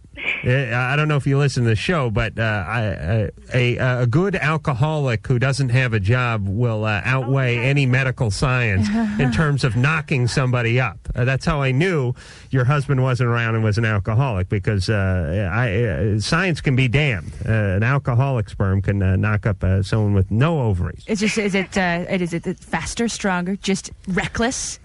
Speaker 7: Eh, I don't know if you listen to the show, but uh, I, I, a a good alcoholic who doesn't have a job will uh, outweigh any medical science in terms of knocking somebody up. Uh, that's how I knew your husband wasn't around and was an alcoholic because uh, I, uh, science can be damned. Uh, an alcoholic sperm can uh, knock up uh, someone with no ovaries.
Speaker 3: It's just is it uh, it is it faster, stronger, just reckless?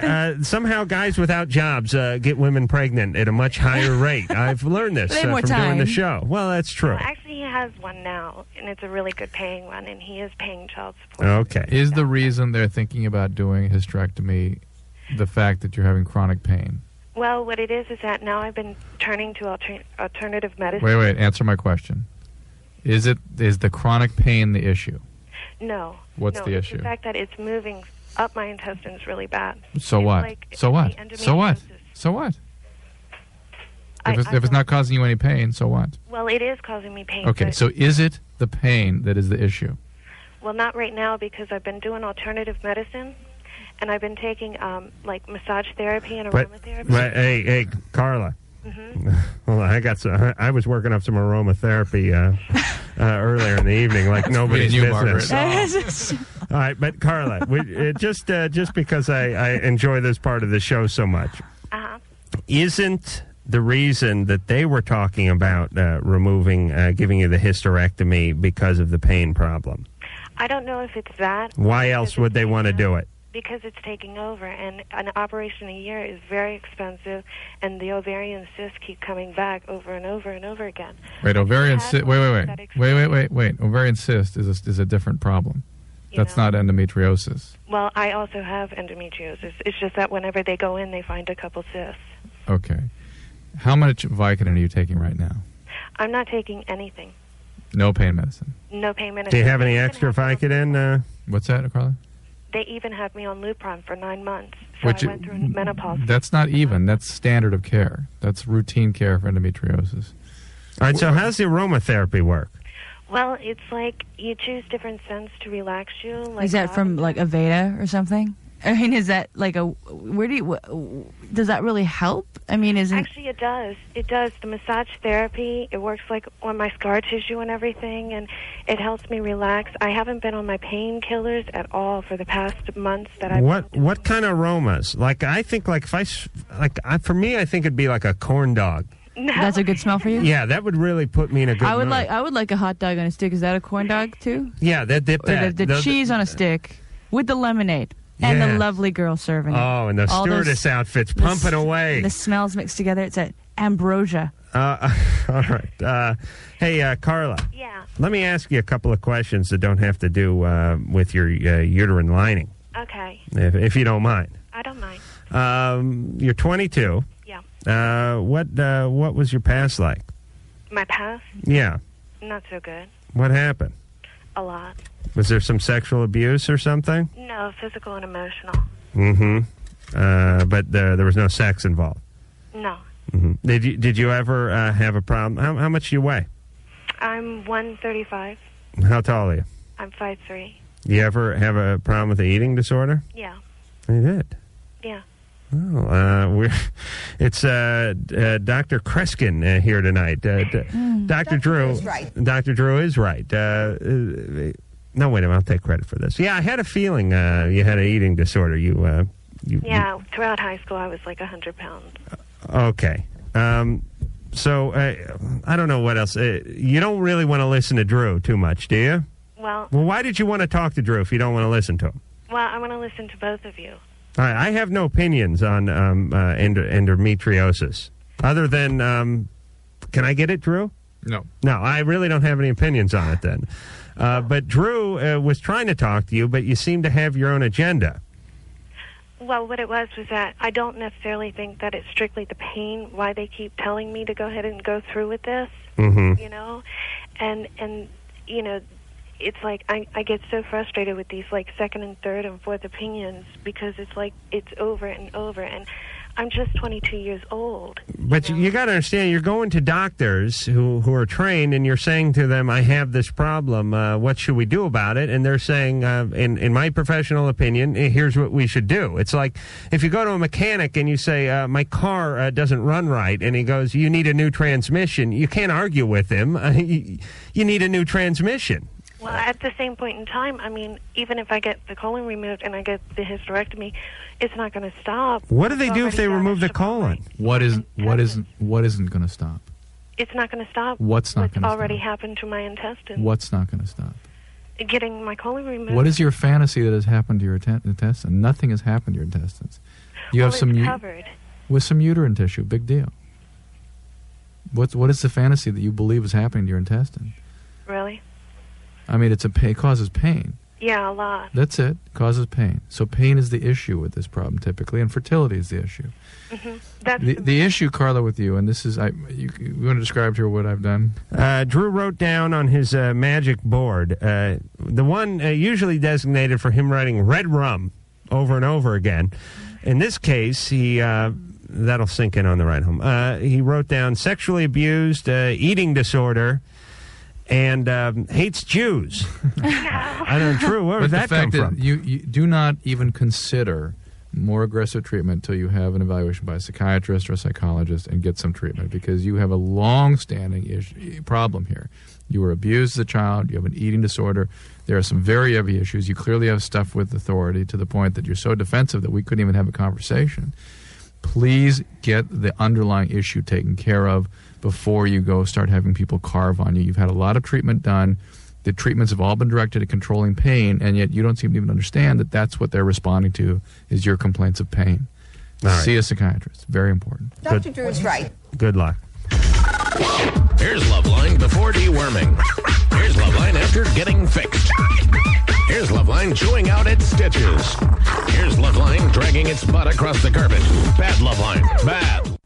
Speaker 7: uh, somehow guys without jobs uh, get women pregnant at a much higher rate. I've learned this
Speaker 5: They have
Speaker 7: uh,
Speaker 5: more
Speaker 7: from doing the
Speaker 5: time.
Speaker 7: show. Well, that's true.
Speaker 5: Well, actually, he has one now, and it's a really good paying one, and he is paying child support.
Speaker 9: Uh.
Speaker 7: Okay.
Speaker 9: Is the reason they're thinking about doing hysterectomy the fact that you're having chronic pain?
Speaker 5: Well, what it is is that now I've been turning to alter- alternative medicine.
Speaker 9: Wait, wait. Answer my question. Is it is the chronic pain the issue?
Speaker 5: No.
Speaker 9: What's
Speaker 5: no,
Speaker 9: the
Speaker 5: it's
Speaker 9: issue?
Speaker 5: The fact that it's moving up my intestines really bad.
Speaker 9: So
Speaker 5: It's
Speaker 9: what?
Speaker 5: like
Speaker 9: so what?
Speaker 5: the
Speaker 9: So what? So what? If,
Speaker 5: I-
Speaker 9: it's,
Speaker 5: I
Speaker 9: if it's not causing you any pain, so what?
Speaker 5: endometriosis- Well, it is causing me pain.
Speaker 9: Okay.
Speaker 5: but-
Speaker 9: So is it the pain that is the issue?
Speaker 5: Well, not right now because I've been doing alternative medicine, and I've been taking um, like massage therapy Mm-hmm. and
Speaker 7: But,
Speaker 5: aromatherapy.
Speaker 7: but hey, hey, Carla. Hold on, I got some. I was working up some aromatherapy uh, uh, earlier in the evening, like nobody's
Speaker 9: you,
Speaker 7: business.
Speaker 3: Margaret.
Speaker 7: All right, but Carla, we, uh, just uh, just because I, I enjoy this part of the show so much, isn't the reason that they were talking about uh, removing, uh, giving you the hysterectomy because of the pain problem?
Speaker 5: I don't know if it's that
Speaker 7: Why else would they want to do it?
Speaker 5: because it's taking over, and an operation a year is very expensive, and the ovarian cysts keep coming back over and over and over again.
Speaker 9: Wait, ovarian cyst. Wait, wait,
Speaker 5: that
Speaker 9: wait, wait, wait, wait, wait. Ovarian cyst is a, is a different problem. That's not endometriosis.
Speaker 5: Well, I also have endometriosis. It's just that whenever they go in, they find a couple cysts.
Speaker 9: Okay. How much Vicodin are you taking right now?
Speaker 5: I'm not taking anything.
Speaker 9: No pain medicine.
Speaker 5: No payment.
Speaker 9: extra
Speaker 7: Vicodin? Uh...
Speaker 9: What's that, Carla?
Speaker 5: They even had me on Lupron for nine months, so
Speaker 9: Which-
Speaker 5: I went through menopause.
Speaker 9: That's not even. That's standard of care. That's routine care for endometriosis.
Speaker 7: All right. So how's the aromatherapy work?
Speaker 5: Well, it's like you choose different scents to relax you. Like um,
Speaker 8: is that from like Aveda or something? I mean, is that like a where do you wh- does that really help? I mean, isn't
Speaker 5: Actually, it does. It does. The massage therapy, it works like on my scar tissue and everything, and it helps me relax. I haven't been on my painkillers at all for the past months that I've
Speaker 7: What what kind of aromas? Like I think like if I s- like I, for me I think it'd be like a corn dog.
Speaker 8: that's a good smell for you?
Speaker 7: Yeah, that would really put me in a good.
Speaker 8: I would
Speaker 7: mood.
Speaker 8: like I would like a hot dog on a stick. Is that a corn dog too?
Speaker 7: Yeah, that dip
Speaker 8: Or the,
Speaker 7: that
Speaker 8: the
Speaker 7: those-
Speaker 8: cheese on a stick with the lemonade and
Speaker 7: Yeah.
Speaker 8: the lovely girl serving. it.
Speaker 7: Oh, and the
Speaker 8: All those-
Speaker 7: stewardess outfits
Speaker 8: the
Speaker 7: pumping
Speaker 8: s-
Speaker 7: away.
Speaker 8: The smells mixed together. It's at ambrosia.
Speaker 7: Uh, all right. Uh, hey, uh, Carla.
Speaker 5: Yeah.
Speaker 7: Let me ask you a couple of questions that don't have to do uh, with your uh, uterine lining,
Speaker 5: Okay,
Speaker 7: if, if you don't mind.
Speaker 5: I don't mind.
Speaker 7: Um, you're 22.
Speaker 5: Yeah.
Speaker 7: Uh, what uh, What was your past like?
Speaker 5: My past,
Speaker 7: Yeah.
Speaker 5: not so good.
Speaker 7: What happened?
Speaker 5: A lot.
Speaker 7: Was there some sexual abuse or something?
Speaker 5: No, physical and emotional.
Speaker 7: Mm-hmm. Uh, but uh, there was no sex involved.
Speaker 5: No.
Speaker 7: hmm Did you Did you ever uh, have a problem? How, how much do you weigh?
Speaker 5: I'm 135.
Speaker 7: How tall are you?
Speaker 5: I'm 5'3.
Speaker 7: You ever have a problem with the eating disorder?
Speaker 5: Yeah.
Speaker 7: I did.
Speaker 5: Yeah.
Speaker 7: Oh, uh, we're, it's uh, d- uh, Dr. Kreskin uh, here tonight. Uh, d- Dr. Drew
Speaker 17: Mm. is right.
Speaker 7: Dr. Drew is right. Uh, uh, no, wait a minute. I'll take credit for this. Yeah, I had a feeling uh, you had an eating disorder. You, uh, you
Speaker 5: Yeah, throughout high school, I was like 100 pounds.
Speaker 7: Okay. Um, so uh, I don't know what else. Uh, you don't really want to listen to Drew too much, do you?
Speaker 5: Well,
Speaker 7: Well, why did you want to talk to Drew if you don't want to listen to him?
Speaker 5: well, I want to listen to both of you.
Speaker 7: I, I have no opinions on um, uh, endo- endometriosis other than um, can I get it, Drew?
Speaker 9: No.
Speaker 7: No, I really don't have any opinions on it then. Uh, but Drew uh, was trying to talk to you, but you seem to have your own agenda.
Speaker 5: Well, what it was was that I don't necessarily think that it's strictly the pain why they keep telling me to go ahead and go through with this.
Speaker 7: Mm-hmm.
Speaker 17: Mhm.
Speaker 5: You know, and and you know, it's like I I get so frustrated with these like second and third and fourth opinions because it's like it's over and over and I'm just 22 years old.
Speaker 7: But you, you got to understand, you're going to doctors who, who are trained, and you're saying to them, "I have this problem. Uh, what should we do about it?" And they're saying, uh, "In in my professional opinion, eh, here's what we should do." It's like if you go to a mechanic and you say, uh, "My car uh, doesn't run right," and he goes, "You need a new transmission." You can't argue with him. Uh, you, you need a new transmission.
Speaker 5: Well, at the same point in time, I mean, even if I get the colon removed and I get the hysterectomy, it's not going to stop.
Speaker 7: What do they do if they remove the colon?
Speaker 9: What is what is what isn't going to stop?
Speaker 5: It's not going to stop.
Speaker 9: What's not
Speaker 5: What's
Speaker 9: gonna
Speaker 5: already happened to my intestines?
Speaker 9: What's not going to stop?
Speaker 5: Getting my colon removed.
Speaker 9: What is your fantasy that has happened to your inten- intestines? Nothing has happened to your intestines. You
Speaker 5: well,
Speaker 9: have some
Speaker 5: it's
Speaker 9: u-
Speaker 5: covered.
Speaker 9: with some uterine tissue. Big deal. What what is the fantasy that you believe is happening to your intestine?
Speaker 5: Really?
Speaker 9: I mean, it's a pain, it causes pain.
Speaker 5: Yeah, a lot.
Speaker 9: That's it. Causes pain. So pain is the issue with this problem typically, and fertility is the issue.
Speaker 5: hmm That's
Speaker 9: The, the issue, Carla, with you, and this is, I, you, you want to describe to her what I've done?
Speaker 7: Uh, Drew wrote down on his uh, magic board uh, the one uh, usually designated for him writing red rum over and over again. In this case, he uh, that'll sink in on the ride home. Uh, he wrote down sexually abused, uh, eating disorder, and um, hates Jews. I don't know, Drew. Where
Speaker 9: But
Speaker 7: did
Speaker 9: the
Speaker 7: that come
Speaker 9: fact
Speaker 7: from?
Speaker 9: that You, you do not even consider more aggressive treatment until you have an evaluation by a psychiatrist or a psychologist and get some treatment because you have a long-standing issue, problem here. You were abused as a child. You have an eating disorder. There are some very heavy issues. You clearly have stuff with authority to the point that you're so defensive that we couldn't even have a conversation. Please get the underlying issue taken care of before you go start having people carve on you. You've had a lot of treatment done the treatments have all been directed at controlling pain, and yet you don't seem to even understand that that's what they're responding to is your complaints of pain. See a psychiatrist. Very important.
Speaker 18: Dr. Drew is right.
Speaker 7: Good luck.
Speaker 16: Here's Loveline before deworming. Here's Loveline after getting fixed. Here's Loveline chewing out its stitches. Here's Loveline dragging its butt across the carpet. Bad Loveline. Bad.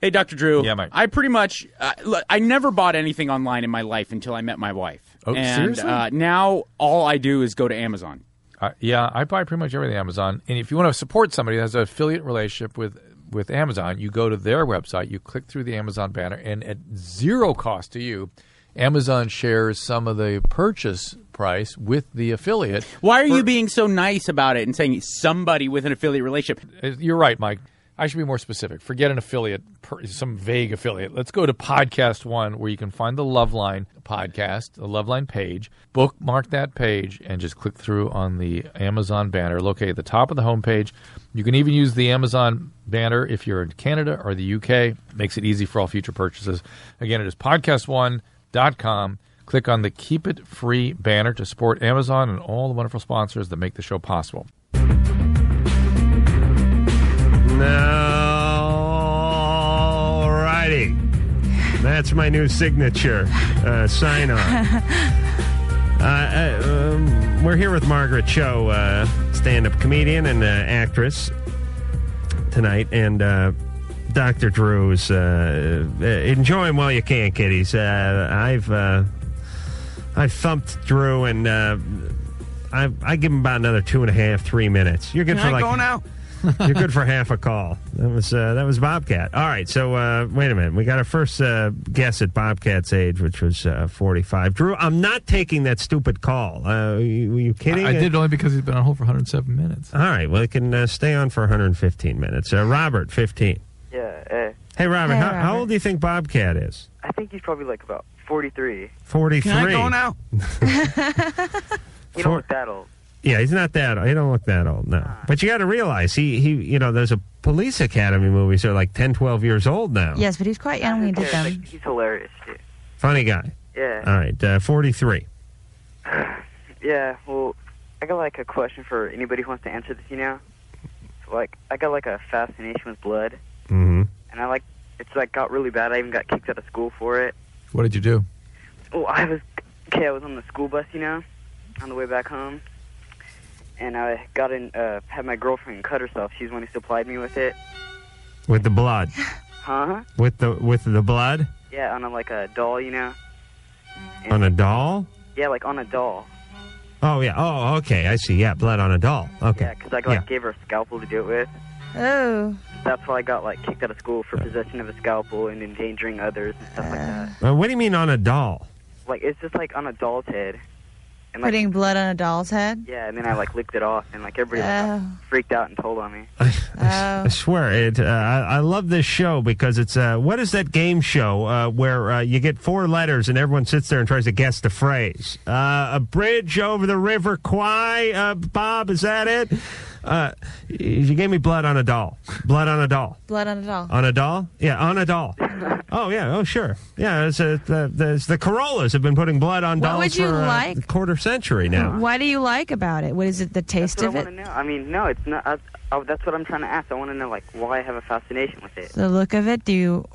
Speaker 21: Hey, Dr. Drew. Yeah, Mike. I pretty much, uh, look, I never bought anything online in my life until I met my wife.
Speaker 20: Oh,
Speaker 21: and,
Speaker 20: seriously?
Speaker 21: Uh, now all I do is go to Amazon.
Speaker 20: Uh, yeah, I buy pretty much everything Amazon. And if you want to support somebody that has an affiliate relationship with with Amazon, you go to their website, you click through the Amazon banner, and at zero cost to you, Amazon shares some of the purchase price with the affiliate.
Speaker 21: Why are you being so nice about it and saying somebody with an affiliate relationship?
Speaker 20: Uh, You're right, Mike. I should be more specific. Forget an affiliate, per- some vague affiliate. Let's go to Podcast One, where you can find the Loveline podcast, the Loveline page. Bookmark that page and just click through on the Amazon banner located at the top of the homepage. You can even use the Amazon banner if you're in Canada or the UK. Makes it easy for all future purchases. Again, it is podcastone.com. Click on the Keep It Free banner to support Amazon and all the wonderful sponsors that make the show possible.
Speaker 7: Alrighty. That's my new signature uh, sign on. Uh, uh, um, we're here with Margaret Cho, uh, stand up comedian and uh, actress tonight. And uh, Dr. Drew is uh, uh, enjoy him while you can, kiddies. Uh, I've, uh, I've thumped Drew and. Uh, I, I give him about another two and a half, three minutes. You're good
Speaker 22: Can
Speaker 7: for
Speaker 22: I
Speaker 7: like
Speaker 22: go now?
Speaker 7: you're good for half a call. That was uh, that was Bobcat. All right, so uh, wait a minute. We got our first uh, guess at Bobcat's age, which was uh, forty-five. Drew, I'm not taking that stupid call. Uh, are you, were you kidding?
Speaker 9: I, I did it only because he's been on hold for 107 minutes.
Speaker 7: All right. Well, it can uh, stay on for 115 minutes. Uh, Robert, 15.
Speaker 26: Yeah, eh,
Speaker 7: Hey, Robert,
Speaker 26: Hey,
Speaker 7: how, how
Speaker 26: Robert.
Speaker 7: old do you think Bobcat is?
Speaker 26: I think he's probably like about 43.
Speaker 7: 43.
Speaker 26: You
Speaker 7: For-
Speaker 26: don't look that old.
Speaker 7: Yeah, he's not that. He don't look that old, no.
Speaker 26: Ah.
Speaker 7: But you got to realize he he you know there's a police academy movies that are like 10, 12 years old now.
Speaker 26: Yeah.
Speaker 3: Yes, but he's quite young when he did them.
Speaker 26: Yeah, like, he's hilarious, too.
Speaker 7: Funny guy.
Speaker 26: Yeah.
Speaker 7: All right, uh, 43.
Speaker 26: Yeah, well, I got like a question for anybody who wants to answer this, you know? So, like, I got like a fascination with blood,
Speaker 7: Mm-hmm.
Speaker 26: and I like, it's like got really bad. I even got kicked out of school for it.
Speaker 9: What did you do?
Speaker 26: Well, I was okay. I was on the school bus, you know, on the way back home, and I got in, uh, had my girlfriend cut herself. She's the one who supplied me with it.
Speaker 7: With the blood.
Speaker 26: Huh?
Speaker 7: With the with the blood
Speaker 26: Yeah, on a, like a doll, you know?
Speaker 7: on a doll.
Speaker 26: Yeah, like on a doll.
Speaker 7: Oh yeah. Oh okay. I see. Yeah, blood on a doll. Okay.
Speaker 26: Yeah, because I like, gave her a scalpel to do it with.
Speaker 3: Oh.
Speaker 26: That's why I got like kicked out of school for possession of a scalpel and endangering others and stuff like that.
Speaker 7: Uh, what do you mean on a doll?
Speaker 26: Like it's just like on a doll's head. And, like,
Speaker 25: Putting blood on a doll's head.
Speaker 26: yeah, and then I like licked it off, and like everybody like,
Speaker 25: Oh.
Speaker 26: freaked out and told on me.
Speaker 7: I swear it. Uh, I, I love this show because it's uh, what is that game show uh, where uh, you get four letters and everyone sits there and tries to guess the phrase? Uh, a bridge over the river Kwai. Uh, Bob, is that it? Uh, you gave me blood on a doll. Blood on a doll.
Speaker 25: Blood on a doll.
Speaker 7: On a doll? Yeah, on a doll. Oh yeah. Oh sure. Yeah. It's uh the, the, the Corollas have been putting blood on
Speaker 25: What
Speaker 7: dolls
Speaker 25: would you
Speaker 7: for uh,
Speaker 25: like?
Speaker 7: a quarter century now.
Speaker 25: Why do you like about it? What is it? The taste
Speaker 26: That's
Speaker 25: of
Speaker 26: what I
Speaker 25: it?
Speaker 26: want to know. I mean, no, it's not. I, I, that's what I'm trying to ask. I want to know like why I have a fascination with it.
Speaker 25: The look of it? Do you?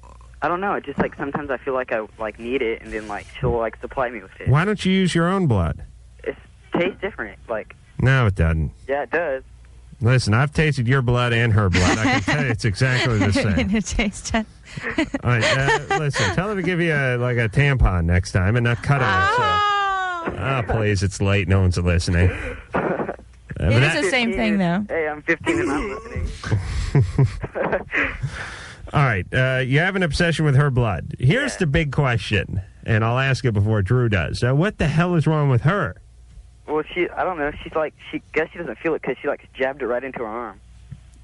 Speaker 26: I don't know. It's just like sometimes I feel like I like need it, and then like she'll like supply me with it.
Speaker 7: Why don't you use your own blood?
Speaker 26: Tastes different. Like
Speaker 7: No, it doesn't.
Speaker 26: yeah, it does.
Speaker 7: Listen, I've tasted your blood and her blood. I can tell you it's exactly the same.
Speaker 25: the taste. test.
Speaker 7: All right, uh, listen, tell her to give you a, like a tampon next time and not cut on herself. Ah, please, it's late. No one's listening. Uh, but
Speaker 25: It is
Speaker 7: that-
Speaker 25: the same thing though.
Speaker 26: Hey, I'm 15 and I'm listening.
Speaker 7: All right, uh, you have an obsession with her blood. Here's the big question, and I'll ask it before Drew does. Uh, what the hell is wrong with her?
Speaker 26: Well, she. I don't know. She's like she. Guess she doesn't feel it because she like jabbed it right into her arm.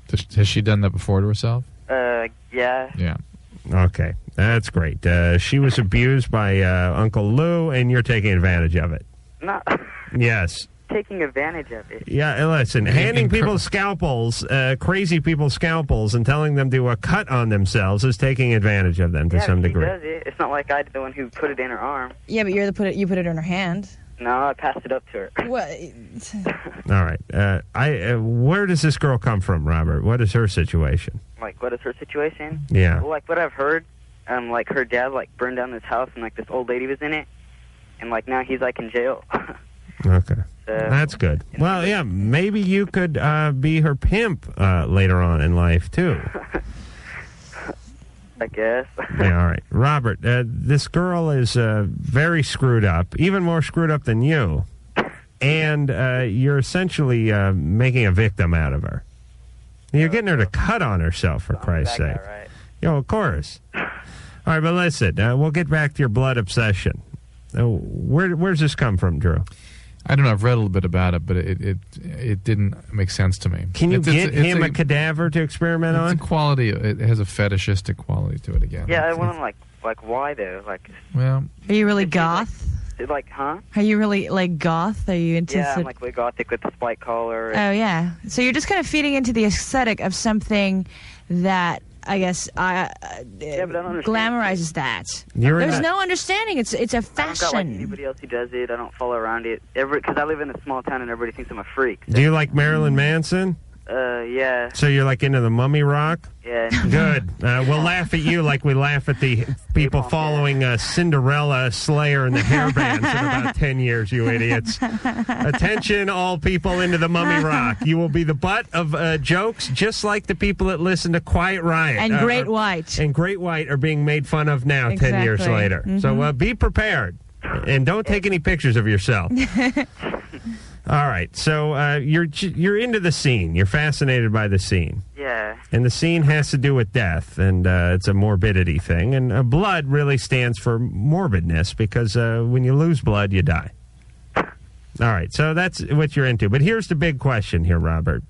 Speaker 9: Does, has she done that before to herself?
Speaker 26: Uh, yeah.
Speaker 9: Yeah.
Speaker 7: Okay, that's great. Uh, she was abused by uh, Uncle Lou, and you're taking advantage of it.
Speaker 26: Not
Speaker 7: Yes.
Speaker 26: taking advantage of it.
Speaker 7: Yeah, and listen,
Speaker 26: In-
Speaker 7: handing
Speaker 26: in cur-
Speaker 7: people scalpels, uh, crazy people scalpels, and telling them to uh, cut on themselves is taking advantage of them to
Speaker 26: yeah,
Speaker 7: some
Speaker 26: she
Speaker 7: degree.
Speaker 26: does it. It's not like I'm the one who put it in her arm.
Speaker 25: Yeah, but you're the put it. You put it in her hand.
Speaker 26: No, I passed it up to her.
Speaker 25: What?
Speaker 7: All right, uh, I uh, where does this girl come from, Robert? What is her situation?
Speaker 26: Like, what is her situation?
Speaker 7: Yeah.
Speaker 26: Well, like what I've heard, um, like her dad like burned down this house and like this old lady was in it, and like now he's like in jail.
Speaker 7: Okay,
Speaker 26: so
Speaker 7: that's good. Well, yeah, maybe you could uh, be her pimp uh, later on in life too.
Speaker 26: I guess.
Speaker 7: Yeah, all right, Robert. Uh, this girl is uh, very screwed up, even more screwed up than you, and uh, you're essentially uh, making a victim out of her. You're getting her to cut on herself,
Speaker 26: Oh,
Speaker 7: for Christ's sake. Yo, of course. All right, but listen, uh, we'll get back to your blood obsession. Uh, where where's this come from, Drew?
Speaker 9: I don't know. I've read a little bit about it, but it it, it didn't make sense to me.
Speaker 7: Can you
Speaker 9: It's- it's-
Speaker 7: get
Speaker 9: it's
Speaker 7: him a, cadaver to experiment
Speaker 9: it's
Speaker 7: on?
Speaker 9: a quality. It has a fetishistic quality to it again.
Speaker 26: yeah, I want to like like why though? Like,
Speaker 9: Well,
Speaker 25: Are you really goth?
Speaker 26: it, like huh?
Speaker 25: Are you really like goth? Are you into?
Speaker 26: Yeah, I'm
Speaker 25: sort-
Speaker 26: like way gothic with the spike collar.
Speaker 25: Oh yeah. So you're just kind of feeding into the aesthetic of something that I guess I, uh, glamorizes that.
Speaker 26: You're
Speaker 25: There's
Speaker 26: not-
Speaker 25: no understanding. It's it's a
Speaker 26: I don't got like
Speaker 25: fashion.
Speaker 26: anybody else who does it. I don't follow around it. Every because I live in a small town and everybody thinks I'm a freak.
Speaker 7: Do you like Marilyn Manson?
Speaker 26: Uh, yeah,
Speaker 7: So you're like into the Mummy Rock?
Speaker 26: yeah.
Speaker 7: Good. Uh, we'll laugh at you like we laugh at the people following uh, Cinderella, Slayer, and the Hairbands in about 10 years, you idiots. Attention, all people into the Mummy Rock. You will be the butt of uh, jokes just like the people that listen to Quiet Riot.
Speaker 25: And
Speaker 7: uh,
Speaker 25: Great
Speaker 7: are-
Speaker 25: White.
Speaker 7: And Great White are being made fun of now, 10 years
Speaker 25: Exactly. Mm-hmm.
Speaker 7: later. So uh, be prepared. And don't take any pictures of yourself. All right, so uh, you're you're into the scene. You're fascinated by the scene.
Speaker 26: Yeah.
Speaker 7: And the scene has to do with death, and uh, it's a morbidity thing. And uh, blood really stands for morbidness because uh, when you lose blood, you die. All right, so that's what you're into. But here's the big question here, Robert.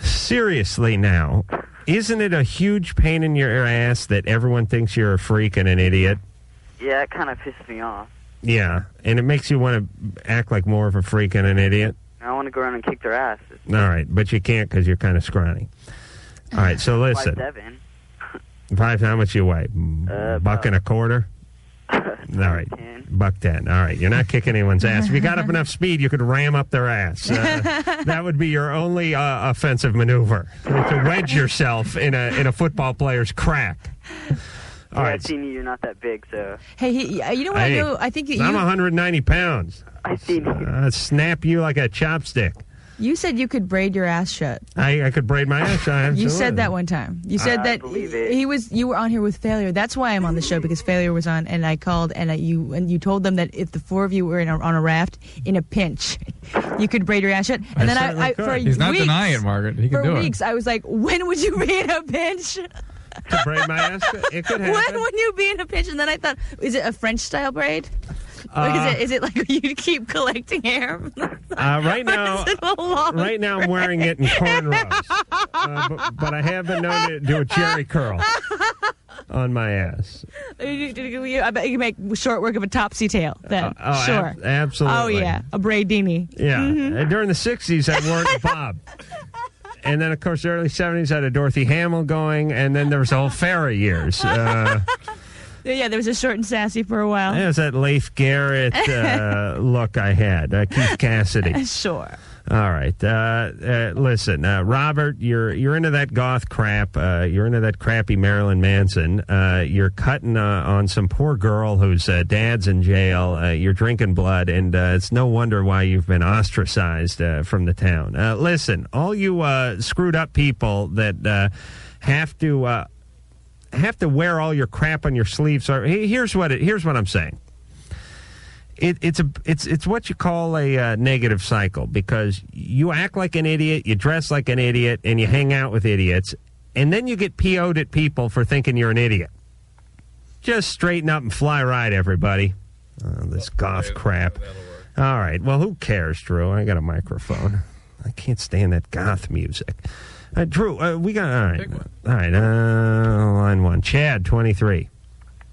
Speaker 7: Seriously, now, isn't it a huge pain in your ass that everyone thinks you're a freak and an idiot?
Speaker 26: Yeah, it kind of pisses me off.
Speaker 7: Yeah, and it makes you want to act like more of a freak and an idiot.
Speaker 26: I want to go around and kick their ass. It's
Speaker 7: All right, but you can't because you're kind of scrawny. All right, so listen.
Speaker 26: Five seven.
Speaker 7: Five. How much you weigh?
Speaker 26: Uh,
Speaker 7: buck and a quarter. All right, buck ten. All right, you're not kicking anyone's ass. If you got up enough speed, you could ram up their ass. Uh, that would be your only uh, offensive maneuver to wedge yourself in a in a football player's crack.
Speaker 26: Yeah,
Speaker 7: All right.
Speaker 26: I've seen you. You're not that big, so
Speaker 8: Hey, he, yeah, you know what
Speaker 7: Hey,
Speaker 8: I know? I think that
Speaker 7: I'm
Speaker 8: you
Speaker 7: 190 pounds. I think uh, snap you like a chopstick.
Speaker 8: you said you could braid your ass shut.
Speaker 7: I, I could braid my ass. I
Speaker 8: You said
Speaker 7: absolutely.
Speaker 8: that one time. You said
Speaker 7: I
Speaker 8: that he was. You were on here with failure. That's why I'm on the show because failure was on, and I called and I, you and you told them that if the four of you were in a, on a raft in a pinch, you could braid your ass shut. And then I, I for
Speaker 9: he's not
Speaker 8: weeks,
Speaker 9: denying it, Margaret. He can
Speaker 8: for
Speaker 9: do
Speaker 8: weeks, I was like, when would you be in a pinch?
Speaker 7: To braid my ass, it could
Speaker 8: when
Speaker 7: happen.
Speaker 8: would you be in a pinch? And then I thought, is it a French style braid? or
Speaker 7: Uh,
Speaker 8: is it, is it like you keep collecting hair?
Speaker 7: Uh, right now,
Speaker 8: It's a long
Speaker 7: right now I'm wearing it in cornrows, uh, but, but I have been known to do a jerry curl on my ass.
Speaker 8: I bet you make short work of a topsy tail. Then
Speaker 7: oh, ab-
Speaker 8: sure,
Speaker 7: absolutely.
Speaker 8: Oh yeah, a braidini.
Speaker 7: Yeah,
Speaker 8: Mhm.
Speaker 7: Uh, during the '60s I wore it to Bob, and then of course the early '70s I had a Dorothy Hamill going, and then there was the whole Farrah years. Uh,
Speaker 8: yeah. There was a short and sassy for a while.
Speaker 7: It was that Leif Garrett uh, look I had, uh, Keith Cassidy.
Speaker 8: Sure.
Speaker 7: All right, uh, uh, listen, uh, Robert, you're you're into that goth crap. Uh, you're into that crappy Marilyn Manson. Uh, you're cutting uh, on some poor girl whose uh, dad's in jail. Uh, you're drinking blood, and uh, it's no wonder why you've been ostracized uh, from the town. Uh, listen, all you uh, screwed up people that uh, have to. Uh, have to wear all your crap on your sleeves. Or he- here's what it, here's what I'm saying. It, it's a it's it's what you call a uh, negative cycle because you act like an idiot, you dress like an idiot, and you hang out with idiots, and then you get PO'd at people for thinking you're an idiot. Just straighten up and fly right, everybody. Oh, this goth crap. All right. Well, who cares, Drew? I got a microphone. I can't stand that goth music. Uh, Drew, uh, we got all right. All right. Uh, line one. Chad, twenty-three.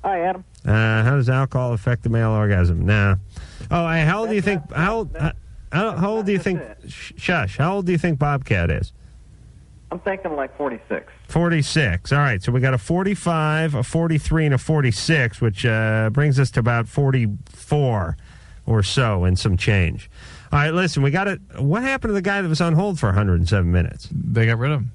Speaker 11: Hi, Adam.
Speaker 7: Uh, how does alcohol affect the male orgasm? Nah. Oh, I- how old do you think? How old? How, how old do you think? Sh- shush. How old do you think Bobcat is?
Speaker 11: I'm thinking like 46.
Speaker 7: Forty-six. All right. So we got a forty-five, a forty-three, and a forty-six, which uh, brings us to about forty-four or so, and some change. All right. Listen, we got it. What happened to the guy that was on hold for one hundred and seven minutes?
Speaker 9: They got rid of him.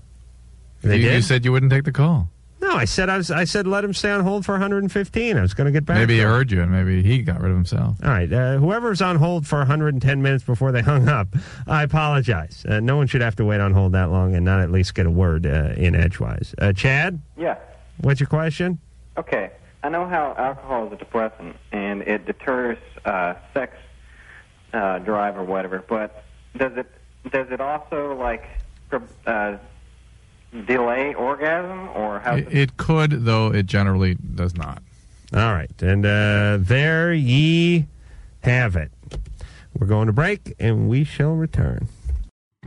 Speaker 7: They
Speaker 9: you, you
Speaker 7: did?
Speaker 9: said you wouldn't take the call.
Speaker 7: No, I said I, was, I said let him stay on hold for 115. I was going to get back.
Speaker 9: Maybe
Speaker 7: to
Speaker 9: he
Speaker 7: him.
Speaker 9: heard you, and maybe he got rid of himself.
Speaker 7: All right, uh, whoever's on hold for 110 minutes before they hung up, I apologize. Uh, no one should have to wait on hold that long and not at least get a word uh, in edgewise. Uh, Chad,
Speaker 11: Yeah.
Speaker 7: what's your question?
Speaker 11: Okay. I know how alcohol is a depressant and it deters uh, sex uh, drive or whatever, but does it does it also like pre- uh, delay orgasm or how?
Speaker 9: It, it could, though it generally does not.
Speaker 7: All right, and uh, there ye have it. We're going to break, and we shall return.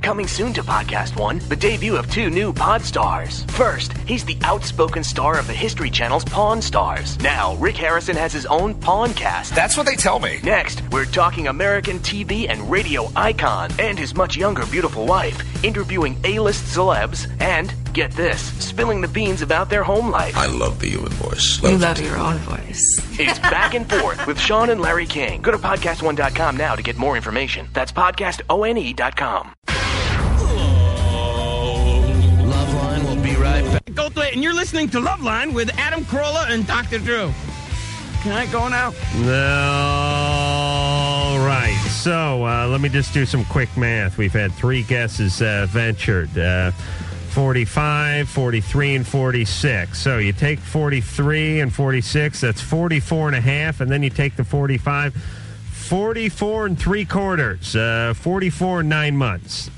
Speaker 2: Coming soon to Podcast One, the debut of two new pod stars. First, he's the outspoken star of the History Channel's Pawn Stars. Now, Rick Harrison has his own Pawncast. That's what they tell me. Next, we're talking American TV and radio icon and his much younger beautiful wife, interviewing A-list celebs, and get this, spilling the beans about their home life. I love the human voice.
Speaker 14: You love your own voice.
Speaker 2: It's Back and Forth with Sean and Larry King. Go to podcast1.com now to get more information. That's E podcastone.com.
Speaker 15: Loveline will be right back. Goldthwait, and you're listening to Loveline with Adam Carolla and Dr. Drew. Can I go now?
Speaker 7: All right. So uh, let me just do some quick math. We've had three guesses uh, ventured uh, 45, 43, and 46. So you take 43 and 46, that's 44 and a half, and then you take the 45, 44 and three quarters, uh, 44 and nine months.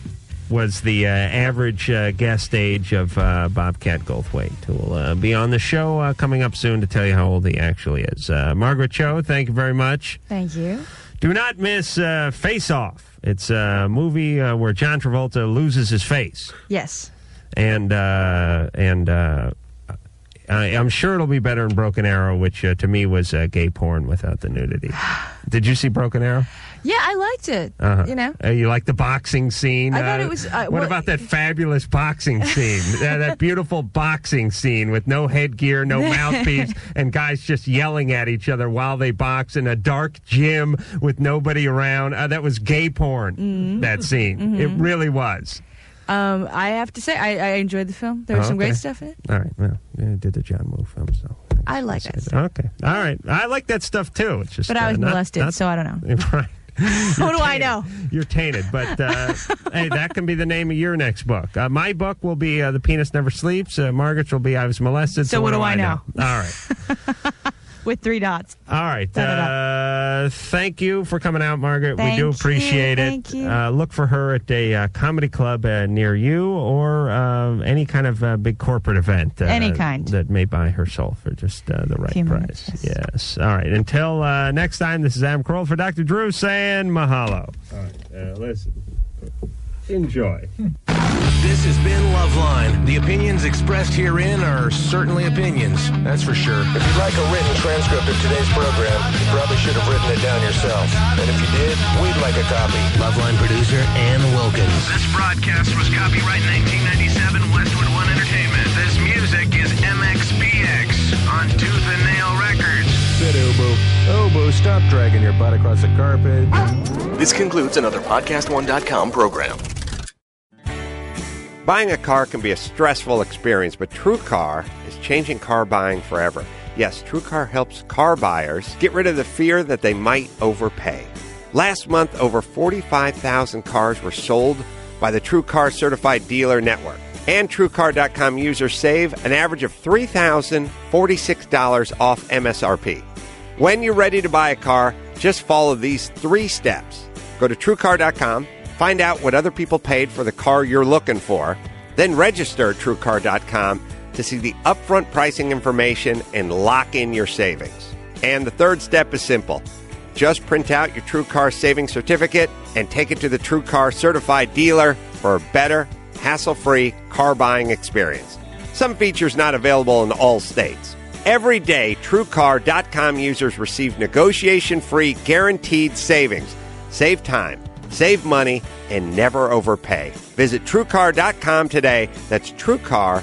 Speaker 7: Was the uh, average uh, guest age of uh, Bobcat Goldthwait, who will uh, be on the show uh, coming up soon to tell you how old he actually is. Uh, Margaret Cho, thank you very much.
Speaker 8: Thank you.
Speaker 7: Do not miss uh, Face Off. It's a movie uh, where John Travolta loses his face,
Speaker 8: Yes.
Speaker 7: and uh, and uh, I, I'm sure it'll be better in Broken Arrow, which uh, to me was uh, gay porn without the nudity. Did you see Broken Arrow?
Speaker 8: Yeah, I liked it.
Speaker 7: Uh-huh.
Speaker 8: You know.
Speaker 7: Uh, you like the boxing scene?
Speaker 8: I thought it was, uh,
Speaker 7: what
Speaker 8: well-
Speaker 7: about that fabulous boxing scene? Uh, that beautiful boxing scene with no headgear, no mouthpiece, and guys just yelling at each other while they box in a dark gym with nobody around. Uh, that was gay porn.
Speaker 8: Mhm.
Speaker 7: That scene.
Speaker 8: Mhm.
Speaker 7: It really was.
Speaker 8: Um, I have to say, I, I enjoyed the film. There was
Speaker 7: Oh,
Speaker 8: some great
Speaker 7: okay.
Speaker 8: stuff in it.
Speaker 7: All right. Well, I did the John Woo film, so uh,
Speaker 25: I like that stuff.
Speaker 7: Okay. All right. I like that stuff too. It's just,
Speaker 25: But I was
Speaker 7: uh, not-
Speaker 25: molested,
Speaker 7: not-
Speaker 25: so I don't know.
Speaker 7: Right.
Speaker 25: What do I know?
Speaker 7: You're tainted, but uh, hey, that can be the name of your next book. Uh, my book will be uh, "The Penis Never Sleeps." Uh, Margaret's will be "I Was Molested." So,
Speaker 25: So what do I know?
Speaker 7: All right,
Speaker 25: With three dots.
Speaker 7: all right. Uh, thank you for coming out, Margaret.
Speaker 25: Thank
Speaker 7: we do
Speaker 25: you,
Speaker 7: appreciate it.
Speaker 25: thank you.
Speaker 7: Uh, look for her at a uh, comedy club uh, near you, or uh, any kind of uh, big corporate event. Uh,
Speaker 25: Any kind.
Speaker 7: that may buy her soul for just uh, the right price. Yes. All right. Until uh, next time, this is Adam Kroll for Dr. Drew saying mahalo.
Speaker 14: All right, uh, listen. Enjoy.
Speaker 16: This has been Loveline. The opinions expressed herein are certainly opinions, that's for sure.
Speaker 4: If you'd like a written transcript of today's program, you probably should have written it down yourself. And if you did, we'd like a copy.
Speaker 16: Loveline producer Ann Wilkins.
Speaker 4: This broadcast was copyright 1997 Westwood One Entertainment. This music is MXPX on Tooth and Nail Records.
Speaker 16: Sit, Obo. Obo, stop dragging your butt across the carpet.
Speaker 2: This concludes another PodcastOne.com program.
Speaker 6: Buying a car can be a stressful experience, but TrueCar is changing car buying forever. Yes, TrueCar helps car buyers get rid of the fear that they might overpay. Last month, over 45,000 cars were sold by the TrueCar certified dealer network. And TrueCar.com users save an average of $3,046 off MSRP. When you're ready to buy a car, just follow these three steps. Go to truecar.com, find out what other people paid for the car you're looking for, then register at truecar.com to see the upfront pricing information and lock in your savings. And the third step is simple. Just print out your TrueCar savings certificate and take it to the TrueCar certified dealer for a better, hassle-free car buying experience. Some features not available in all states. Every day, TrueCar.com users receive negotiation-free guaranteed savings. Save time, save money, and never overpay. Visit TrueCar.com today. That's TrueCar.com.